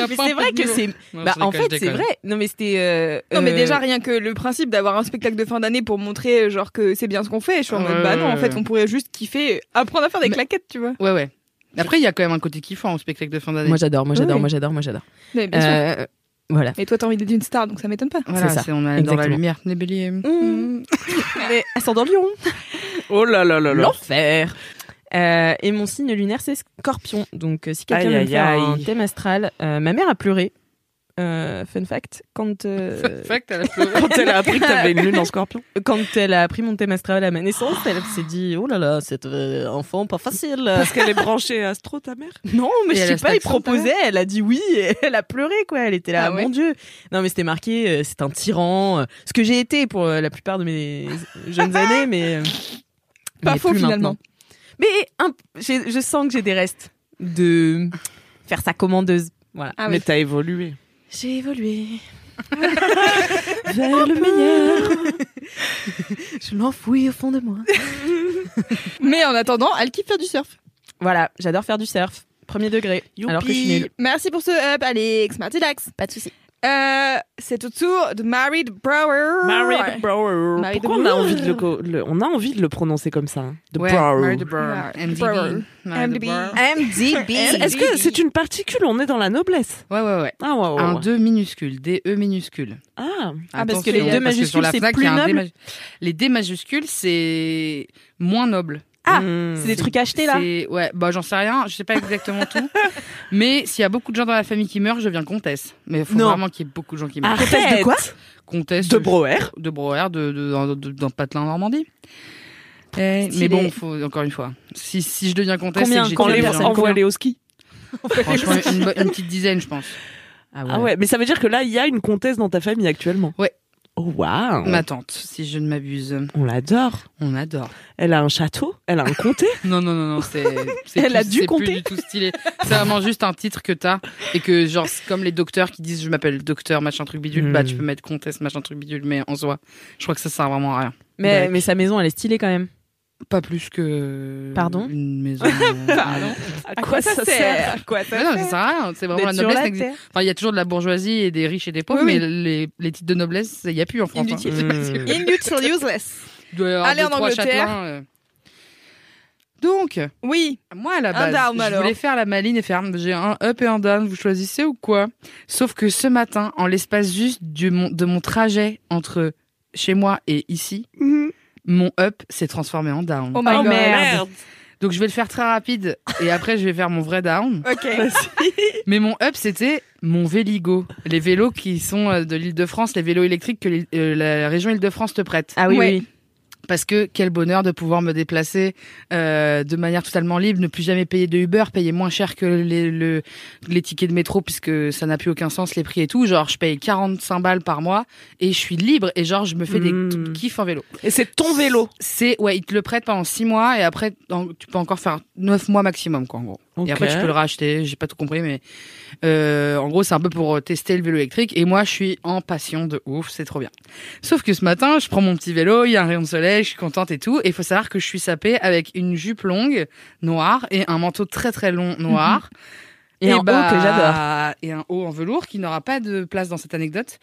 [SPEAKER 8] a
[SPEAKER 4] [LAUGHS] mais
[SPEAKER 8] pas
[SPEAKER 4] c'est
[SPEAKER 8] un
[SPEAKER 4] vrai
[SPEAKER 8] peu de
[SPEAKER 4] que
[SPEAKER 8] bio.
[SPEAKER 4] c'est.
[SPEAKER 8] Non,
[SPEAKER 4] bah,
[SPEAKER 8] je
[SPEAKER 4] en
[SPEAKER 8] déconne,
[SPEAKER 4] fait,
[SPEAKER 8] je
[SPEAKER 4] c'est
[SPEAKER 8] déconne.
[SPEAKER 4] vrai. Non, mais c'était. euh,
[SPEAKER 3] Non, mais
[SPEAKER 4] euh,
[SPEAKER 3] déjà, rien que le principe d'avoir un spectacle de fin d'année pour montrer, euh, genre, que c'est bien ce qu'on fait. Je suis en mode,
[SPEAKER 8] Ouais,
[SPEAKER 3] bah non, en
[SPEAKER 8] ouais,
[SPEAKER 3] fait,
[SPEAKER 8] ouais.
[SPEAKER 3] on pourrait juste kiffer, apprendre à faire des claquettes, tu vois.
[SPEAKER 8] Ouais, ouais. Après, il y a quand même un côté kiffant au spectacle de fin d'année.
[SPEAKER 13] Moi j'adore, moi j'adore,
[SPEAKER 3] Oui.
[SPEAKER 13] moi j'adore, moi j'adore.
[SPEAKER 3] Ouais, bien sûr.
[SPEAKER 13] Euh, voilà.
[SPEAKER 3] Et toi, t'as envie d'être une star, donc ça m'étonne pas.
[SPEAKER 8] Voilà,
[SPEAKER 13] c'est ça.
[SPEAKER 8] c'est- on est dans la
[SPEAKER 13] Exactement.
[SPEAKER 8] lumière, les béliers.
[SPEAKER 3] Mm.
[SPEAKER 4] Mais ascendant Lyon.
[SPEAKER 2] Oh là là
[SPEAKER 13] Ah
[SPEAKER 2] là là.
[SPEAKER 4] [LAUGHS] L'enfer. Euh, et mon signe lunaire, c'est Scorpion. Donc, euh, si quelqu'un
[SPEAKER 2] Aïe,
[SPEAKER 4] veut me
[SPEAKER 2] aïe,
[SPEAKER 4] faire
[SPEAKER 2] aïe.
[SPEAKER 4] un thème astral, euh, ma mère a pleuré. Euh, fun fact,
[SPEAKER 13] [LAUGHS]
[SPEAKER 4] quand. euh, [LAUGHS]
[SPEAKER 8] elle
[SPEAKER 2] Quand elle a appris que t'avais une lune en scorpion.
[SPEAKER 4] Quand elle a appris mon thème astral à ma naissance, elle s'est dit Oh là là, cette euh, enfant, pas facile.
[SPEAKER 2] Parce qu'elle est branchée astro, ta mère.
[SPEAKER 4] Non, mais
[SPEAKER 2] Et
[SPEAKER 4] je
[SPEAKER 2] elle
[SPEAKER 4] sais
[SPEAKER 2] a cet
[SPEAKER 4] pas, il
[SPEAKER 2] accent, ta
[SPEAKER 4] proposait, elle a dit oui, et elle a pleuré, quoi. Elle était là,
[SPEAKER 2] Ah ouais
[SPEAKER 4] mon Dieu. Non, mais c'était marqué, euh, c'est un tyran. euh, ce que j'ai été pour euh, la plupart de mes
[SPEAKER 2] [LAUGHS]
[SPEAKER 4] jeunes années, mais. euh,
[SPEAKER 3] Pas
[SPEAKER 4] mais
[SPEAKER 3] faux,
[SPEAKER 4] plus
[SPEAKER 3] finalement.
[SPEAKER 4] maintenant. Mais un- j'ai- je sens que j'ai des restes de faire sa commandeuse. Voilà.
[SPEAKER 2] Mais t'as évolué.
[SPEAKER 4] J'ai évolué.
[SPEAKER 2] Vers le meilleur.
[SPEAKER 4] je l'enfouis au fond de moi.
[SPEAKER 3] Mais en attendant, elle kiffe faire du surf.
[SPEAKER 4] Voilà, j'adore faire du surf. Premier degré. Alors que je suis nulle.
[SPEAKER 3] Merci pour ce up, Alex. Merci, Dax. Pas de soucis. c'est au tour de Married Brower.
[SPEAKER 2] Married Brower.
[SPEAKER 3] Married
[SPEAKER 2] Pourquoi on a
[SPEAKER 3] Brewer.
[SPEAKER 2] envie de le, co- le- on a envie de le prononcer comme ça hein The
[SPEAKER 8] Ouais,
[SPEAKER 2] Brower.
[SPEAKER 8] Married Brewer. MDB.
[SPEAKER 3] Brewer.
[SPEAKER 8] Married
[SPEAKER 3] MDB.
[SPEAKER 8] Brewer.
[SPEAKER 9] MDB.
[SPEAKER 2] Est-ce que c'est une particule On est dans la noblesse.
[SPEAKER 8] Ouais, ouais, Oh, ouais.
[SPEAKER 2] Ah, ouais, ouais,
[SPEAKER 8] Un
[SPEAKER 2] ouais.
[SPEAKER 8] 2 minuscule, des E minuscules.
[SPEAKER 2] Ah,
[SPEAKER 8] Attention, parce que sur la Fnac, il y a un D maj- Les D majuscules, c'est moins noble.
[SPEAKER 4] Ah, c'est des trucs achetés, là
[SPEAKER 8] C'est- Ouais, bah j'en sais rien, je sais pas
[SPEAKER 2] [LAUGHS]
[SPEAKER 8] exactement tout. Mais s'il y a beaucoup de gens dans la famille qui meurent, je deviens comtesse. Mais il faut
[SPEAKER 2] Non.
[SPEAKER 8] vraiment qu'il y ait beaucoup de gens qui meurent.
[SPEAKER 2] Arrête. Comtesse de quoi
[SPEAKER 8] Comtesse
[SPEAKER 2] De Brouwer.
[SPEAKER 8] De Brouwer, de, de- d'un- de- d'un patelin Normandie. Eh,
[SPEAKER 2] Stylé.
[SPEAKER 8] mais bon, faut, encore une fois, si, si je deviens comtesse,
[SPEAKER 2] Combien-
[SPEAKER 8] c'est que j'ai
[SPEAKER 2] combien
[SPEAKER 8] tué
[SPEAKER 2] de
[SPEAKER 8] des
[SPEAKER 2] personnes
[SPEAKER 8] gens.
[SPEAKER 2] On va aller hein. au ski.
[SPEAKER 8] Franchement, une, bo- une petite dizaine, je pense.
[SPEAKER 2] Ah ouais, mais ça veut dire que là, il y a une comtesse dans ta famille actuellement.
[SPEAKER 8] Ouais.
[SPEAKER 2] Oh waouh.
[SPEAKER 8] Ma tante, si je ne m'abuse.
[SPEAKER 2] On l'adore.
[SPEAKER 8] On adore.
[SPEAKER 2] Elle a un château, elle a un comté.
[SPEAKER 8] non, non, non, non, c'est. c'est
[SPEAKER 2] Elle
[SPEAKER 8] plus-
[SPEAKER 2] a dû
[SPEAKER 8] c'est plus
[SPEAKER 2] compter.
[SPEAKER 8] du tout stylé. C'est vraiment juste un titre que t'as et que genre c'est comme les docteurs qui disent je m'appelle docteur machin truc bidule.
[SPEAKER 4] Hmm.
[SPEAKER 8] Bah tu peux mettre comtesse machin truc bidule, mais en soi, je crois que ça sert vraiment à rien.
[SPEAKER 4] Mais,
[SPEAKER 8] Bref.
[SPEAKER 4] mais sa maison, elle est stylée quand même.
[SPEAKER 8] Pas plus que.
[SPEAKER 4] Pardon
[SPEAKER 8] Une maison.
[SPEAKER 4] Pardon
[SPEAKER 2] À
[SPEAKER 4] quoi ça sert
[SPEAKER 2] À quoi ça
[SPEAKER 8] Ouais, Ah non,
[SPEAKER 2] sert
[SPEAKER 8] ça sert à rien. C'est vraiment
[SPEAKER 2] D'être
[SPEAKER 8] la
[SPEAKER 2] sur
[SPEAKER 8] noblesse.
[SPEAKER 2] la
[SPEAKER 8] n'existe-
[SPEAKER 2] terre.
[SPEAKER 8] Enfin, il y a toujours de la bourgeoisie et des riches et des pauvres,
[SPEAKER 3] Oui,
[SPEAKER 8] mais
[SPEAKER 3] oui.
[SPEAKER 8] les, les titres de noblesse, il n'y a plus en France. hein.
[SPEAKER 3] Inutile.
[SPEAKER 4] Hmm.
[SPEAKER 3] Inutile, useless.
[SPEAKER 8] Il doit y avoir
[SPEAKER 3] Allez
[SPEAKER 8] deux,
[SPEAKER 3] en
[SPEAKER 8] trois
[SPEAKER 3] Angleterre.
[SPEAKER 8] châtelains, euh. Donc,
[SPEAKER 3] oui.
[SPEAKER 8] Moi à la
[SPEAKER 3] Un
[SPEAKER 8] base,
[SPEAKER 3] down,
[SPEAKER 8] je
[SPEAKER 3] alors.
[SPEAKER 8] voulais faire la maline et faire j'ai un up et un down, vous choisissez ou quoi Sauf que ce matin, en l'espace juste du mon- de mon trajet entre chez moi et ici, mon up s'est transformé en down.
[SPEAKER 3] Mhm. Oh my Oh God. merde.
[SPEAKER 8] Donc je vais le faire très rapide et après je vais faire mon vrai
[SPEAKER 3] [LAUGHS]
[SPEAKER 8] down.
[SPEAKER 3] Ok.
[SPEAKER 8] Mais mon up c'était mon Véligo, les vélos qui sont euh, de l'Île-de-France, les vélos électriques que l'Île- euh, la région Île-de-France te prête.
[SPEAKER 4] Ah oui, Ouais. oui.
[SPEAKER 8] Parce que quel bonheur de pouvoir me déplacer euh, de manière totalement libre, ne plus jamais payer de Uber, payer moins cher que les, le- les tickets de métro puisque ça n'a plus aucun sens les prix et tout. Genre je paye 45 balles par mois et je suis libre et genre je me fais
[SPEAKER 2] Mm.
[SPEAKER 8] des tout- kiffs en vélo.
[SPEAKER 2] Et c'est ton vélo.
[SPEAKER 8] C'est ouais, ils te le prêtent pendant 6 mois et après en- tu peux encore faire 9 mois maximum quoi en gros.
[SPEAKER 2] Ok.
[SPEAKER 8] Et après tu peux le racheter, j'ai pas tout compris mais euh, en gros c'est un peu pour tester le vélo électrique et moi je suis en passion de ouf, c'est trop bien. Sauf que ce matin, je prends mon petit vélo, il y a un rayon de soleil, je suis contente et tout et il faut savoir que je suis sapée avec une jupe longue noire et un manteau très très long noir.
[SPEAKER 4] Mhm.
[SPEAKER 8] Eh bah,
[SPEAKER 4] Et un haut que j'adore.
[SPEAKER 8] Et un haut en velours qui n'aura pas de place dans cette
[SPEAKER 4] [LAUGHS]
[SPEAKER 8] anecdote.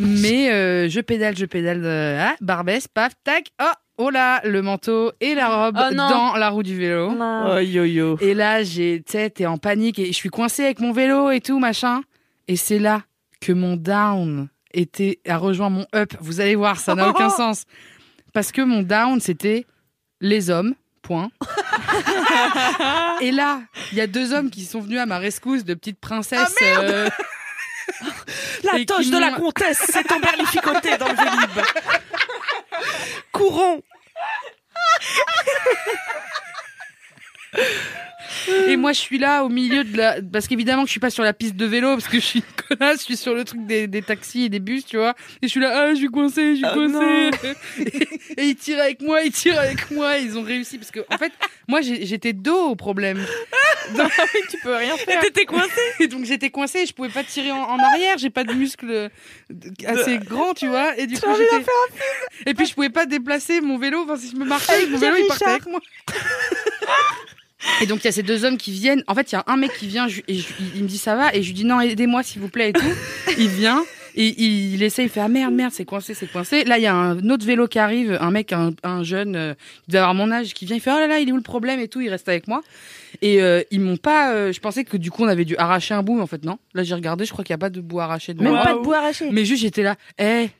[SPEAKER 8] Mais euh, je pédale, je pédale. de- ah, Barbès, paf, tac. Oh, oh là, le manteau et la robe
[SPEAKER 4] Oh non.
[SPEAKER 8] dans la roue du vélo.
[SPEAKER 2] Oh yo yo.
[SPEAKER 8] Et là, j'ai tête et en panique et je suis coincée avec mon vélo et tout, machin. Et c'est là que mon down était à rejoint mon up. Vous allez voir, ça n'a aucun sens. Parce que mon down, c'était les hommes, point. et là, il y a deux hommes qui sont venus à ma rescousse de petite princesse. euh,
[SPEAKER 2] La
[SPEAKER 8] et qui
[SPEAKER 2] toche de la
[SPEAKER 8] m'ont-
[SPEAKER 2] comtesse s'est emberlificotée dans le Vélib. Courons.
[SPEAKER 8] Et moi, je suis là au milieu de la. Parce qu'évidemment, que je suis pas sur la piste de vélo parce que je suis une connasse. Je suis sur le truc des, des taxis et des bus, tu vois. Et je suis là, ah, je suis coincée, je suis
[SPEAKER 2] Oh
[SPEAKER 8] coincée.
[SPEAKER 2] non.
[SPEAKER 8] [LAUGHS] et, et ils tirent avec moi, ils tirent avec moi. Ils ont réussi parce que, en fait, moi, j'ai- j'étais dos au [LAUGHS] problème. Donc, tu peux rien faire.
[SPEAKER 2] T'étais coincée.
[SPEAKER 8] [LAUGHS] Et donc, j'étais coincée. Je pouvais pas tirer en, en arrière. J'ai pas de muscles assez grands, tu vois. Et du coup, j'étais. Et puis, je pouvais pas déplacer mon vélo. Enfin, si je me marchais, mon vélo, il partait avec moi. [LAUGHS] Et donc il y a ces deux hommes qui viennent. En fait, il y a un mec qui vient je- et je- il- il me dit ça va et je lui dis non aidez-moi s'il vous plaît et tout. Il vient et il, il essaie, il fait ah merde merde c'est coincé c'est coincé. Là il y a un autre vélo qui arrive, un mec un, un jeune euh, qui doit avoir mon âge qui vient, il fait oh là là il est où le problème et tout, il reste avec moi. Et euh, ils m'ont pas. euh, je pensais que du coup on avait dû arracher un bout mais en fait non. Là j'ai regardé, je crois qu'il y a pas de bout arraché. De
[SPEAKER 14] Même
[SPEAKER 8] mémoire.
[SPEAKER 14] pas de bout arraché.
[SPEAKER 8] Mais juste j'étais là eh.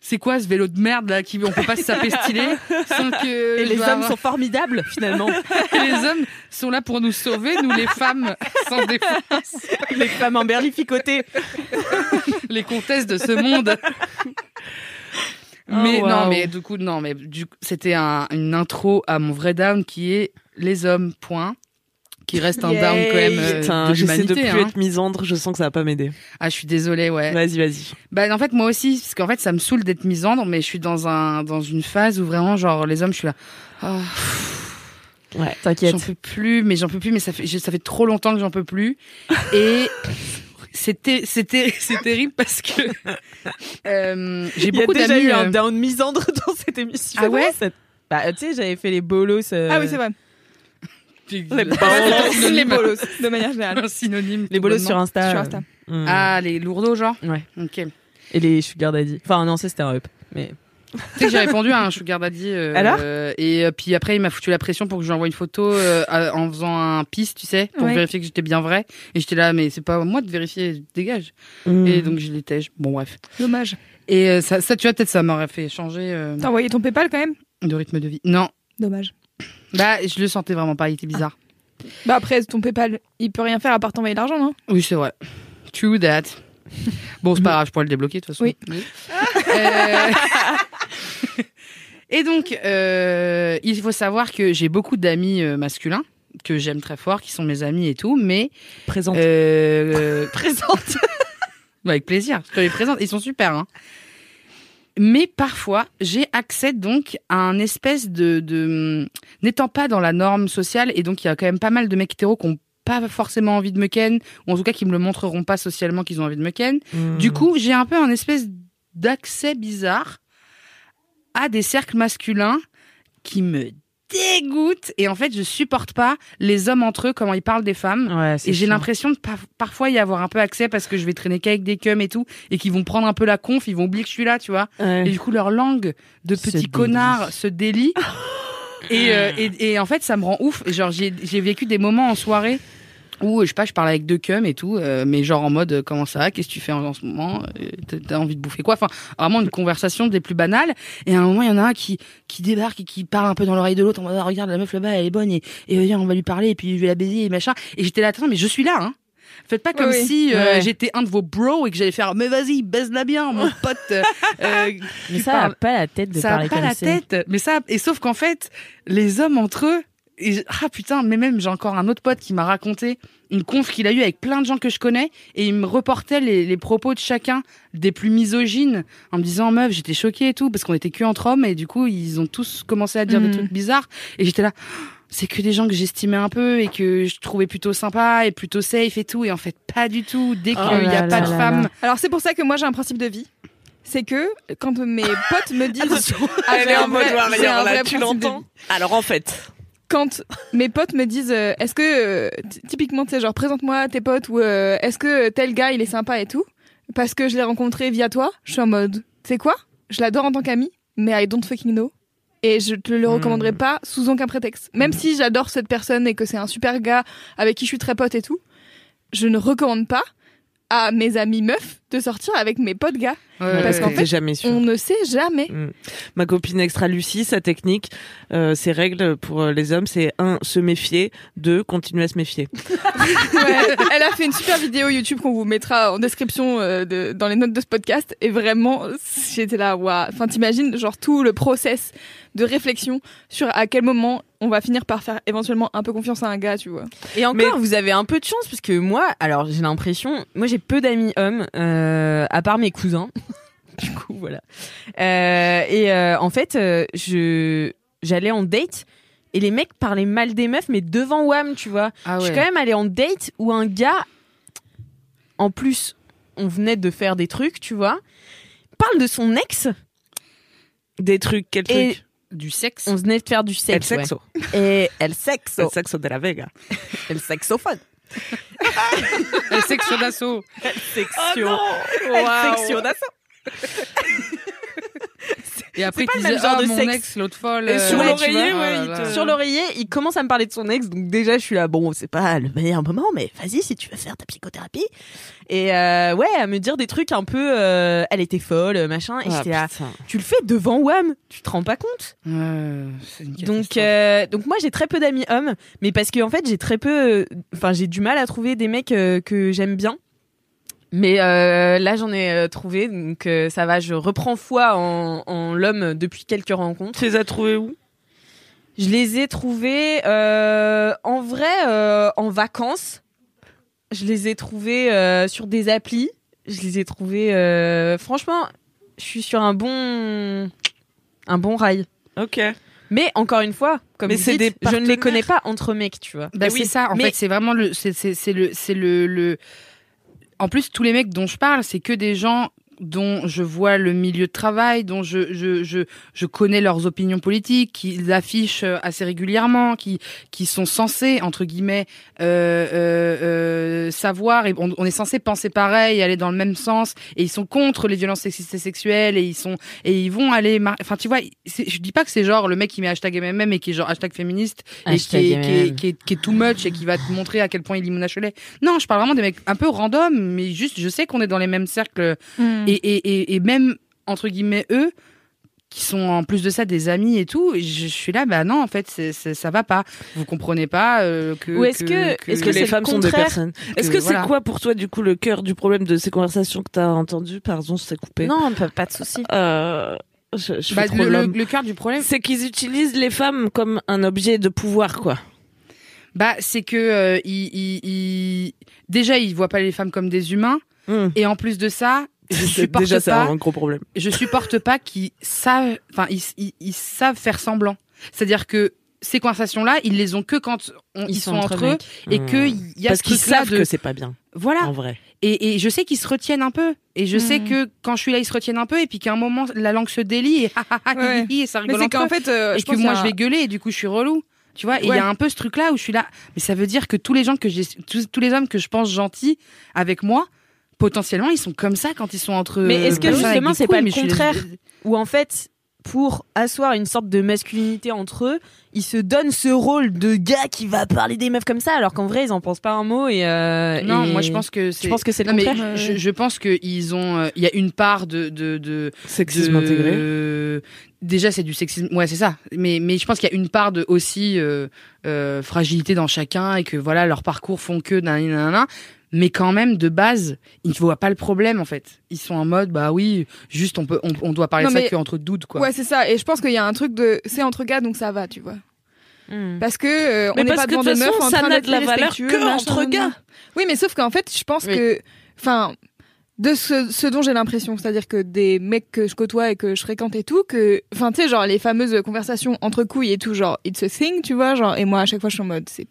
[SPEAKER 8] c'est quoi ce vélo de merde là qui on peut pas se saper stylé sans que
[SPEAKER 4] Et
[SPEAKER 8] je
[SPEAKER 4] les
[SPEAKER 8] dois
[SPEAKER 4] hommes sont formidables finalement.
[SPEAKER 8] [LAUGHS] et les hommes sont là pour nous sauver, nous les femmes sans défense.
[SPEAKER 4] Les femmes en berline picotées.
[SPEAKER 8] [LAUGHS] les comtesses de ce monde. Mais
[SPEAKER 2] Oh,
[SPEAKER 8] non,
[SPEAKER 2] waouh.
[SPEAKER 8] mais du coup, non, mais du coup, c'était un- une intro à mon vrai down qui est les hommes, point. Qui reste un
[SPEAKER 2] Yay.
[SPEAKER 8] down quand même. euh,
[SPEAKER 2] Putain,
[SPEAKER 8] de
[SPEAKER 2] j'essaie de
[SPEAKER 8] l'humanité,
[SPEAKER 2] plus
[SPEAKER 8] hein.
[SPEAKER 2] être misandre, je sens que ça va pas m'aider.
[SPEAKER 8] Ah, je suis désolée, ouais.
[SPEAKER 2] Vas-y, vas-y.
[SPEAKER 8] Bah, en fait, moi aussi, parce qu'en fait, ça me saoule d'être misandre, mais je suis dans, un, dans une phase où vraiment, genre, les hommes, je suis là. Ah.
[SPEAKER 2] Ouais,
[SPEAKER 8] J'en peux plus, mais j'en peux plus, mais ça fait, je- ça fait trop longtemps que j'en peux plus. Et c'était, c'était, [LAUGHS] c'est terrible parce que euh, j'ai
[SPEAKER 4] Il y a
[SPEAKER 8] beaucoup
[SPEAKER 4] déjà
[SPEAKER 8] d'amis.
[SPEAKER 4] eu un
[SPEAKER 8] euh,
[SPEAKER 4] down misandre dans cette émission.
[SPEAKER 8] Ah ouais
[SPEAKER 4] Ça- Bah, euh, tu sais, j'avais fait les bolos. euh,
[SPEAKER 3] Ah oui, c'est vrai.
[SPEAKER 8] Les
[SPEAKER 4] bolos.
[SPEAKER 3] les
[SPEAKER 4] Les
[SPEAKER 3] bolos,
[SPEAKER 4] bolos.
[SPEAKER 3] de manière générale.
[SPEAKER 8] un synonyme.
[SPEAKER 4] Les bolos
[SPEAKER 8] complètement.
[SPEAKER 4] sur Insta.
[SPEAKER 3] Sur Insta.
[SPEAKER 2] Hmm.
[SPEAKER 8] Ah, les lourdeaux, genre.
[SPEAKER 4] Ouais.
[SPEAKER 8] Ok. Tu
[SPEAKER 4] Et les sugar daddy. Enfin, non, ça c'était un up. Mais...
[SPEAKER 8] sais que j'ai répondu à un sugar daddy. euh,
[SPEAKER 4] Alors
[SPEAKER 8] Et euh, puis après, il m'a foutu la pression pour que je lui envoie une photo euh, à- en faisant un piste, tu sais, pour
[SPEAKER 3] Ouais.
[SPEAKER 8] vérifier que j'étais bien vrai. Et j'étais là, mais c'est pas à moi de vérifier, dégage. Et donc je l'étais. je- Bon, bref.
[SPEAKER 3] Dommage.
[SPEAKER 8] Et euh, ça, ça, tu vois, peut-être ça m'aurait fait changer euh,
[SPEAKER 3] T'as envoyé ton PayPal quand même
[SPEAKER 8] de rythme de vie. Non.
[SPEAKER 3] Dommage.
[SPEAKER 8] Bah, je le sentais vraiment pas, il était bizarre.
[SPEAKER 3] Bah après, ton PayPal, il peut rien faire à part t'envoyer de l'argent, non
[SPEAKER 8] Oui, c'est vrai. True that. Bon, c'est pas grave, je pourrais le débloquer de toute façon.
[SPEAKER 3] Oui.
[SPEAKER 8] Euh, [LAUGHS] Et donc, euh, il faut savoir que j'ai beaucoup d'amis euh, masculins que j'aime très fort, qui sont mes amis et tout, mais
[SPEAKER 2] Présente.
[SPEAKER 8] euh,
[SPEAKER 4] Présente.
[SPEAKER 8] Bah, [LAUGHS] Avec plaisir, je te les présente, ils sont super. hein. Mais parfois, j'ai accès donc à un espèce de... de- N'étant pas dans la norme sociale, et donc il y a quand même pas mal de mecs hétéros qui n'ont pas forcément envie de me ken, ou en tout cas qui me le montreront pas socialement qu'ils ont envie de me ken. Du coup, j'ai un peu un espèce d'accès bizarre à des cercles masculins qui me dégoûtent, et en fait, je supporte pas les hommes entre eux, comment ils parlent des femmes.
[SPEAKER 4] Ouais,
[SPEAKER 8] Et j'ai l'impression de par- parfois y avoir un peu accès parce que je vais traîner qu'avec des cums et tout, et qu'ils vont prendre un peu la conf, ils vont oublier que je suis là, tu vois. Et du coup, leur langue de
[SPEAKER 4] Se
[SPEAKER 8] petit
[SPEAKER 4] délie.
[SPEAKER 8] connard se
[SPEAKER 4] [LAUGHS]
[SPEAKER 8] délie. et, euh, et, et en fait, ça me rend ouf. Genre, j'ai j'ai vécu des moments en soirée où, je sais pas, je parlais avec deux cums et tout, euh, mais genre en mode, euh, comment ça va, qu'est-ce que tu fais en, en ce moment, Euh, t'as- t'as envie de bouffer quoi Enfin, vraiment une conversation des plus banales. Et à un moment, il y en a un qui, qui débarque et qui parle un peu dans l'oreille de l'autre en mode, Ah, regarde, la meuf là-bas, elle est bonne, et, et euh, viens, on va lui parler, et puis je vais la baiser, et machin. Et j'étais là, attends, mais je suis là, hein Faites pas comme
[SPEAKER 3] Oui, oui.
[SPEAKER 8] si euh,
[SPEAKER 4] Ouais.
[SPEAKER 8] j'étais un de vos bros et que j'allais faire mais vas-y baise-la bien mon pote Euh,
[SPEAKER 4] Mais
[SPEAKER 8] tu
[SPEAKER 4] ça a
[SPEAKER 8] parles-
[SPEAKER 4] pas la tête de
[SPEAKER 8] ça a
[SPEAKER 4] parler
[SPEAKER 8] pas
[SPEAKER 4] comme
[SPEAKER 8] la
[SPEAKER 4] ça.
[SPEAKER 8] tête mais ça et sauf qu'en fait les hommes entre eux et je- ah putain mais même j'ai encore un autre pote qui m'a raconté une conf qu'il a eu avec plein de gens que je connais et il me reportait les, les propos de chacun des plus misogynes en me disant meuf j'étais choquée et tout parce qu'on était que entre hommes et du coup ils ont tous commencé à dire
[SPEAKER 4] Hmm.
[SPEAKER 3] Mhm.
[SPEAKER 8] des trucs bizarres et j'étais là c'est que des gens que j'estimais un peu et que je trouvais plutôt sympa et plutôt safe et tout et en fait pas du tout dès qu'il
[SPEAKER 4] Oh
[SPEAKER 8] n'y a
[SPEAKER 4] là
[SPEAKER 8] pas
[SPEAKER 4] là
[SPEAKER 8] de
[SPEAKER 4] là
[SPEAKER 8] femme
[SPEAKER 3] Alors c'est pour ça que moi j'ai un principe de vie. C'est que quand mes potes
[SPEAKER 2] [LAUGHS]
[SPEAKER 3] me disent Ah,
[SPEAKER 2] Elle
[SPEAKER 3] j'ai
[SPEAKER 2] est
[SPEAKER 3] un
[SPEAKER 2] en mode
[SPEAKER 3] vrai- j'ai un
[SPEAKER 2] warrior,
[SPEAKER 3] vrai
[SPEAKER 2] là,
[SPEAKER 3] principe
[SPEAKER 2] tu
[SPEAKER 3] de
[SPEAKER 2] l'entends
[SPEAKER 3] vie.
[SPEAKER 2] Alors, en fait.
[SPEAKER 3] Quand mes potes me disent euh, est-ce que euh, ty- typiquement tu sais genre présente-moi tes potes ou euh, est-ce que tel gars il est sympa et tout parce que je l'ai rencontré via toi, je suis en mode c'est quoi Je l'adore en tant qu'ami mais I don't fucking know et je te le recommanderai pas sous aucun prétexte. Même si j'adore cette personne et que c'est un super gars avec qui je suis très pote et tout, je ne recommande pas à mes amis meufs de sortir avec mes potes gars.
[SPEAKER 4] Euh,
[SPEAKER 8] Ouais,
[SPEAKER 3] Parce
[SPEAKER 8] ouais,
[SPEAKER 3] qu'en
[SPEAKER 8] ouais.
[SPEAKER 3] fait,
[SPEAKER 2] T'es jamais sûr.
[SPEAKER 3] On ne sait jamais.
[SPEAKER 2] Ma copine extra Lucie, sa technique, euh, ses règles pour euh, les hommes, c'est un, se méfier, deux, continuer à se méfier.
[SPEAKER 3] Ouais. Elle a fait une super vidéo YouTube qu'on vous mettra en description euh, de- dans les notes de ce podcast. Et vraiment, j'étais là, waouh. Enfin, t'imagines, genre, tout le process de réflexion sur à quel moment on va finir par faire éventuellement un peu confiance à un gars, tu vois.
[SPEAKER 4] Et encore, vous avez un peu de chance parce que moi, alors j'ai l'impression, moi j'ai peu d'amis hommes, euh, à part mes cousins. [LAUGHS] du coup, voilà. Euh, et euh, en fait, euh, je j'allais en date et les mecs parlaient mal des meufs, mais devant Wam, tu vois.
[SPEAKER 8] Ah
[SPEAKER 4] Je suis
[SPEAKER 8] ouais.
[SPEAKER 4] quand même allée en date où un gars, en plus, on venait de faire des trucs, tu vois, parle de son ex
[SPEAKER 2] Des trucs, quel
[SPEAKER 4] Et-
[SPEAKER 2] truc
[SPEAKER 8] du
[SPEAKER 4] [LAUGHS]
[SPEAKER 8] sexe.
[SPEAKER 4] On venait de faire du sexe.
[SPEAKER 2] El sexo.
[SPEAKER 4] Et el sexo.
[SPEAKER 2] El sexo de la Vega.
[SPEAKER 4] El sexophone.
[SPEAKER 8] El sexo d'assaut.
[SPEAKER 4] El sexio. El
[SPEAKER 2] Waouh.
[SPEAKER 4] sexio d'assaut.
[SPEAKER 8] Et après,
[SPEAKER 4] C'est pas
[SPEAKER 8] il
[SPEAKER 4] le même
[SPEAKER 8] disait,
[SPEAKER 4] genre
[SPEAKER 8] ah,
[SPEAKER 4] de
[SPEAKER 8] mon
[SPEAKER 4] sexe.
[SPEAKER 8] ex, l'autre folle.
[SPEAKER 4] Et
[SPEAKER 8] euh,
[SPEAKER 4] sur
[SPEAKER 8] tu
[SPEAKER 4] l'oreiller,
[SPEAKER 8] vois,
[SPEAKER 4] ouais,
[SPEAKER 8] ah
[SPEAKER 4] il
[SPEAKER 8] là
[SPEAKER 4] te-
[SPEAKER 8] là.
[SPEAKER 4] sur l'oreiller, il commence à me parler de son ex, donc déjà je suis là, bon, c'est pas le meilleur moment, mais vas-y si tu veux faire ta psychothérapie. Et euh, ouais, à me dire des trucs un peu, euh, elle était folle, machin, et
[SPEAKER 2] Ah,
[SPEAKER 4] j'étais là,
[SPEAKER 2] putain.
[SPEAKER 4] tu le fais devant Wam, tu te rends pas compte.
[SPEAKER 8] Euh, c'est une
[SPEAKER 4] Donc, euh, donc moi j'ai très peu d'amis hommes, mais parce que en fait j'ai très peu, euh, enfin j'ai du mal à trouver des mecs euh, que j'aime bien. Mais euh, là j'en ai euh, trouvé, donc euh, ça va, je reprends foi en, en l'homme depuis quelques rencontres.
[SPEAKER 2] Tu les as trouvés où
[SPEAKER 4] Je les ai trouvés euh, en vrai euh, en vacances. Je les ai trouvés euh, sur des applis. Je les ai trouvés euh, franchement, je suis sur un bon un bon rail.
[SPEAKER 2] Ok.
[SPEAKER 4] Mais encore une fois, comme
[SPEAKER 2] Mais
[SPEAKER 4] vous
[SPEAKER 2] c'est
[SPEAKER 4] dites,
[SPEAKER 2] des
[SPEAKER 4] je ne les
[SPEAKER 2] partenaires.
[SPEAKER 4] connais pas entre mecs, tu vois.
[SPEAKER 8] Bah,
[SPEAKER 4] Eh
[SPEAKER 8] c'est
[SPEAKER 4] oui,
[SPEAKER 8] ça, en
[SPEAKER 4] mais
[SPEAKER 8] fait, c'est vraiment le. C'est c'est- c'est le, c'est le, le. En plus, tous les mecs dont je parle, c'est que des gens dont je vois le milieu de travail, dont je, je, je, je connais leurs opinions politiques, qu'ils affichent euh, assez régulièrement, qui, qui sont censés, entre guillemets, euh, euh, euh, savoir, et on, on est censé penser pareil, aller dans le même sens, et ils sont contre les violences sexistes et sexuelles, et ils sont, et ils vont aller, mar- enfin, tu vois, c'est- je dis pas que c'est genre le mec qui met hashtag MMM et qui est genre hashtag féministe, et qui
[SPEAKER 4] Hashtag
[SPEAKER 8] est, qui, est,
[SPEAKER 4] MMM.
[SPEAKER 8] qui, est, qui est too much et qui va te montrer à quel point il est Mona Cholet. Non, je parle vraiment des mecs un peu random, mais juste, je sais qu'on est dans les mêmes cercles,
[SPEAKER 4] Mm.
[SPEAKER 15] Hmm.
[SPEAKER 8] Mm. et, et, et, et même, entre guillemets, eux, qui sont en plus de ça des amis et tout, et je, je suis là, bah non, en fait, c'est c'est- ça va pas. Vous comprenez pas euh, que.
[SPEAKER 4] Ou est-ce que- est-ce
[SPEAKER 2] que les
[SPEAKER 4] le
[SPEAKER 2] femmes sont des
[SPEAKER 4] contraire
[SPEAKER 2] personnes. Est-ce que, c'est
[SPEAKER 8] voilà.
[SPEAKER 2] quoi pour toi du coup le cœur du problème de ces conversations que t'as entendues Pardon, je t'ai coupé.
[SPEAKER 4] non, pas, pas de souci.
[SPEAKER 2] Euh, je, je fais
[SPEAKER 8] Bah,
[SPEAKER 2] trop
[SPEAKER 8] le, le,
[SPEAKER 2] l'homme.
[SPEAKER 8] le cœur du problème,
[SPEAKER 2] C'est qu'ils utilisent les femmes comme un objet de pouvoir, quoi.
[SPEAKER 8] bah, c'est que euh, ils- ils- ils- déjà ils voient pas les femmes comme des humains,
[SPEAKER 2] Hmm.
[SPEAKER 8] et en plus
[SPEAKER 2] [LAUGHS]
[SPEAKER 8] de ça, je supporte
[SPEAKER 2] Déjà, c'est
[SPEAKER 8] pas.
[SPEAKER 2] un gros problème.
[SPEAKER 8] je supporte pas qu'ils savent, enfin, ils, ils, ils savent faire semblant. C'est-à-dire que ces conversations-là, ils les ont que quand on- ils, sont, entre eux et
[SPEAKER 2] Hmm.
[SPEAKER 8] que il y a
[SPEAKER 2] Parce
[SPEAKER 8] ce
[SPEAKER 2] qu'ils
[SPEAKER 8] truc-là
[SPEAKER 2] savent
[SPEAKER 8] de Ah.
[SPEAKER 2] que c'est pas bien,
[SPEAKER 8] voilà.
[SPEAKER 2] en vrai.
[SPEAKER 8] Et, et je sais qu'ils se retiennent un peu. Et je sais
[SPEAKER 4] Hmm.
[SPEAKER 3] Mm.
[SPEAKER 8] que quand je suis là, ils se retiennent un peu. Et puis qu'à un moment, la langue se délie et, [LAUGHS] ha, ha, ha, hi,
[SPEAKER 3] Ouais.
[SPEAKER 8] hi, hi, et ça
[SPEAKER 3] Mais
[SPEAKER 8] rigole
[SPEAKER 3] c'est
[SPEAKER 8] entre
[SPEAKER 3] qu'en
[SPEAKER 8] eux.
[SPEAKER 3] fait, euh,
[SPEAKER 8] et
[SPEAKER 3] je
[SPEAKER 8] que
[SPEAKER 3] pense
[SPEAKER 8] moi,
[SPEAKER 3] qu'il y
[SPEAKER 8] je
[SPEAKER 3] a
[SPEAKER 8] vais gueuler et du coup, je suis relou. Tu vois, et il y
[SPEAKER 3] Ouais.
[SPEAKER 8] a un peu ce truc-là où je suis là. Mais ça veut dire que tous les gens que j'ai, tous, tous les hommes que je pense gentils avec moi, potentiellement, ils sont comme ça quand ils sont entre eux.
[SPEAKER 4] Mais est-ce que
[SPEAKER 8] Bah, ça, avec
[SPEAKER 4] justement,
[SPEAKER 8] des
[SPEAKER 4] c'est
[SPEAKER 8] couilles,
[SPEAKER 4] pas le
[SPEAKER 8] mais je suis-
[SPEAKER 4] contraire Ou en fait, pour asseoir une sorte de masculinité entre eux, ils se donnent ce rôle de gars qui va parler des meufs comme ça, alors qu'en vrai, ils en pensent pas un mot. Et euh,
[SPEAKER 8] Non,
[SPEAKER 4] et-
[SPEAKER 8] moi je pense que c'est.
[SPEAKER 4] Tu penses que c'est le
[SPEAKER 8] Non, mais
[SPEAKER 4] contraire euh,
[SPEAKER 8] je, je pense qu'ils ont. euh, Il y a une part de. de, de
[SPEAKER 2] Sexisme
[SPEAKER 8] de-
[SPEAKER 2] intégré.
[SPEAKER 8] Déjà, c'est du sexisme. Ouais, c'est ça. Mais, mais je pense qu'il y a une part de aussi euh, euh, fragilité dans chacun et que voilà, leurs parcours font que nan, nan, nan, nan. Mais quand même, de base, ils ne voient pas le problème en fait. Ils sont en mode, bah oui, juste on peut, on, on doit parler
[SPEAKER 3] Non,
[SPEAKER 8] de ça
[SPEAKER 3] mais-
[SPEAKER 8] qu'entre doutes quoi.
[SPEAKER 3] Ouais, c'est ça. Et je pense qu'il y a un truc de c'est entre gars donc ça va, tu vois.
[SPEAKER 4] Hmm.
[SPEAKER 3] Parce que euh,
[SPEAKER 2] Mais
[SPEAKER 3] on n'est
[SPEAKER 2] parce
[SPEAKER 3] pas
[SPEAKER 2] que de
[SPEAKER 3] devant des
[SPEAKER 2] toute façon,
[SPEAKER 3] meufs en
[SPEAKER 2] ça
[SPEAKER 3] train
[SPEAKER 2] n'a
[SPEAKER 3] d'être
[SPEAKER 2] de la valeur
[SPEAKER 3] irrespectueux,
[SPEAKER 2] que
[SPEAKER 3] machin,
[SPEAKER 2] entre
[SPEAKER 3] nan, nan.
[SPEAKER 2] gars.
[SPEAKER 3] Oui, mais sauf qu'en fait, je pense
[SPEAKER 2] Oui.
[SPEAKER 3] que enfin de ce, ce dont j'ai l'impression, c'est-à-dire que des mecs que je côtoie et que je fréquente et tout, que enfin tu sais genre les fameuses conversations entre couilles et tout, genre it's a thing, tu vois, genre et moi à chaque fois je suis en mode c'est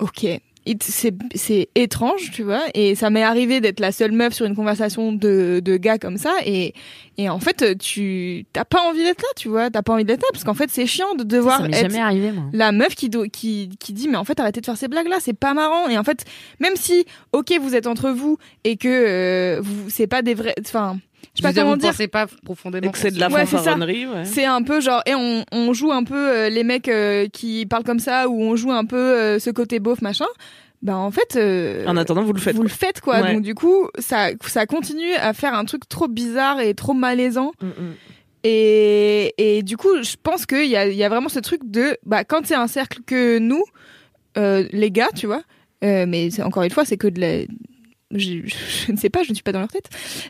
[SPEAKER 3] ok. It- C'est c'est étrange, tu vois, et ça m'est arrivé d'être la seule meuf sur une conversation de, de gars comme ça, et, et en fait, tu t'as pas envie d'être là, tu vois, t'as pas envie d'être là, parce qu'en fait, c'est chiant de devoir
[SPEAKER 4] ça m'est
[SPEAKER 3] être
[SPEAKER 4] jamais arrivé, moi.
[SPEAKER 3] la meuf qui, do- qui, qui dit mais en fait arrêtez de faire ces blagues là c'est pas marrant et en fait même si ok vous êtes entre vous et que euh, vous c'est pas des vrais enfin je sais pas
[SPEAKER 8] Vous- vous
[SPEAKER 3] comment
[SPEAKER 8] ne
[SPEAKER 3] dire
[SPEAKER 8] pensez pas profondément.
[SPEAKER 2] Et que c'est de la
[SPEAKER 3] Ouais, c'est ça.
[SPEAKER 2] fanfaronnerie, ouais.
[SPEAKER 3] c'est un peu genre et on, on joue un peu euh, les mecs euh, qui parlent comme ça ou on joue un peu euh, ce côté beauf machin bah en fait euh,
[SPEAKER 2] En attendant, vous le faites.
[SPEAKER 3] vous le faites quoi
[SPEAKER 2] Ouais.
[SPEAKER 3] donc du coup ça ça continue à faire un truc trop bizarre et trop malaisant
[SPEAKER 2] Mm, mm.
[SPEAKER 3] et, et du coup, je pense qu'il y a, il y a vraiment ce truc de, bah, quand c'est un cercle que nous, euh, les gars, tu vois, euh, mais c'est- encore une fois, c'est que de la... Je, je ne sais pas, je ne suis pas dans leur tête.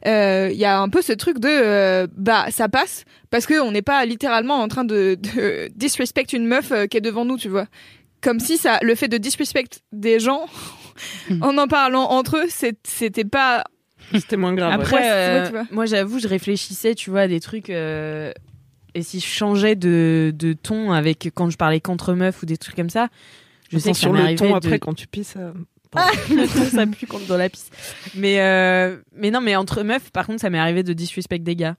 [SPEAKER 3] Euh, Il y a un peu ce truc de, euh, bah, ça passe parce qu'on n'est pas littéralement en train de, de disrespect une meuf euh, qui est devant nous, tu vois. Comme si ça, le fait de disrespect des gens en en parlant entre eux, c'est- c'était pas
[SPEAKER 2] C'était moins grave. ouais.
[SPEAKER 4] Après,
[SPEAKER 3] Ouais,
[SPEAKER 4] euh,
[SPEAKER 3] ouais, tu vois.
[SPEAKER 4] moi j'avoue, je réfléchissais, tu vois, à des trucs. euh, et si je changeais de, de ton avec quand je parlais contre meufs ou des trucs comme ça, je sais
[SPEAKER 2] Attends,
[SPEAKER 4] que ça
[SPEAKER 2] sur
[SPEAKER 4] m'est
[SPEAKER 2] le
[SPEAKER 4] arrivé
[SPEAKER 2] ton
[SPEAKER 4] de-
[SPEAKER 2] après quand tu pisses. euh,
[SPEAKER 4] [LAUGHS] ça pue quand dans la piste. Mais euh, mais non, mais entre meufs, par contre, ça m'est arrivé de disrespect des gars.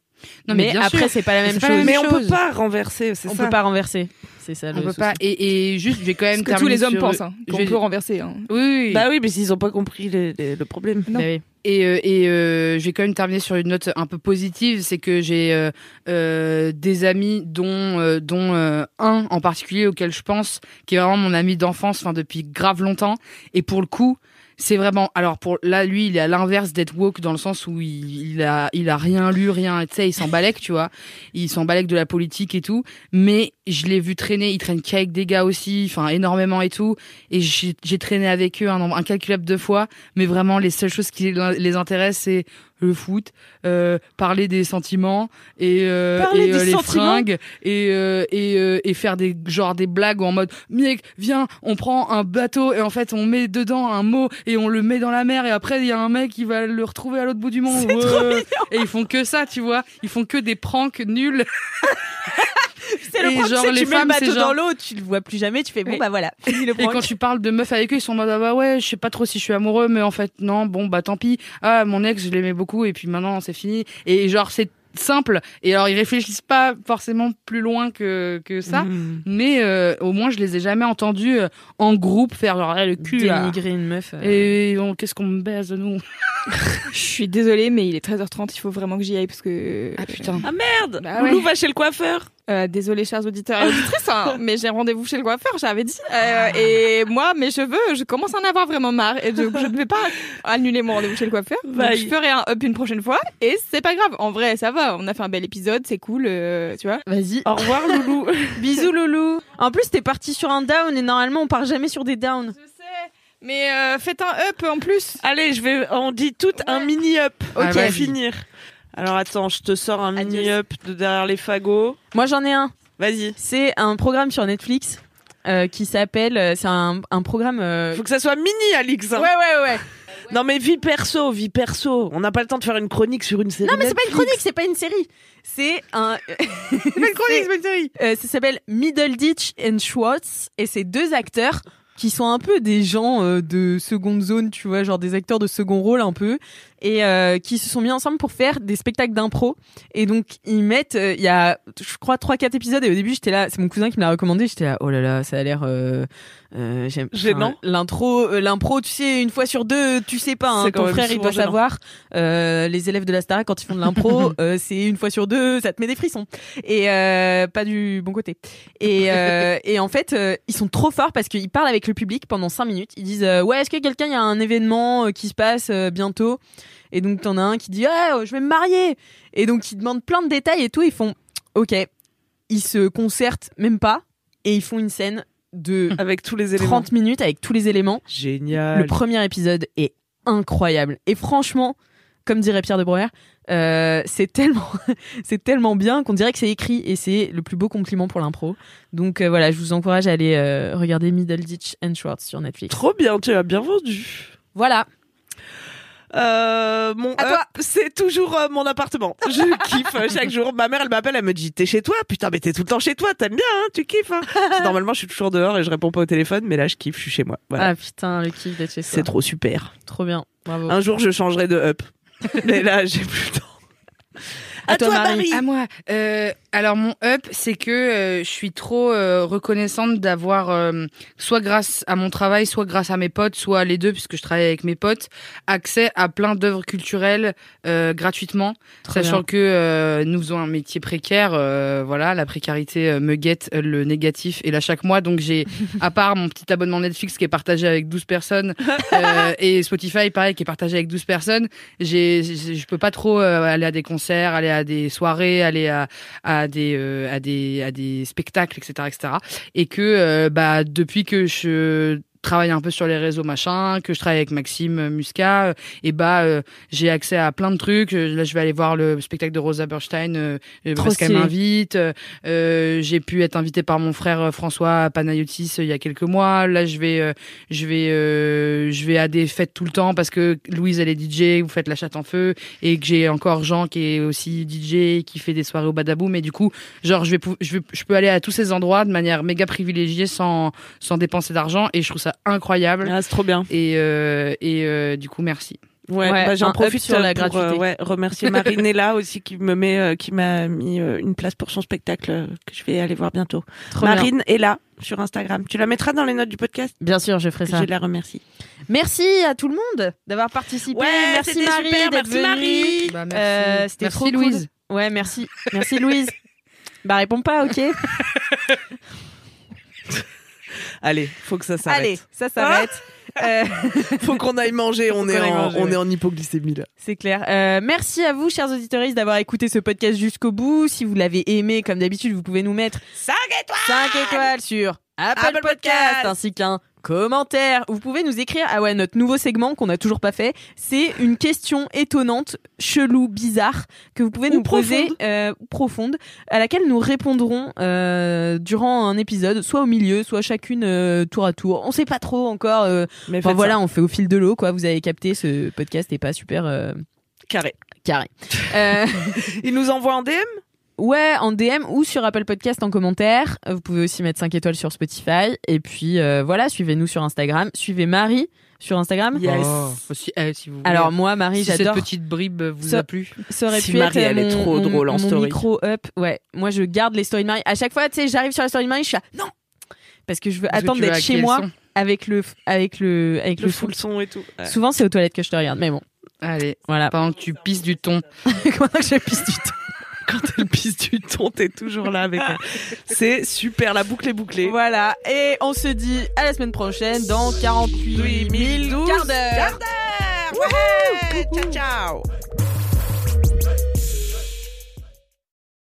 [SPEAKER 8] Non, mais
[SPEAKER 4] mais
[SPEAKER 8] bien
[SPEAKER 4] après,
[SPEAKER 8] sûr.
[SPEAKER 4] c'est pas la
[SPEAKER 8] Mais
[SPEAKER 4] même
[SPEAKER 8] c'est pas
[SPEAKER 4] chose.
[SPEAKER 8] la même Mais on
[SPEAKER 2] peut chose. pas renverser.
[SPEAKER 4] On peut pas renverser. C'est ça.
[SPEAKER 8] On
[SPEAKER 4] le
[SPEAKER 8] peut
[SPEAKER 4] souci.
[SPEAKER 8] pas. Et, et juste, je vais quand même.
[SPEAKER 4] que tous
[SPEAKER 8] terminer
[SPEAKER 4] les hommes
[SPEAKER 8] sur-
[SPEAKER 4] pensent, hein,
[SPEAKER 8] je
[SPEAKER 4] qu'on
[SPEAKER 8] vais-
[SPEAKER 4] peut
[SPEAKER 3] renverser. hein.
[SPEAKER 8] Oui, oui.
[SPEAKER 2] Bah oui, mais s'ils ont pas compris le, le- le problème.
[SPEAKER 4] Eh
[SPEAKER 8] Bah oui. Et, euh, et euh, je vais quand même terminer sur une note un peu positive, c'est que j'ai euh, euh, des amis dont euh, dont euh, un en particulier auquel je pense, qui est vraiment mon ami d'enfance, enfin depuis grave longtemps. Et pour le coup, c'est vraiment. Alors pour là, lui, il est à l'inverse d'être woke dans le sens où il, il a il a rien lu, rien. Tu sais, il s'en balèque, tu vois. Il s'en balèque de la politique et tout. Mais je l'ai vu traîner. Il traîne qu'avec des gars aussi, enfin énormément et tout. Et j'ai j'ai traîné avec eux un nombre incalculable de fois. Mais vraiment, les seules choses qui les- les intéressent, c'est le foot, euh, parler des sentiments et, euh,
[SPEAKER 2] Parler
[SPEAKER 8] et,
[SPEAKER 2] des
[SPEAKER 8] les
[SPEAKER 2] sentiments.
[SPEAKER 8] fringues et euh, et, euh, et faire des genre des blagues en mode mec viens on prend un bateau et en fait on met dedans un mot et on le met dans la mer et après il y a un mec qui va le retrouver à l'autre bout du monde Ouais. et ils font que ça tu vois ils font que des pranks nuls
[SPEAKER 4] C'est le
[SPEAKER 8] Et
[SPEAKER 4] problème,
[SPEAKER 8] genre,
[SPEAKER 4] c'est que
[SPEAKER 8] les
[SPEAKER 4] tu mets
[SPEAKER 8] femmes,
[SPEAKER 4] le bateau
[SPEAKER 8] c'est genre-
[SPEAKER 4] dans l'eau, tu le vois plus jamais, tu fais bon
[SPEAKER 8] Oui.
[SPEAKER 4] bah voilà. fini le
[SPEAKER 8] et
[SPEAKER 4] prank.
[SPEAKER 8] quand tu parles de meufs avec eux, ils sont en mode ah bah ouais, je sais pas trop si je suis amoureux, mais en fait non, bon bah tant pis. Ah mon ex, je l'aimais beaucoup et puis maintenant c'est fini. Et genre c'est simple. Et alors ils réfléchissent pas forcément plus loin que que ça,
[SPEAKER 2] Mm.
[SPEAKER 8] mais euh, au moins je les ai jamais entendus euh, en groupe faire genre Ah, le cul. là.
[SPEAKER 4] Dénigrer une meuf. euh.
[SPEAKER 8] Et on- qu'est-ce qu'on me baise nous
[SPEAKER 3] Je suis désolée, mais il est 13h30, il faut vraiment que j'y aille parce que. Ah
[SPEAKER 8] putain.
[SPEAKER 2] Ah merde
[SPEAKER 3] Bah
[SPEAKER 2] Loulou
[SPEAKER 3] ouais.
[SPEAKER 2] va chez le coiffeur.
[SPEAKER 3] Euh, désolée, chers auditeurs et auditrices, [LAUGHS] hein, mais j'ai rendez-vous chez le coiffeur, j'avais dit. Euh, et moi, mes cheveux, je commence à en avoir vraiment marre. Et donc, je ne vais pas annuler mon rendez-vous chez le coiffeur. Donc,
[SPEAKER 2] Bye.
[SPEAKER 3] je ferai un up une prochaine fois. Et c'est pas grave. En vrai, ça va. On a fait un bel épisode, c'est cool. euh, tu vois
[SPEAKER 4] Vas-y.
[SPEAKER 2] Au revoir Loulou.
[SPEAKER 4] Oh, Bisous loulou. En plus, t'es parti sur un down et normalement, on part jamais sur des downs.
[SPEAKER 3] Mais euh, faites un up en plus.
[SPEAKER 2] Allez, je vais. On dit tout un mini up
[SPEAKER 8] Ah,
[SPEAKER 2] pour
[SPEAKER 8] vas-y.
[SPEAKER 2] finir. Alors attends, je te sors un mini up de derrière les fagots.
[SPEAKER 4] Moi, j'en ai un.
[SPEAKER 2] Vas-y.
[SPEAKER 4] C'est un programme sur Netflix euh, qui s'appelle. euh, C'est un, un programme. euh,
[SPEAKER 2] Faut que ça soit mini, Alix. hein.
[SPEAKER 4] Ouais, ouais, ouais.
[SPEAKER 2] Non mais vie perso, vie perso. On n'a pas le temps de faire une chronique sur une série.
[SPEAKER 4] Non, mais c'est pas une chronique, c'est pas une série. C'est un. [LAUGHS]
[SPEAKER 2] C'est pas une chronique, c'est pas une série.
[SPEAKER 4] Euh, ça s'appelle Middle Ditch and Schwartz et c'est deux acteurs qui sont un peu des gens euh, de seconde zone, tu vois, genre des acteurs de second rôle un peu, et euh, qui se sont mis ensemble pour faire des spectacles d'impro. Et donc ils mettent, euh, il y a, je crois, trois quatre épisodes. Et au début, j'étais là, c'est mon cousin qui me l'a recommandé. J'étais là, oh là là, ça a l'air, euh, euh, j'aime-
[SPEAKER 2] Gênant.
[SPEAKER 4] enfin, L'intro, euh, l'impro, tu sais, une fois sur deux, tu sais pas. hein,
[SPEAKER 2] C'est quand
[SPEAKER 4] ton
[SPEAKER 2] même
[SPEAKER 4] frère, il
[SPEAKER 2] souvent
[SPEAKER 4] doit
[SPEAKER 2] gênant.
[SPEAKER 4] savoir. Euh, les élèves de la Star quand ils font de
[SPEAKER 2] [LAUGHS]
[SPEAKER 4] l'impro, euh, c'est une fois sur deux, ça te met des frissons et euh, pas du bon côté.
[SPEAKER 2] [LAUGHS]
[SPEAKER 4] Et, euh, et en fait, euh, ils sont trop forts parce qu'ils parlent avec le public pendant cinq minutes. Ils disent euh, ouais, est-ce que quelqu'un il y a un événement euh, qui se passe euh, bientôt Et donc t'en as un qui dit ah, je vais me marier. Et donc ils demandent plein de détails et tout. Ils font ok. Ils se concertent même pas et ils font une scène de
[SPEAKER 2] [LAUGHS] Avec tous les éléments.
[SPEAKER 4] 30 minutes avec tous les éléments.
[SPEAKER 2] Génial.
[SPEAKER 4] Le premier épisode est incroyable. Et franchement, comme dirait Pierre de Breuer, euh, c'est tellement, [LAUGHS] c'est tellement bien qu'on dirait que c'est écrit et c'est le plus beau compliment pour l'impro. Donc euh, voilà, je vous encourage à aller euh, regarder Middle Ditch and Schwartz sur Netflix.
[SPEAKER 2] Trop bien, tu as bien vendu.
[SPEAKER 4] Voilà.
[SPEAKER 2] Euh, mon
[SPEAKER 4] À
[SPEAKER 2] up,
[SPEAKER 4] toi.
[SPEAKER 2] c'est toujours euh, mon appartement.
[SPEAKER 4] [LAUGHS]
[SPEAKER 2] Je kiffe euh, chaque jour. Ma mère, elle m'appelle, elle me dit T'es chez toi Putain, mais t'es tout le temps chez toi, t'aimes bien, hein tu kiffes.
[SPEAKER 4] [LAUGHS]
[SPEAKER 2] hein. Parce que Normalement, je suis toujours dehors et je réponds pas au téléphone, mais là, je kiffe, je suis chez moi. Voilà.
[SPEAKER 4] Ah putain, le kiff d'être chez soi.
[SPEAKER 2] c'est trop super.
[SPEAKER 4] trop bien. Bravo.
[SPEAKER 2] Un jour, je changerai de [LAUGHS] up. mais là, j'ai plus le temps. À, toi, Marie.
[SPEAKER 8] À moi. Euh, alors mon up, c'est que euh, je suis trop euh, reconnaissante d'avoir, euh, soit grâce à mon travail, soit grâce à mes potes, soit les deux, puisque je travaille avec mes potes, accès à plein d'œuvres culturelles euh, gratuitement, sachant
[SPEAKER 4] bien.
[SPEAKER 8] que euh, nous faisons un métier précaire. euh, voilà, la précarité euh, me guette euh, le négatif et là chaque mois. Donc j'ai, à part mon petit abonnement Netflix qui est partagé avec 12 personnes euh, et Spotify pareil qui est partagé avec 12 personnes j'ai j'ai- je peux pas trop euh, aller à des concerts aller à des soirées aller à à des euh, à des à des spectacles etc etc et que euh, bah depuis que je travaille un peu sur les réseaux machin que je travaille avec Maxime euh, Muscat euh, et bah euh, j'ai accès à plein de trucs Euh, là je vais aller voir le spectacle de Rosa Berstein euh, euh,
[SPEAKER 4] Trop
[SPEAKER 8] parce qu'elle
[SPEAKER 4] stylé.
[SPEAKER 8] m'invite Euh, euh, j'ai pu être invitée par mon frère euh, François Panayotis euh, il y a quelques mois là je vais euh, je vais euh, je vais à des fêtes tout le temps parce que Louise elle est DJ vous faites la chatte en feu et que j'ai encore Jean qui est aussi DJ qui fait des soirées au Badabou mais du coup genre je vais pou- je, vais- je peux aller à tous ces endroits de manière méga privilégiée sans sans dépenser d'argent et je trouve ça ça incroyable.
[SPEAKER 4] Ah.
[SPEAKER 2] Ah, c'est trop bien.
[SPEAKER 8] Et, euh, et euh, du coup, merci.
[SPEAKER 2] Ouais, bah, j'en profite sur la pour euh, ouais, remercier Marinella aussi qui me met, euh, qui m'a mis euh, une place pour son spectacle euh, que je vais aller voir bientôt.
[SPEAKER 8] Trop
[SPEAKER 2] Marine est là sur Instagram. Tu la mettras dans les notes du podcast.
[SPEAKER 4] Bien sûr, je ferai
[SPEAKER 2] Je la remercie.
[SPEAKER 4] Merci à tout le monde d'avoir participé.
[SPEAKER 2] Ouais,
[SPEAKER 4] merci
[SPEAKER 2] c'était
[SPEAKER 4] Marie
[SPEAKER 2] super,
[SPEAKER 4] d'être
[SPEAKER 2] merci
[SPEAKER 4] venue.
[SPEAKER 2] Marie.
[SPEAKER 8] Bah,
[SPEAKER 4] Euh,
[SPEAKER 8] merci.
[SPEAKER 4] C'était
[SPEAKER 8] Merci,
[SPEAKER 4] trop cool.
[SPEAKER 8] Louise.
[SPEAKER 4] Ouais, merci.
[SPEAKER 2] [LAUGHS]
[SPEAKER 4] Merci Louise. bah réponds pas, ok
[SPEAKER 2] Allez, faut que ça Ah s'arrête.
[SPEAKER 4] Allez, ça s'arrête. Euh,
[SPEAKER 2] [LAUGHS] faut qu'on aille manger. On
[SPEAKER 4] Faut
[SPEAKER 2] est
[SPEAKER 4] qu'on aille
[SPEAKER 2] en,
[SPEAKER 4] manger,
[SPEAKER 2] on
[SPEAKER 4] ouais.
[SPEAKER 2] est en hypoglycémie là.
[SPEAKER 4] C'est clair. Euh, merci à vous, chers auditeurs, d'avoir écouté ce podcast jusqu'au bout. Si vous l'avez aimé, comme d'habitude, vous pouvez nous mettre
[SPEAKER 2] 5 étoiles
[SPEAKER 4] 5 étoiles sur Apple,
[SPEAKER 2] Apple
[SPEAKER 4] Podcast,
[SPEAKER 2] Podcast.
[SPEAKER 4] ainsi qu'un commentaire. Vous pouvez nous écrire. Ah ouais, notre nouveau segment qu'on n'a toujours pas fait, c'est une question étonnante, chelou, bizarre que vous pouvez
[SPEAKER 2] Ou
[SPEAKER 4] nous poser euh, profonde, à laquelle nous répondrons euh, durant un épisode, soit au milieu, soit chacune euh, tour à tour. On sait pas trop encore. euh,
[SPEAKER 2] Mais
[SPEAKER 4] Enfin
[SPEAKER 2] faites
[SPEAKER 4] voilà,
[SPEAKER 2] ça.
[SPEAKER 4] on fait au fil de l'eau, quoi. Vous avez capté, ce podcast n'est pas super euh,
[SPEAKER 2] carré.
[SPEAKER 4] carré. Euh, [LAUGHS]
[SPEAKER 2] Il nous envoie en DM.
[SPEAKER 4] ouais, en DM ou sur Apple Podcast en commentaire. Vous pouvez aussi mettre 5 étoiles sur Spotify. Et puis euh, voilà, suivez-nous sur Instagram. Suivez Marie sur Instagram.
[SPEAKER 2] Yes.
[SPEAKER 8] Oh, si, eh, si vous voulez.
[SPEAKER 4] Alors moi, Marie,
[SPEAKER 8] si cette
[SPEAKER 4] j'adore.
[SPEAKER 8] petite bribe vous
[SPEAKER 4] Ça-
[SPEAKER 8] a plu.
[SPEAKER 4] Ça aurait
[SPEAKER 2] Si
[SPEAKER 4] pu
[SPEAKER 2] Marie,
[SPEAKER 4] être, euh,
[SPEAKER 2] elle est
[SPEAKER 4] mon-
[SPEAKER 2] trop
[SPEAKER 4] mon-
[SPEAKER 2] drôle en
[SPEAKER 4] mon
[SPEAKER 2] story.
[SPEAKER 4] micro up. Ouais, moi je garde les stories de Marie. À chaque fois, tu sais, j'arrive sur la story de Marie, je suis là, non, parce que je veux
[SPEAKER 8] Parce que
[SPEAKER 4] attendre
[SPEAKER 8] tu veux
[SPEAKER 4] d'être
[SPEAKER 8] hacker
[SPEAKER 4] chez
[SPEAKER 8] le
[SPEAKER 4] moi
[SPEAKER 8] son.
[SPEAKER 4] avec le f- avec le avec le,
[SPEAKER 2] Le
[SPEAKER 4] full.
[SPEAKER 2] full son et tout. Ouais.
[SPEAKER 4] Souvent, c'est aux toilettes que je te regarde, mais bon,
[SPEAKER 8] Allez,
[SPEAKER 2] [LAUGHS]
[SPEAKER 4] voilà. [LAUGHS]
[SPEAKER 8] pendant que tu pisses du ton.
[SPEAKER 4] Comment que je pisse du temps
[SPEAKER 2] Quand elle pisse du ton, t'es toujours là
[SPEAKER 4] [LAUGHS]
[SPEAKER 2] avec elle. C'est super. La boucle est bouclée.
[SPEAKER 4] Voilà, et on se dit à la semaine prochaine dans 48 000 quarts d'heure.
[SPEAKER 2] Quarts d'heure. Ouais. Ciao ciao.